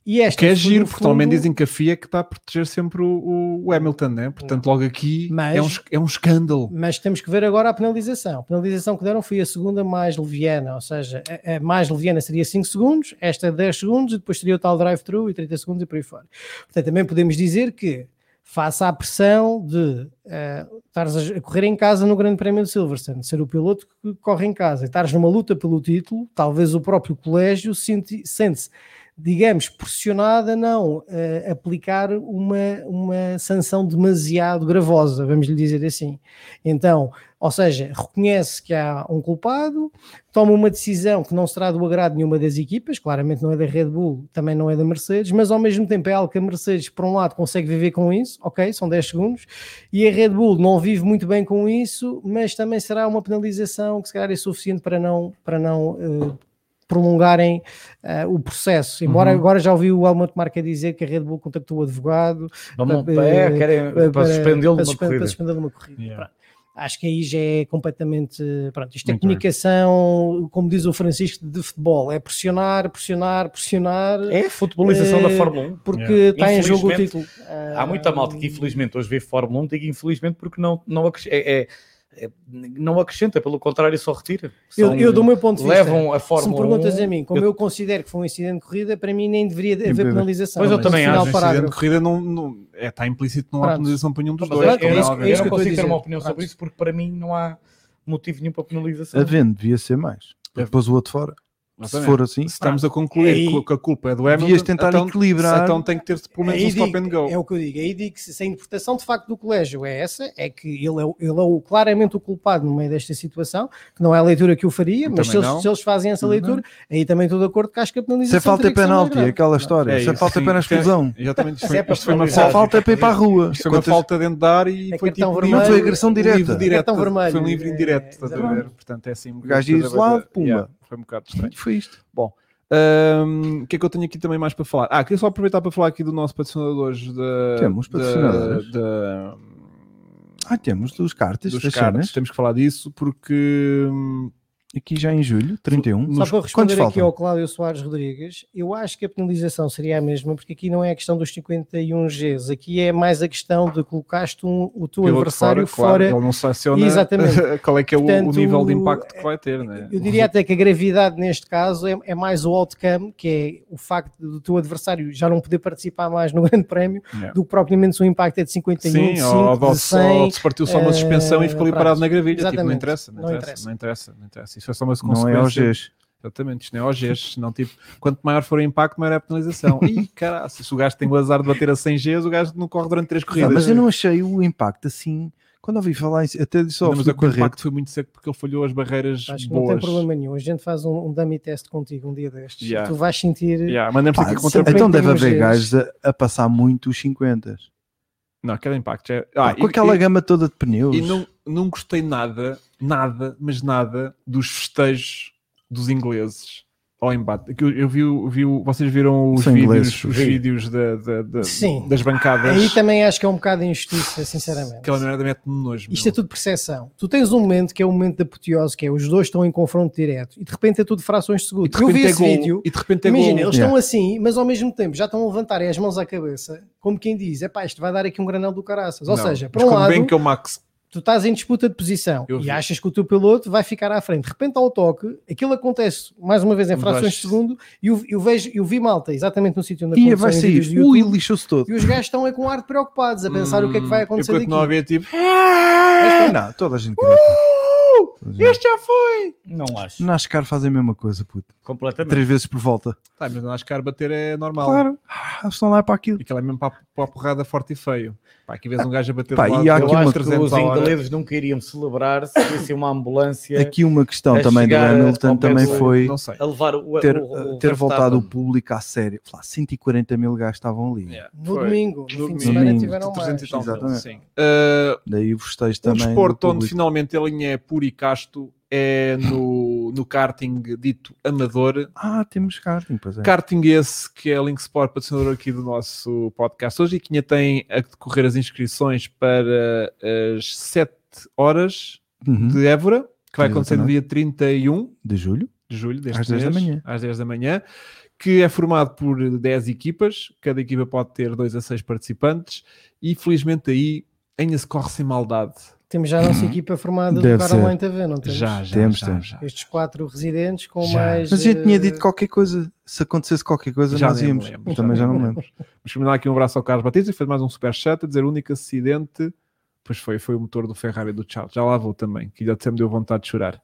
D: E esta
A: Que é
D: no
A: giro, porque também
D: fundo,
A: dizem que a FIA é que está a proteger sempre o- o, o Hamilton, né? Portanto, logo aqui
D: Mas-
A: é, um, es- é um escândalo.
D: Mas temos que ver agora a penalização. A penalização que deram foi a segunda mais leviana, ou seja, a, a mais leviana seria 5 segundos, esta 10 segundos, e depois seria o tal drive-thru e 30 segundos e por aí fora. Portanto, também podemos dizer que, face à pressão de eh, estares a, a correr em casa no Grande Prémio de Silverstone, ser o piloto que corre em casa e estares numa luta pelo título, talvez o próprio colégio sente- sente-se. Digamos, pressionado a não eh, aplicar uma, uma sanção demasiado gravosa, vamos lhe dizer assim. Então, ou seja, reconhece que há um culpado, toma uma decisão que não será do agrado de nenhuma das equipas, claramente não é da Red Bull, também não é da Mercedes, mas ao mesmo tempo é algo que a Mercedes, por um lado, consegue viver com isso, ok, são 10 segundos, e a Red Bull não vive muito bem com isso, mas também será uma penalização que se calhar é suficiente para não, para não eh, prolongarem eh, o processo. Embora
A: Uhum.
D: agora já ouvi o Helmut Marca dizer que a Red Bull contactou o advogado
C: Vamos,
D: Para-
C: é, querem, para, suspendê-lo
D: para
C: numa
D: suspe-
C: corrida.
D: para suspendê-lo numa corrida.
A: Yeah.
D: Pronto. Acho que aí já é completamente. Pronto, isto é
A: Muito bem.
D: comunicação, como diz o Francisco, de futebol. É pressionar, pressionar, pressionar,
C: É a futebolização da
D: Eh,
C: Fórmula 1.
D: porque
A: Yeah.
D: está em jogo o título.
C: Há muita malta que infelizmente hoje vê Fórmula 1, digo infelizmente porque não, não, acres- é- é- é- não acrescenta, pelo contrário, só retira.
D: Ah, Eu,
C: São-
D: eu, do meu ponto de vista.
C: levam a
D: se me
C: Fórmula 1.
D: perguntas a mim, como
C: eu-
D: eu... considero que foi um incidente de corrida, para mim nem deveria haver
B: Impedimento.
D: penalização.
C: Pois eu
D: No
C: também
A: Mas
D: final
C: acho, um
A: o incidente
D: parágrafo.
A: de corrida não, não- é, está implícito, não há
D: Pronto.
A: penalização para nenhum dos
C: Mas
A: dois.
C: é-
A: como
C: é
A: é
C: isso-
A: óbvio.
D: é
C: eu
D: isso
C: não
D: que eu estou a
C: consigo ter uma
D: dizer.
C: opinião sobre
D: Pronto.
C: isso porque para mim não há motivo nenhum para penalização.
B: Havendo, devia ser mais.
A: É.
B: Porque pôs o outro fora. Se
A: Exatamente.
B: for assim,
A: Se estamos a concluir
D: Aí-
A: que- que a culpa é do
B: Devias
A: Hamilton,
B: tentar
A: então,
B: equilibrar.
A: então tem que ter pelo menos
D: Aí
A: um stop
D: digo-
A: and go.
D: É o que eu digo. Aí digo que se a interpretação de facto do colégio é essa, é que ele é, o- ele é o- claramente o culpado no meio desta situação, que não é a leitura que eu faria, mas se
A: Também
D: eles,
A: não.
D: se eles fazem essa leitura, aí também estou de acordo que acho que a
B: se
D: penalização
B: é falta é
D: teria que ser mais
B: penalti,
D: grave.
B: é aquela história.
A: É
B: se é
A: isso,
B: falta é
A: sim.
B: pena exclusão.
A: Exatamente, isto
C: Se é
A: foi,
C: para
A: isto foi uma
C: penalizar.
B: Só
A: falta.
B: falta é para ir para a rua.
A: Isto foi uma
B: Quantas-
A: falta dentro da área e
D: É
A: foi
D: cartão
A: tipo
D: vermelho.
A: livre-
D: Foi
B: agressão
A: livre
B: direta.
A: direto.
D: Cartão vermelho,
A: Foi um livre
D: é,
A: indireto, estás a
D: exatamente.
A: ver? Portanto, é assim. um
B: O gajo
A: bocado
B: diz lá,
A: da- Yeah,
B: pumba.
A: Foi um bocado estranho.
B: Foi isto.
A: Ahm, o que é que eu tenho aqui também mais para falar? Ah, queria só aproveitar para falar aqui do nosso patrocinador hoje. Da,
B: Temos
A: da-
B: patrocinadores.
A: da-
B: Ah, temos duas cartas
A: dos
B: das
A: cards.
B: cenas.
A: Temos que falar disso porque. hum,
B: Aqui já em julho, 31.
D: Só para eu
B: Quantos
D: responder aqui
B: faltam?
D: ao Cláudio Soares Rodrigues, eu acho que a penalização seria a mesma, porque aqui não é a questão dos 51 Gs, aqui é mais a questão de colocaste um- o teu
A: piloto
D: adversário
A: claro,
D: fora.
A: ele não seleciona
D: Exatamente.
A: qual é que é o- o,
D: Portanto, é,
A: nível de impacto que vai ter, né?
D: Eu diria até que a gravidade neste caso é, é mais o outcome, que é o facto do teu adversário já não poder participar mais no Grande Prémio,
A: Yeah.
D: do que propriamente se o impacto é de 51,
A: Sim,
D: de 5,
A: ou, ou
D: de
A: se- ou
D: 100.
A: se partiu só uma
D: eh,
A: suspensão e ficou ali
D: pronto.
A: parado na gravilha, tipo, não
D: Exatamente.
A: interessa, não,
D: Não
A: interessa,
D: interessa.
A: não interessa, não interessa. Isso é só uma
B: Não é
A: consequência.
B: OGs.
A: Exatamente, isto não é OGs, senão tipo, quanto maior for o impacto, maior é a penalização. Ih, caralho, se o gajo tem o azar de bater a 100 Gs, o gajo não corre durante três
B: Ah,
A: corridas.
B: mas eu não achei o impacto assim. Quando ouvi falar isso, até disse "Oh, um
A: Não,
B: ao
A: mas
B: Filipe
A: o
B: Barreto.
A: impacto foi muito seco porque ele falhou as barreiras
D: Acho que não tem
A: boas.
D: problema nenhum. A gente faz um, um dummy test contigo um dia destes.
A: Yeah.
D: Tu vais sentir.
A: Yeah, mandamos
B: Pá,
A: aqui
D: contra-
B: então deve haver
D: 51
B: gajos a, a passar muito os 50.
A: Não, aquele impacto. já é-
B: Pá,
A: Ah,
B: com
A: e-
B: aquela
A: e-
B: gama toda de pneus.
A: E não, não gostei nada, nada, mas nada dos festejos dos ingleses ao embate. Que Eu, eu vi, o- vi, o- vocês viram os
B: São ingleses,
A: vídeos, os
C: vi.
A: vídeos da- da- da-
D: Sim.
A: das bancadas.
D: Aí também acho que é um bocado injustiça, sinceramente.
A: Aquela merda mete-me nojo.
D: Isto é tudo percepção. Tu tens um momento que é o momento da apoteose, que é os dois estão em confronto direto e de repente é tudo frações de segundo.
A: E de
D: eu
A: repente
D: vi
A: é
D: esse
A: golo,
D: vídeo
A: E de repente é
D: Imagina,
A: golo.
D: eles
B: Yeah.
D: estão assim, mas ao mesmo tempo já estão a levantarem as mãos à cabeça, como quem diz: é pá, isto vai dar aqui um granel do caraças. Ou
A: Não,
D: seja,
A: mas
D: para um
A: quando
D: lado,
A: bem que é o Max
D: tu estás em disputa de posição
A: Eu
D: e
A: vi.
D: achas que o teu piloto vai ficar à frente. De repente, ao toque, aquilo acontece mais uma vez em
A: Mas
D: frações
A: acho-
D: de segundo. E eu, eu vejo, eu vi malta exatamente no sítio onde
B: E
D: aconteceu
B: vai
D: em
B: sair
D: vídeos
B: isto.
D: do
B: Ui,
D: YouTube,
B: lixou-se todo.
D: e os gajos estão é com ar de preocupados a pensar o que é que vai acontecer
A: Hum, Eu
D: daqui.
A: continuo a ver tipo,
B: É! Não, toda a gente. Uh,
A: este já foi!
C: Não acho.
B: NASCAR fazem a mesma coisa, puto.
C: Completamente.
B: Três vezes por volta.
A: Tá, mas acho que bater é normal.
B: Claro. Ah, estão lá é para aquilo.
A: Aquela é mesmo para, a- para a porrada forte e feio. Pá, aqui vês um gajo a bater
B: Pá,
A: do lado,
B: e há
A: eu
B: aqui
A: acho
B: uma-
C: Eu
A: que
C: acho que os
A: 300 à hora.
C: ingleses nunca iriam celebrar se fosse uma ambulância
B: Aqui É uma questão
A: É
C: A
B: também do
C: chegar
B: Hamilton
C: ao pé
B: também
C: do-
B: foi
A: Não sei.
C: a levar o,
B: ter,
C: o- o- o
B: ter
C: Verstappen.
B: voltado o público à sério. Lá, 140 mil gajos estavam ali.
A: Yeah,
D: No
A: foi.
D: domingo, no,
A: No
D: fim de
A: domingo.
D: semana,
B: Domingo.
D: tiveram mais.
A: 300 e tal.
B: Exatamente.
A: Sim. Uh,
B: Daí o festejo
A: um
B: também.
A: desporto
B: do
A: onde
B: público.
A: finalmente a linha é puro e casto é no, no karting dito amador.
B: Ah, temos karting, pois é.
A: Karting esse que é a Link Sport, patrocinador aqui do nosso podcast hoje e que ainda tem a decorrer as inscrições para as 7 horas
B: Uhum.
A: de Évora, que vai acontecer no
B: Exatamente.
A: dia 31
B: De julho?
A: de julho deste
B: Às
A: mês,
B: 10 da manhã.
A: às 10 da manhã, que é formado por 10 equipas, cada equipa pode ter 2 a 6 participantes, e felizmente aí ainda se corre sem maldade.
D: Temos já a nossa equipa formada
B: Deve
D: do Carolina TV, não temos?
A: Uhum. Já, já,
B: Temos,
A: já,
B: temos.
A: já.
D: Estes quatro residentes com
A: Já.
D: mais.
B: Mas a gente tinha
D: eh,
B: dito qualquer coisa. Se acontecesse qualquer coisa,
A: Já
B: nós
A: nem me
B: íamos.
A: lembro, já
B: Também
A: nem
B: já
A: me
B: não me lembro.
A: Vamos mandar aqui um abraço ao Carlos Batista, que fez mais um super chat a dizer único acidente. Pois foi, foi o motor do Ferrari do Charles. Já lá vou também, que já até me deu vontade de chorar.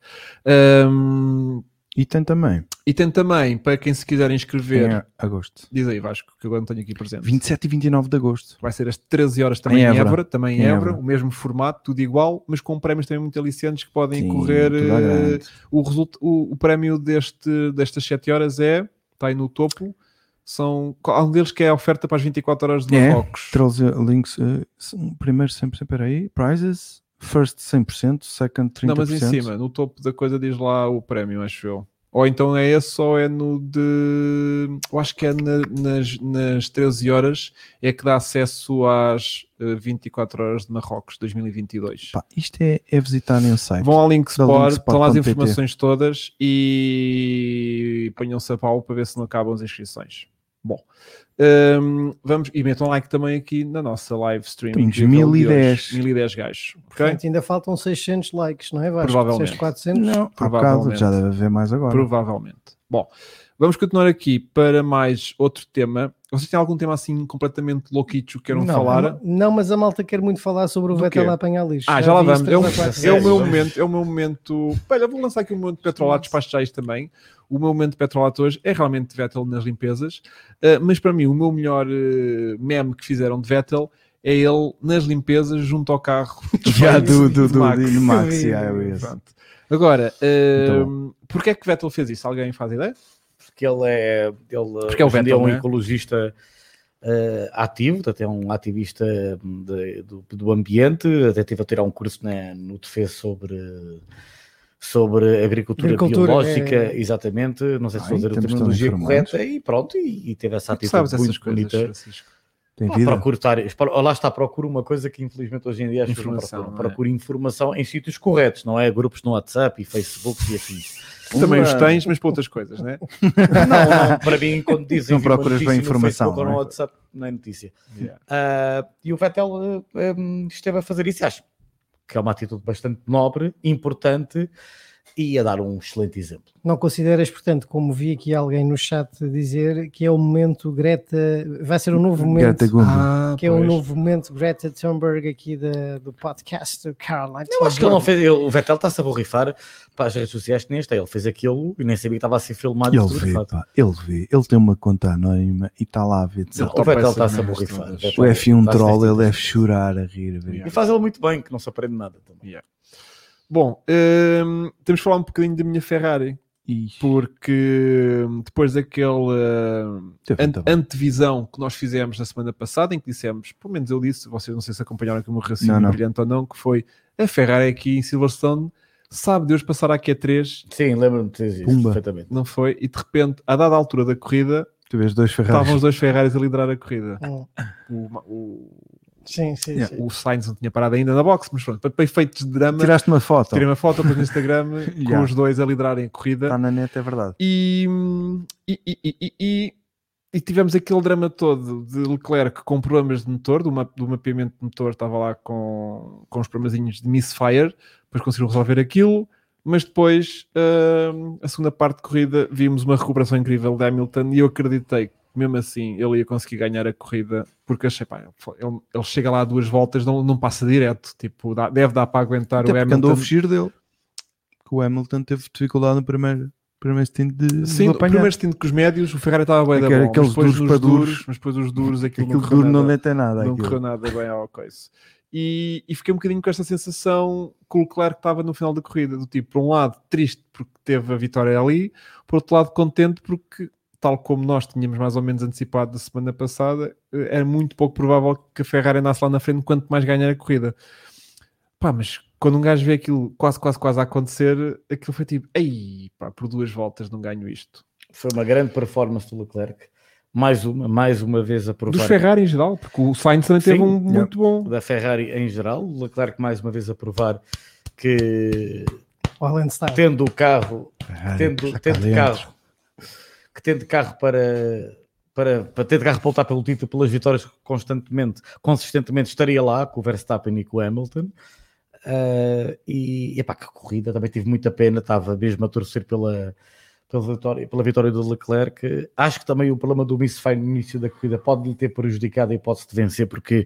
A: Ahm,
B: E tem também.
A: e tem também, para quem se quiser inscrever,
B: Em agosto.
A: diz aí Vasco, que agora não tenho aqui presente.
B: 27 e 29 de agosto.
A: Vai ser às 13 horas também em
B: Em
A: Évora,
B: Évora.
A: também em
B: Em
A: Évora,
B: Évora.
A: o mesmo formato, tudo igual, mas com prémios também muito aliciantes que podem
B: Sim,
A: correr.
B: tudo
A: eh,
B: à grande.
A: o, result, o, o prémio deste, destas 7 horas é, está aí no topo, são, há um deles que é a oferta para as 24 horas de
B: É,
A: Marrocos.
B: Trazer links. eh, se- primeiro 100%, peraí. Prizes. First 100%, second 30%.
A: Não, mas em cima, no topo da coisa diz lá o prémio, acho eu. Ou então é esse ou é no de. Eu acho que é na- nas, nas 13 horas, é que dá acesso às eh, 24 horas de Marrocos 2022.
B: Pá, isto é, é visitarem o site.
A: Vão ao
B: Da
A: Linksport,
B: linksport.pt.
A: estão lá as informações todas e ponham-se a pau para ver se não acabam as inscrições. Bom, hum, vamos e metam like também aqui na nossa live stream.
B: Temos
A: que é aquele de
B: 1010.
A: hoje. 1010 gajos, ok?
D: Portanto, ainda faltam 600 likes, não é? Vasco?
A: Provavelmente.
D: Disseste 400.
B: Não, há bocado
A: provavelmente.
B: já deve haver mais agora.
A: Provavelmente. Bom, vamos continuar aqui para mais outro tema. Vocês têm algum tema assim completamente louquicho que queiram
C: Não,
A: falar?
D: Não, mas a malta quer muito falar sobre o
A: Do
D: Vettel
A: quê?
D: a apanhar lixo.
A: Ah, já lá
D: vi
A: vamos.
D: isso
A: É o,
D: três ou quatro
A: é o
D: vezes.
A: meu
C: Vamos.
A: momento, é o meu momento. Olha, vou lançar aqui um momento de petrolato, despacho já isto também. O meu momento de petrolato hoje é realmente Vettel nas limpezas, Ah, mas para mim o meu melhor eh, meme que fizeram de Vettel é ele nas limpezas junto ao carro.
B: Já do, do, do,
A: de Max.
B: do Max.
D: Sim,
B: yeah, é esse.
A: Pronto. Agora,
B: Muito
A: ah, porquê é que Vettel fez isso? Alguém faz ideia?
C: porque ele é, ele
A: Porque é o
C: hoje em
A: Vettel,
C: dia é um
A: não é?
C: ecologista eh, ativo, até um ativista de- do, do ambiente, até teve a tirar um curso na- no defesa sobre sobre agricultura,
D: Agricultura,
C: biológica,
D: é.
C: exatamente, não sei se
B: Ai,
C: estou a dizer a
B: temos tão
C: terminologia
B: informados.
C: correta, e pronto, e, e teve essa
A: Tu É que
C: atitude
A: sabes essas
C: muito
A: coisas,
C: bonita.
A: Francisco.
B: Tem
C: Ah,
B: vida.
C: procuro estar, espero- lá está, procuro uma coisa que infelizmente hoje em dia as pessoas não
A: Informação,
C: procuram.
A: não é?
C: Procuro informação em sítios corretos, não é? Grupos no WhatsApp e Facebook e assim.
A: Que também os
B: Uma-
A: tens, mas para outras coisas, né?
C: Não, não, para mim, quando dizem
B: Não
C: que uma
B: procuras
C: notícia
B: bem
C: no
B: informação,
C: Facebook ou no
B: não é?
C: WhatsApp, não é notícia.
A: Yeah.
C: Ah, e o Vettel ah, hum, esteve a fazer isso, e acho que é uma atitude bastante nobre, importante e a dar um excelente exemplo.
D: Não consideras, portanto, como vi aqui alguém no chat dizer, que é o momento Greta. Vai ser um novo momento.
B: Greta Gumbi.
D: que
A: um
D: é o novo momento Greta Thunberg aqui da- do podcast do Caroline.
C: Eu acho que ele não fez, ele- o Vettel está-se a borrifar para as redes sociais que nem está. Ele fez aquilo e nem sabia que estava a ser
A: Ah,
C: filmado. e
B: Ele vê,
C: fotografado.
B: pá, ele vê, ele tem uma conta anónima e está lá a ver. de
A: Ele
B: certo.
C: O
A: topa
C: Vettel
A: essas
C: está-se a
A: merdas
C: borrifar.
A: todas.
B: O F1
C: Está-se
B: troll,
C: a
B: ele é- deve chorar a rir. a ver.
A: Yeah.
C: E faz ele muito bem, que não se aprende nada também.
A: Bom, hum, temos de falar um bocadinho da minha Ferrari,
B: Ixi,
A: porque depois daquele hum,
B: teve
A: an-
B: muito bem.
A: antevisão que nós fizemos na semana passada, em que dissemos, pelo menos eu disse, vocês não sei se acompanharam aqui o meu raciocínio
B: Não, não.
A: brilhante ou não, que foi a Ferrari aqui em Silverstone, sabe Deus passar a Q3,
C: Sim, lembro-me de dizer isso
B: Pumba.
C: perfeitamente.
A: não foi? E de repente, a dada altura da corrida,
B: Tu vês dois
A: estavam
B: Ferraris.
A: os dois Ferraris a liderar a corrida.
D: Hum,
A: O, Ma- o,
D: Sim, sim,
B: Yeah.
D: sim.
A: o Sainz não tinha parado ainda na box, mas pronto, para- para efeitos de drama,
B: Tiraste uma foto.
A: Tirei uma foto depois no Instagram com
B: Yeah. Tá
A: os dois a liderarem a corrida.
B: Está na neta, é verdade.
A: E, e, e, e- e- e tivemos aquele drama todo de Leclerc com problemas de motor, do, ma do mapeamento de motor, estava lá com, com os problemazinhos de misfire, depois conseguiu resolver aquilo, mas depois hum, a segunda parte de corrida vimos uma recuperação incrível de Hamilton e eu acreditei que mesmo assim ele ia conseguir ganhar a corrida, porque achei, pá, ele, ele chega lá duas voltas, não, não passa direto, tipo, dá- deve dar para aguentar
B: Até
A: o
B: porque
A: Hamilton.
B: andou a fugir dele. Que o Hamilton teve dificuldade no primeiro, primeiro stint de,
A: Sim,
B: de
A: no
B: apanhar.
A: primeiro stint com os médios, o Ferrari estava bem da
B: Aquele-
A: bola, mas
B: aqueles
A: depois
B: duros
A: nos
B: para duros.
A: duros, mas depois os duros, aquilo,
B: Aquilo
A: não correu
B: duro não
A: nada.
B: deita nada.
A: não
B: aquilo.
A: correu nada bem ao coisa. E, e fiquei um bocadinho com esta sensação que o Leclerc estava no final da corrida, do tipo, por um lado triste porque teve a vitória ali, por outro lado contente porque, tal como nós tínhamos mais ou menos antecipado da semana passada, eh, era muito pouco provável que a Ferrari andasse lá na frente quanto mais ganhar a corrida. Pá, mas quando um gajo vê aquilo quase, quase, quase a acontecer, aquilo foi tipo, ei, pá, por duas voltas não ganho isto.
C: Foi uma grande performance do Leclerc. Mais uma, mais uma vez a provar
A: Dos Ferrari em geral, porque o Sainz também teve
C: Sim,
A: um
B: yeah.
A: muito bom.
C: da Ferrari em geral. O Leclerc mais uma vez a provar que
D: O Alan Star.
C: tendo o carro,
B: Caralho,
C: tendo,
B: está cá
C: tendo
B: dentro.
C: carro, que tendo carro para para, para ter de carro para lutar pelo título, pelas vitórias constantemente, consistentemente estaria lá com o Verstappen e com o Hamilton. Ah, e epá, que corrida, também tive muita pena, estava mesmo a torcer pela, pela, vitória, pela vitória do Leclerc. Acho que também o problema do misfire no início da corrida pode lhe ter prejudicado a hipótese de vencer, porque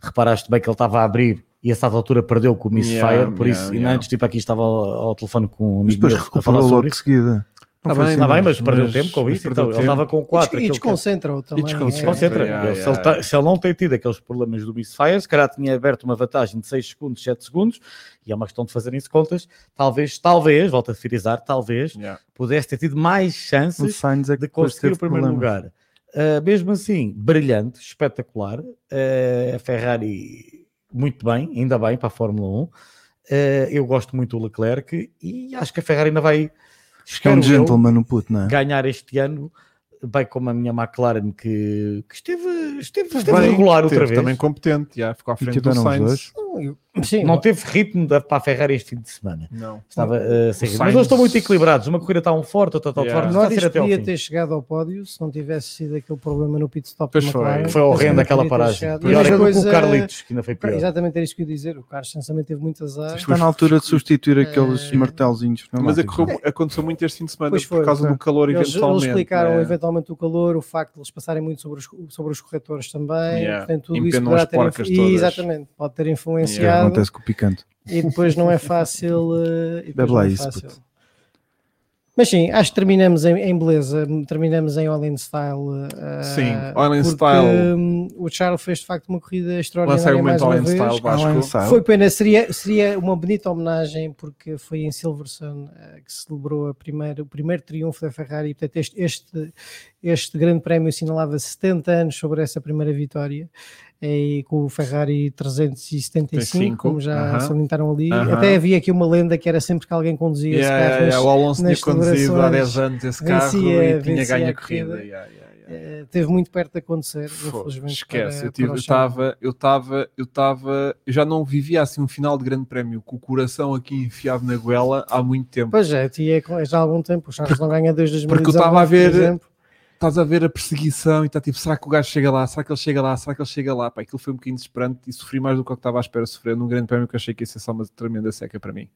C: reparaste bem que ele estava a abrir e a certa altura perdeu com o misfire,
A: Yeah,
C: por isso,
A: yeah,
C: e
A: yeah.
C: antes, tipo, aqui estava ao, ao telefone com um
B: Mas
C: amigo
B: depois
C: meu a
B: recuperou
C: falar
B: logo
C: sobre
B: de
C: isso.
B: seguida.
A: Tá
B: Não foi
A: bem,
B: assim
C: Está bem,
B: mal.
C: mas perdeu
A: mas-
C: tempo com
A: mas
C: isso,
A: perdeu
C: então, ele
A: tempo.
C: estava com
D: E
C: 4.
A: é.
D: des- E desconcentrou também.
A: desconcentra.
D: é.
C: Concentra.
A: Yeah,
C: Ele,
A: yeah,
C: se, ele
A: yeah.
C: tá- se ele não tem tido aqueles problemas do misfire, se calhar tinha aberto uma vantagem de 6 segundos, 7 segundos, e é uma questão de fazerem isso contas, talvez, talvez, volto a frisar, talvez,
A: Yeah.
C: pudesse ter tido mais
B: O
C: chances
B: Sainz é que
C: de
B: depois teve
C: conseguir o primeiro
B: problemas.
C: lugar. Ah, mesmo assim, brilhante, espetacular. Ah, a Ferrari, muito bem, ainda bem para a Fórmula 1. Ah, eu gosto muito do Leclerc e acho que a Ferrari ainda vai.
B: É
C: espero
B: um
C: eu,
B: gentleman, o puto, não é?
C: ganhar este ano, bem como a minha McLaren, que, que esteve, esteve, esteve
A: Bem,
C: regular outra
A: teve
C: vez.
A: Também competente, já ficou à
B: E
A: frente do
B: tiveram os
A: Sainz.
B: dois.
D: Sim,
C: Não teve ritmo da, para a Ferrari este fim de semana.
A: Não.
C: Estava uh, sem
A: O
C: ritmo.
A: Sainz-
C: Mas eles estão muito equilibrados. Uma corrida está um forte, outra está um
A: Yeah.
C: forte. Está a
D: Norris
C: ser até ao
D: podia
C: fim.
D: ter chegado ao pódio se não tivesse sido aquele problema no pit stop.
A: Pois
D: da
A: foi.
D: McLaren.
C: Foi horrendo aquela paragem.
D: E
C: Pior é que o
D: coisa,
C: Carlitos, que ainda foi pior.
D: Exatamente, era isso que eu ia dizer. O Carlos Sainz também teve muito azar.
A: Sim.
B: Está na altura de substituir aqueles
D: Eh,
B: martelzinhos.
A: Mas
B: pneumáticos, não é?
A: ocorreu- aconteceu muito este fim de semana
D: Pois foi, é.
A: por causa
B: foi.
A: do calor
D: Eles, eles
A: eventualmente.
D: explicaram
C: é.
A: né?
D: eventualmente o calor, o facto de eles passarem muito sobre os, sobre os corretores também.
A: Yeah.
D: Portanto, tudo isso
A: Empenam
D: poderá
A: as
D: ter,
A: porcas
D: influ-
A: todas.
D: Exatamente, pode ter
B: O que é que
D: influenciado
B: acontece com o picante.
D: e depois não é fácil. eh, e depois
B: Bebe
D: não
B: lá
D: é
B: isso,
D: fácil.
B: puto.
D: Mas sim, acho que terminamos em, em beleza, terminamos em All in Style. eh,
A: Sim, All in
D: porque,
A: Style.
D: hum, o Charles fez de facto uma corrida
A: Lancei
D: extraordinária
A: o
D: mais
A: mental
D: uma
A: em
D: vez.
A: style
B: Alan
A: Vasco.
B: Sal.
D: Foi pena, seria, seria uma bonita homenagem, porque foi em Silverstone eh, que se celebrou a primeira, o primeiro triunfo da Ferrari, e portanto este, este, este grande prémio assinalava 70 anos sobre essa primeira vitória, eh, e com o Ferrari 375,
A: 35,
D: como já
A: aham.
D: salientaram ali.
A: Aham.
D: Até havia aqui uma lenda que era sempre que alguém conduzia
A: Yeah,
D: esse
A: yeah,
D: carro,
A: yeah, O
D: mas,
A: Alonso tinha
D: nas
A: conduzido há
D: celebrações,
A: 10 anos esse
D: vencia-
A: carro e tinha
D: vencia
A: ganho
D: é a
A: a corrida.
D: corrida.
A: Yeah, yeah, yeah.
D: eh, teve muito perto de acontecer,
A: Fogo,
D: infelizmente.
A: Esquece,
D: para-
A: eu tive-
D: para o
A: eu
D: Charles.
A: estava, eu estava, eu estava, eu já não vivia assim um final de grande prémio com o coração aqui enfiado na goela há muito tempo.
D: Pois é, tinha- já há algum tempo, o Charles não ganha desde 2019,
A: porque eu estava a ver-
D: por exemplo.
A: Estás a ver a perseguição e está tipo, será que o gajo chega lá? Será que ele chega lá? Será que ele chega lá? Pá, aquilo foi um bocadinho desesperante e sofri mais do que eu estava à espera de sofrer num grande prémio que eu achei que ia ser só uma tremenda seca para mim.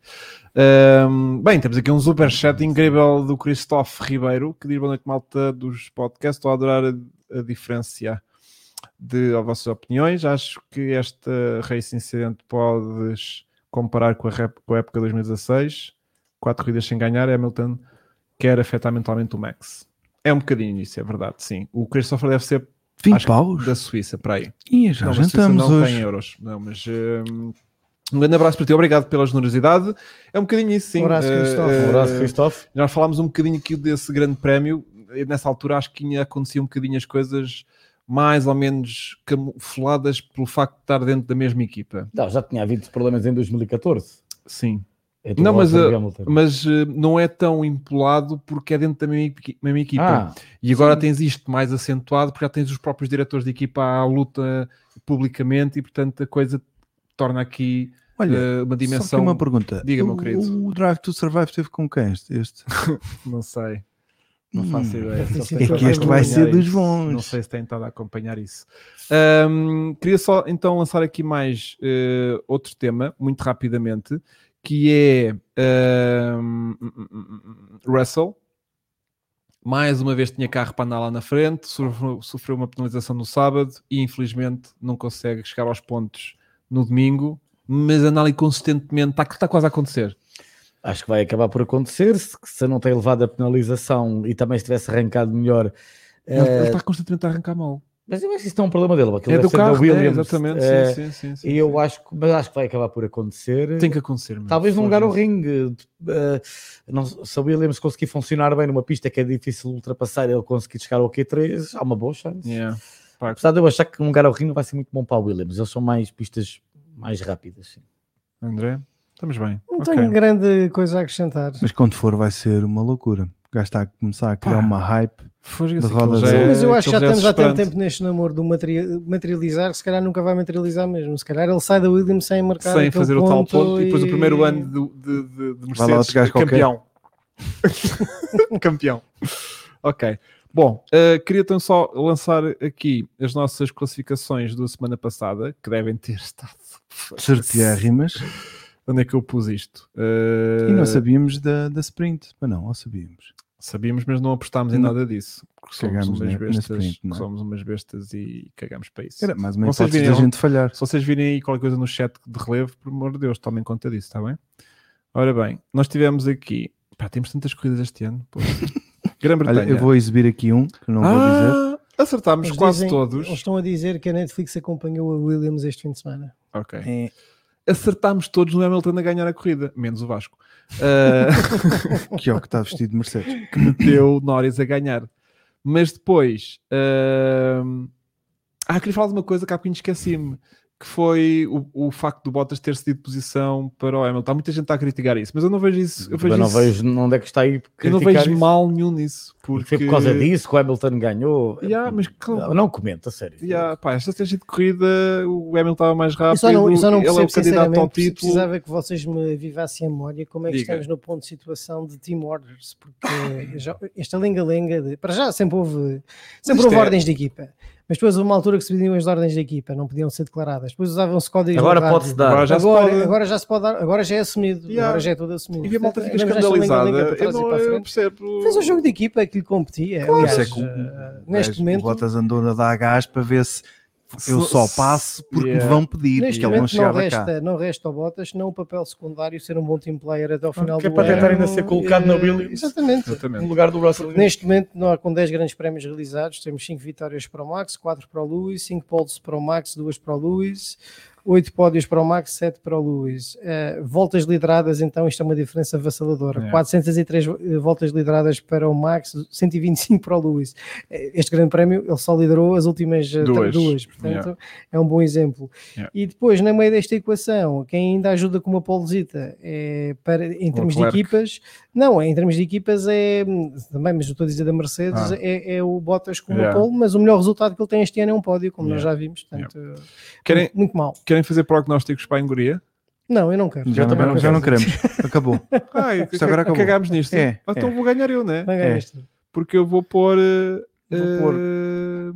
A: Ahm, bem, temos aqui um super chat incrível do Christophe Ribeiro que diz boa noite, malta dos podcasts. Estou a adorar a, a diferença de a vossas opiniões. Acho que esta race incidente podes comparar com a, rep- com a época de 2016. Quatro corridas sem ganhar, Hamilton quer afetar mentalmente o Max. É um bocadinho isso, é verdade, sim. O Christopher deve ser
B: 20
A: acho que
B: paus?
A: da Suíça, para aí.
B: Ih, já
A: Não, mas Suíça
B: jantamos
A: não tem
B: hoje.
A: euros. Não, mas hum, um grande abraço para ti, obrigado pela generosidade. É um bocadinho isso, sim.
D: Um abraço,
A: Eh,
D: Christopher.
A: eh,
C: Um abraço, Christophe.
A: já falámos um bocadinho aqui desse grande prémio. E Nessa altura acho que tinha acontecido um bocadinho as coisas mais ou menos camufladas pelo facto de estar dentro da mesma equipa.
C: Não, já tinha havido problemas em 2014.
A: Sim.
C: entre o
A: Não, mas,
C: Walter
A: uh,
C: e o Hamilton.
A: Mas eh, não é tão empolado porque é dentro da mesma, equi- mesma equipa.
C: Ah,
A: e agora
C: sim.
A: tens isto mais acentuado porque já tens os próprios diretores de equipa à luta publicamente e portanto a coisa torna aqui
B: Olha,
A: eh, uma
B: só
A: dimensão.
B: aqui uma pergunta.
A: Diga, meu
B: O-
A: querido.
B: O Drive to Survive teve com quem este? este?
A: Não sei. Não faço ideia.
D: deve ter
A: Só
D: sido
A: sei
B: É que este vai ser dos bons.
A: Não sei se tem estado a acompanhar isso. Ahm, queria só então lançar aqui mais eh, outro tema, muito rapidamente, que é ahm, hum, Russell. Mais uma vez tinha carro para andar lá na frente, sofreu, sofreu uma penalização no sábado e infelizmente não consegue chegar aos pontos no domingo, mas anda ali consistentemente, está, está quase a acontecer.
C: Ah, Acho que vai acabar por acontecer. Se, se não tem levado a penalização e também se tivesse arrancado melhor.
A: Ele,
C: eh,
B: É.
A: ele está constantemente a arrancar mal.
C: mas eu acho que isso não é um problema dele. aquilo
A: É
C: deve
A: do
C: ser da
A: carro, é,
C: Williams,
A: exatamente.
C: eh,
A: sim, sim, sim, sim,
C: E eu
A: sim.
C: acho que, mas acho que vai acabar por acontecer.
A: Tem que acontecer, meu.
C: Talvez num lugar ao
A: Foda-se.
C: ringue. eh, não, se a Williams conseguir funcionar bem numa pista que é difícil de ultrapassar, ele conseguir chegar ao Q3, há uma boa chance.
A: Yeah. Pá,
C: Apesar de eu achar que um lugar ao ringue não vai ser muito bom para a Williams. Eles são mais pistas mais rápidas. sim.
A: André, estamos bem.
D: Não
A: Ok.
D: tenho grande coisa a acrescentar.
B: Mas quando for, vai ser uma loucura. O gajo está a começar a criar
A: Pá.
B: uma hype.
A: Foda-se,
B: De
A: aquilo
B: rodas.
A: já
B: Sim,
A: é-
D: Mas eu acho que já
A: aquilo
D: estamos há
A: é
D: tanto
A: desesperante.
D: tempo neste namoro do materi- materializar que se calhar nunca vai materializar mesmo. Se calhar ele sai da Williams sem marcar
A: Sem
D: aquele
A: fazer o tal ponto, e depois o primeiro
D: e-
A: ano do- de, de, de
B: Vai lá
A: Mercedes,
B: outro gajo qualquer.
A: campeão. campeão. Ok. Bom, eh, queria então só lançar aqui as nossas classificações da semana passada, que devem ter estado.
B: Certérrimas.
A: Onde é que eu pus isto?
B: E não
A: Eh,
B: sabíamos da, da sprint. Mas não, ou sabíamos.
A: Sabíamos, mas não apostámos em
B: Não.
A: nada disso. Porque somos umas,
B: Cagámos na- na
A: bestas,
B: sprint, não é?
A: que somos umas bestas e cagamos para isso.
B: Era mais uma
A: Vocês
B: hipótese da
A: viram-
B: gente falhar.
A: Se vocês virem aí qualquer coisa no chat de relevo, por amor de Deus, tomem conta disso, está bem? Ora bem, nós tivemos aqui. Pá, temos tantas corridas este ano. pô.
B: Olha,
A: Grã-Bretanha.
B: eu vou exibir aqui um que não vou dizer.
A: ah, acertámos
D: Eles
A: quase
D: dizem-
A: todos.
D: Eles estão a dizer que a Netflix acompanhou a Williams este fim de semana.
A: Ok.
B: É.
A: Acertámos todos no Hamilton a ganhar a corrida, menos o Vasco, Ah,
B: Que é o que está vestido de Mercedes.
A: que meteu o Norris a ganhar. Mas depois. ahm, Ah, queria falar de uma coisa que há bocadinho esqueci-me. Que foi o, o facto do Bottas ter cedido posição para o Hamilton. Há muita gente a criticar isso, mas eu não vejo isso. Eu vejo
C: Mas não
A: isso-
C: vejo onde é que está aí.
A: Eu não
C: criticar
A: vejo
C: isso.
A: mal nenhum nisso. Porque...
C: Foi por causa disso que o Hamilton ganhou.
A: Yeah, mas calma.
C: Não, não comenta, sério.
A: Yeah, pá, esta estratégia de corrida, o Hamilton estava mais
D: Eu
A: rápido.
D: só não, eu só não
A: ele é
D: percebo,
A: o candidato ao
D: sinceramente,
A: título.
D: precisava que vocês me avivassem a memória como é que
A: Diga.
D: estamos no ponto de situação de team orders, porque já- esta lenga-lenga, de- para já sempre houve, sempre
A: isto
D: houve
A: é-
D: ordens de equipa, mas depois houve uma altura que se pediam as ordens de equipa, não podiam ser declaradas, depois usavam-se códigos
C: Agora
D: no rádio.
C: pode-se dar.
A: Agora já se
D: agora,
A: pode.
D: agora já se pode dar, agora já é assumido,
A: Yeah.
D: agora já é tudo assumido.
A: E vi a malta
D: Portanto,
A: fica
D: andamos nesta
A: escandalizada.
D: lenga-lenga para
A: Eu
D: trás e
A: não
D: para a
A: eu
D: frente.
A: percebo.
D: Fez um jogo de equipa que lhe competia.
B: Isso é
D: Aliás,
B: que o-
D: eh,
B: o
D: neste
B: gajo- O
D: momento,
B: Bottas andou a dar gás para ver se eu
A: Se-
B: só passo porque
A: Yeah.
B: me vão pedir. Porque
D: Neste
B: eles vão
D: momento não
B: chegar lá cá.
D: resta, não resta ao Bottas, não o papel secundário ser um bom team player até ao final
C: que é
D: do
C: para
D: ano.
C: tentar ainda ser colocado na
D: Eh,
C: Williams.
D: Exatamente.
C: No
A: Exatamente.
C: lugar do Russell.
D: Neste momento, nós, com 10 grandes prémios realizados, temos 5 vitórias para o Max, 4 para o Lewis, 5 poles para o Max, 2 para o Lewis, 8 pódios para o Max, 7 para o Lewis. Eh, voltas lideradas, então, isto é uma diferença avassaladora.
A: É.
D: 403 eh, voltas lideradas para o Max, 125 para o Lewis. Eh, Este grande prémio, ele só liderou as últimas eh,
A: Duas.
D: duas, portanto, é um bom exemplo.
A: Yeah.
D: E depois, no meio desta equação, quem ainda ajuda com uma polesita é para, em termos de
A: Leclerc.
D: equipas, não, em termos de equipas é hum, também, mas eu estou a dizer da Mercedes,
A: Ah.
D: é, é o Bottas com
A: Yeah.
D: uma pole, mas o melhor resultado que ele tem este ano é um pódio, como nós
A: Yeah.
D: já vimos, portanto, eh,
A: Querem,
D: muito, muito mal.
A: querem fazer prognósticos para a Hungria?
D: Não, eu não quero.
B: Já,
D: Eu
B: também não, já não
D: quero.
B: queremos. Acabou.
A: Ai,
B: Isto agora acabou.
A: Ah, cagámos nisto.
B: É,
A: Ah, Então
B: é.
A: vou ganhar eu, né?
D: Não ganhaste.
A: Porque eu vou pôr. eh,
B: Vou pôr.
A: eh,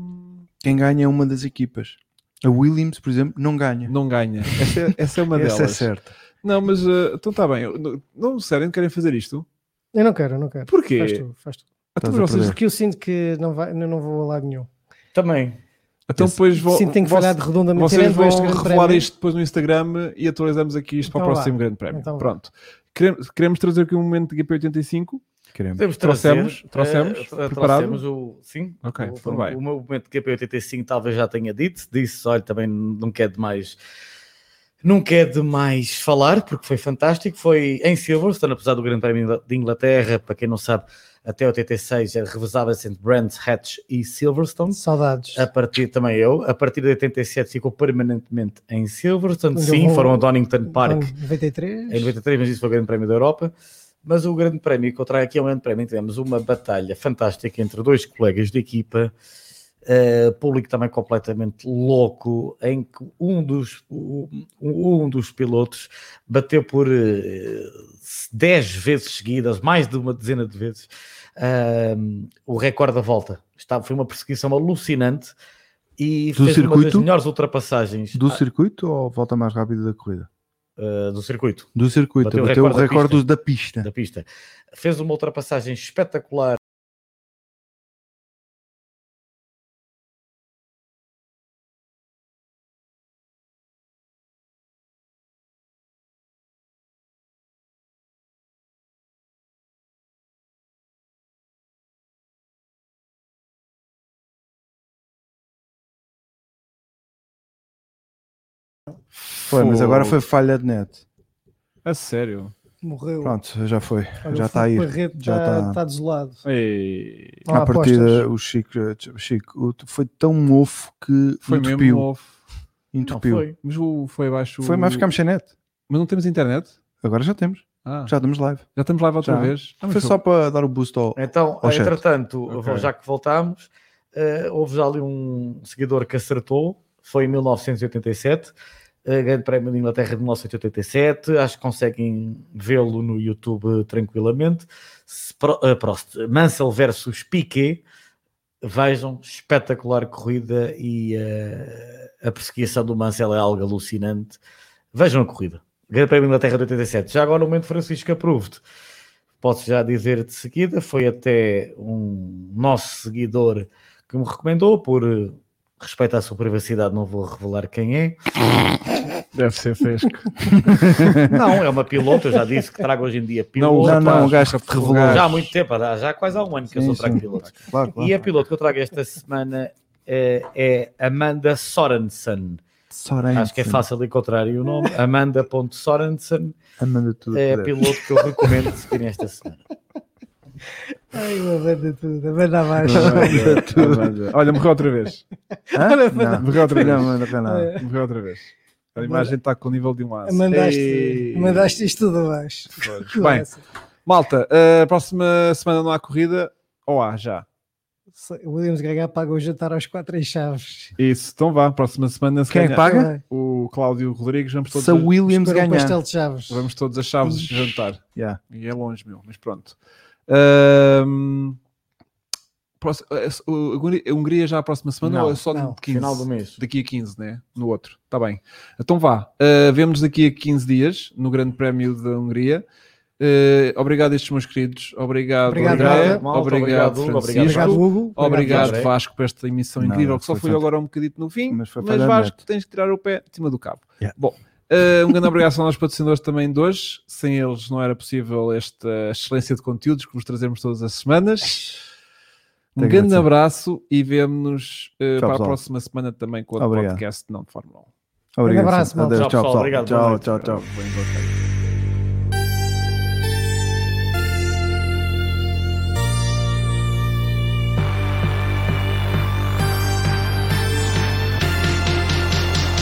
B: Quem ganha é uma das equipas. A Williams, por exemplo, não ganha.
A: Não ganha. Essa é, essa é uma
B: Essa é
A: delas.
B: certa.
A: Não, mas eh, então está bem. Eu- Não, não, sério, não querem fazer isto?
D: Eu não quero, eu não quero.
A: Porquê?
D: Faz tu, faz tu.
A: Então,
B: Estás
A: mas
B: a
A: vocês
B: perder.
D: Porque eu sinto que não, vai, eu não vou a lado nenhum.
C: Também.
A: Então depois vou,
D: sinto que tenho que falhar de redondamente.
A: vocês
D: tirando
A: vão
D: este grande
A: revelar
D: prémio.
A: isto depois no Instagram e atualizamos aqui isto para o
D: Então
A: próximo
D: vá.
A: grande prémio.
D: Então vá.
A: Pronto. Queremos, queremos trazer aqui um momento de GP85.
B: Queremos.
C: Podemos
A: Trouxemos,
C: trazer,
A: trouxemos,
C: eh, tra-
A: preparado?
C: trouxemos o, sim,
A: Ok, então
C: o,
A: tudo bem.
C: o meu momento de GP85 talvez já tenha dito, disse, olha, também nunca é demais, nunca é demais falar, porque foi fantástico, foi em Silverstone, apesar do Grande Prémio de Inglaterra, para quem não sabe, até o TT6 revezava-se é entre Brands, Hatch e Silverstone,
D: Saudades.
C: a partir, também eu, a partir de 87 ficou permanentemente em Silverstone,
D: Onde eu
C: sim,
D: vou-
C: foram a Donington Park,
D: Então, 93.
C: em 93, mas isso foi o Grande Prémio da Europa. Mas o Grande Prémio que eu trago aqui é um Grande Prémio em que tivemos uma batalha fantástica entre dois colegas de equipa Uh, público também completamente louco, em que um dos, um, um dos pilotos bateu por uh, 10 vezes seguidas, mais de uma dezena de vezes, uh, o recorde da volta. Estava, foi uma perseguição alucinante e
B: Do
C: fez uma das
B: circuito?
C: melhores ultrapassagens
B: Do
C: ah,
B: circuito ou volta mais rápida da corrida?
C: uh, do circuito.
B: Do circuito,
C: Bateu
B: bateu,
C: o
B: o
C: recorde da
B: recorde
C: pista.
B: da pista.
C: da pista. Fez uma ultrapassagem espetacular.
B: Foi, mas agora foi falha de net.
A: A sério.
D: Morreu.
B: Pronto, já foi.
D: Olha,
B: já
D: o
B: está aí.
D: Filipe Barreto
B: Já
D: está,
B: tá-
D: está desolado.
A: Ei,
D: Não há
B: à partida,
D: Ah, apostas.
B: o Chico, o Chico o- foi tão mofo que
A: foi
B: entupiu.
A: mesmo. houve.
B: entupiu.
C: Não
B: foi.
C: foi.
A: Mas o- foi abaixo.
B: mas ficámos sem net.
A: Mas não temos internet?
B: Agora já temos.
A: Ah, já,
B: Já estamos live.
A: estamos live outra
B: Já.
A: vez. Ah, mas
B: foi só para dar o boost ao.
C: Então,
B: Oh, chat.
C: entretanto,
A: Ok.
C: já que voltámos, eh, houve já ali um seguidor que acertou, foi em 1987, eh, Grande Prémio da Inglaterra de 1987, acho que conseguem vê-lo no YouTube tranquilamente. Se Pro- eh, Prost, Mansell versus Piquet, vejam, espetacular corrida e eh, a perseguição do Mansell é algo alucinante. Vejam a corrida. Grande Prémio da Inglaterra de 87. Já agora o momento Francisco Approved posso já dizer de seguida, foi até um nosso seguidor que me recomendou, por eh, respeito à sua privacidade, não vou revelar quem é.
A: Deve ser fresco.
C: Não, é uma piloto, eu já disse que trago hoje em dia piloto.
B: Não, não,
A: rapaz,
B: o gajo que te revelou.
A: rapaz.
C: já há muito tempo, há- já há quase há um ano que eu
B: Sim,
C: sou trago
B: sim.
C: piloto.
B: Claro, claro.
C: E é a piloto que eu trago esta semana eh, é, Amanda Sorensen.
B: Sorensen.
C: Acho que é fácil encontrar aí o nome. Amanda.Sorensen
B: Amanda tudo.
C: é a
B: que der.
C: piloto que eu recomendo seguir esta semana.
D: Ai, eu abando tudo, abando abaixo.
A: Amanda, Amanda. Olha, morreu outra vez.
B: Hã? Não,
A: Morreu outra
B: não,
A: vez.
B: não, não, não.
A: Morreu outra vez. A imagem está com o nível de um laço.
D: mandaste,
A: Ei.
D: mandaste isto tudo abaixo.
A: Pois.
D: Que
A: Bem,
D: graça.
A: malta, a próxima semana não há corrida. Ou há já.
D: O Williams Gaga paga o jantar aos quatro em chaves.
A: Isso, então vá. Próxima semana se
B: Quem é que
A: ganhar-
B: paga?
A: O Cláudio Rodrigues. Vamos todos,
B: Se
A: a,
B: a Williams
D: Para um
B: ganhar.
D: pastel de chaves.
A: vamos todos a chaves jantar.
B: Yeah.
A: E é longe, meu. Mas pronto. Ehm, Ahm, próximo- a eh, Hungria- a Hungria já a próxima semana
C: Não,
A: ou é só no
D: não.
A: 15?
C: Final do mês.
A: Daqui a 15, né? No outro. Tá bem. Então vá. Uh, vemos daqui a 15 dias no Grande Prémio da Hungria. Uh, obrigado a estes meus queridos. Obrigado,
D: Obrigado,
A: André. Obrigado,
C: malta. Obrigado, Hugo.
A: Francisco.
D: Obrigado,
A: Obrigado,
D: Hugo.
C: André.
A: Vasco, por esta emissão
B: Nada,
A: incrível que só
B: foi
A: foi
B: fantástico.
A: agora um bocadinho no fim. Mas,
B: Mas foi falhando,
A: Vasco,
B: Neto.
A: tens de tirar o pé de cima do cabo.
B: Yeah.
A: Bom, uh, um grande obrigado aos nossos patrocinadores também de hoje. Sem eles não era possível esta excelência de conteúdos que vos trazemos todas as semanas. Um
B: Tem que
A: grande
B: agradecer.
A: abraço e vemos-nos uh, para a
B: pessoal.
A: próxima semana também com outro
B: Obrigado.
A: podcast não de Fórmula 1.
B: Obrigado.
D: abraço, malta.
B: Adeus,
C: Um Tchau, pessoal.
B: tchau,
C: Obrigado,
B: pessoal.
C: boa
B: Tchau,
C: noite.
B: tchau, tchau.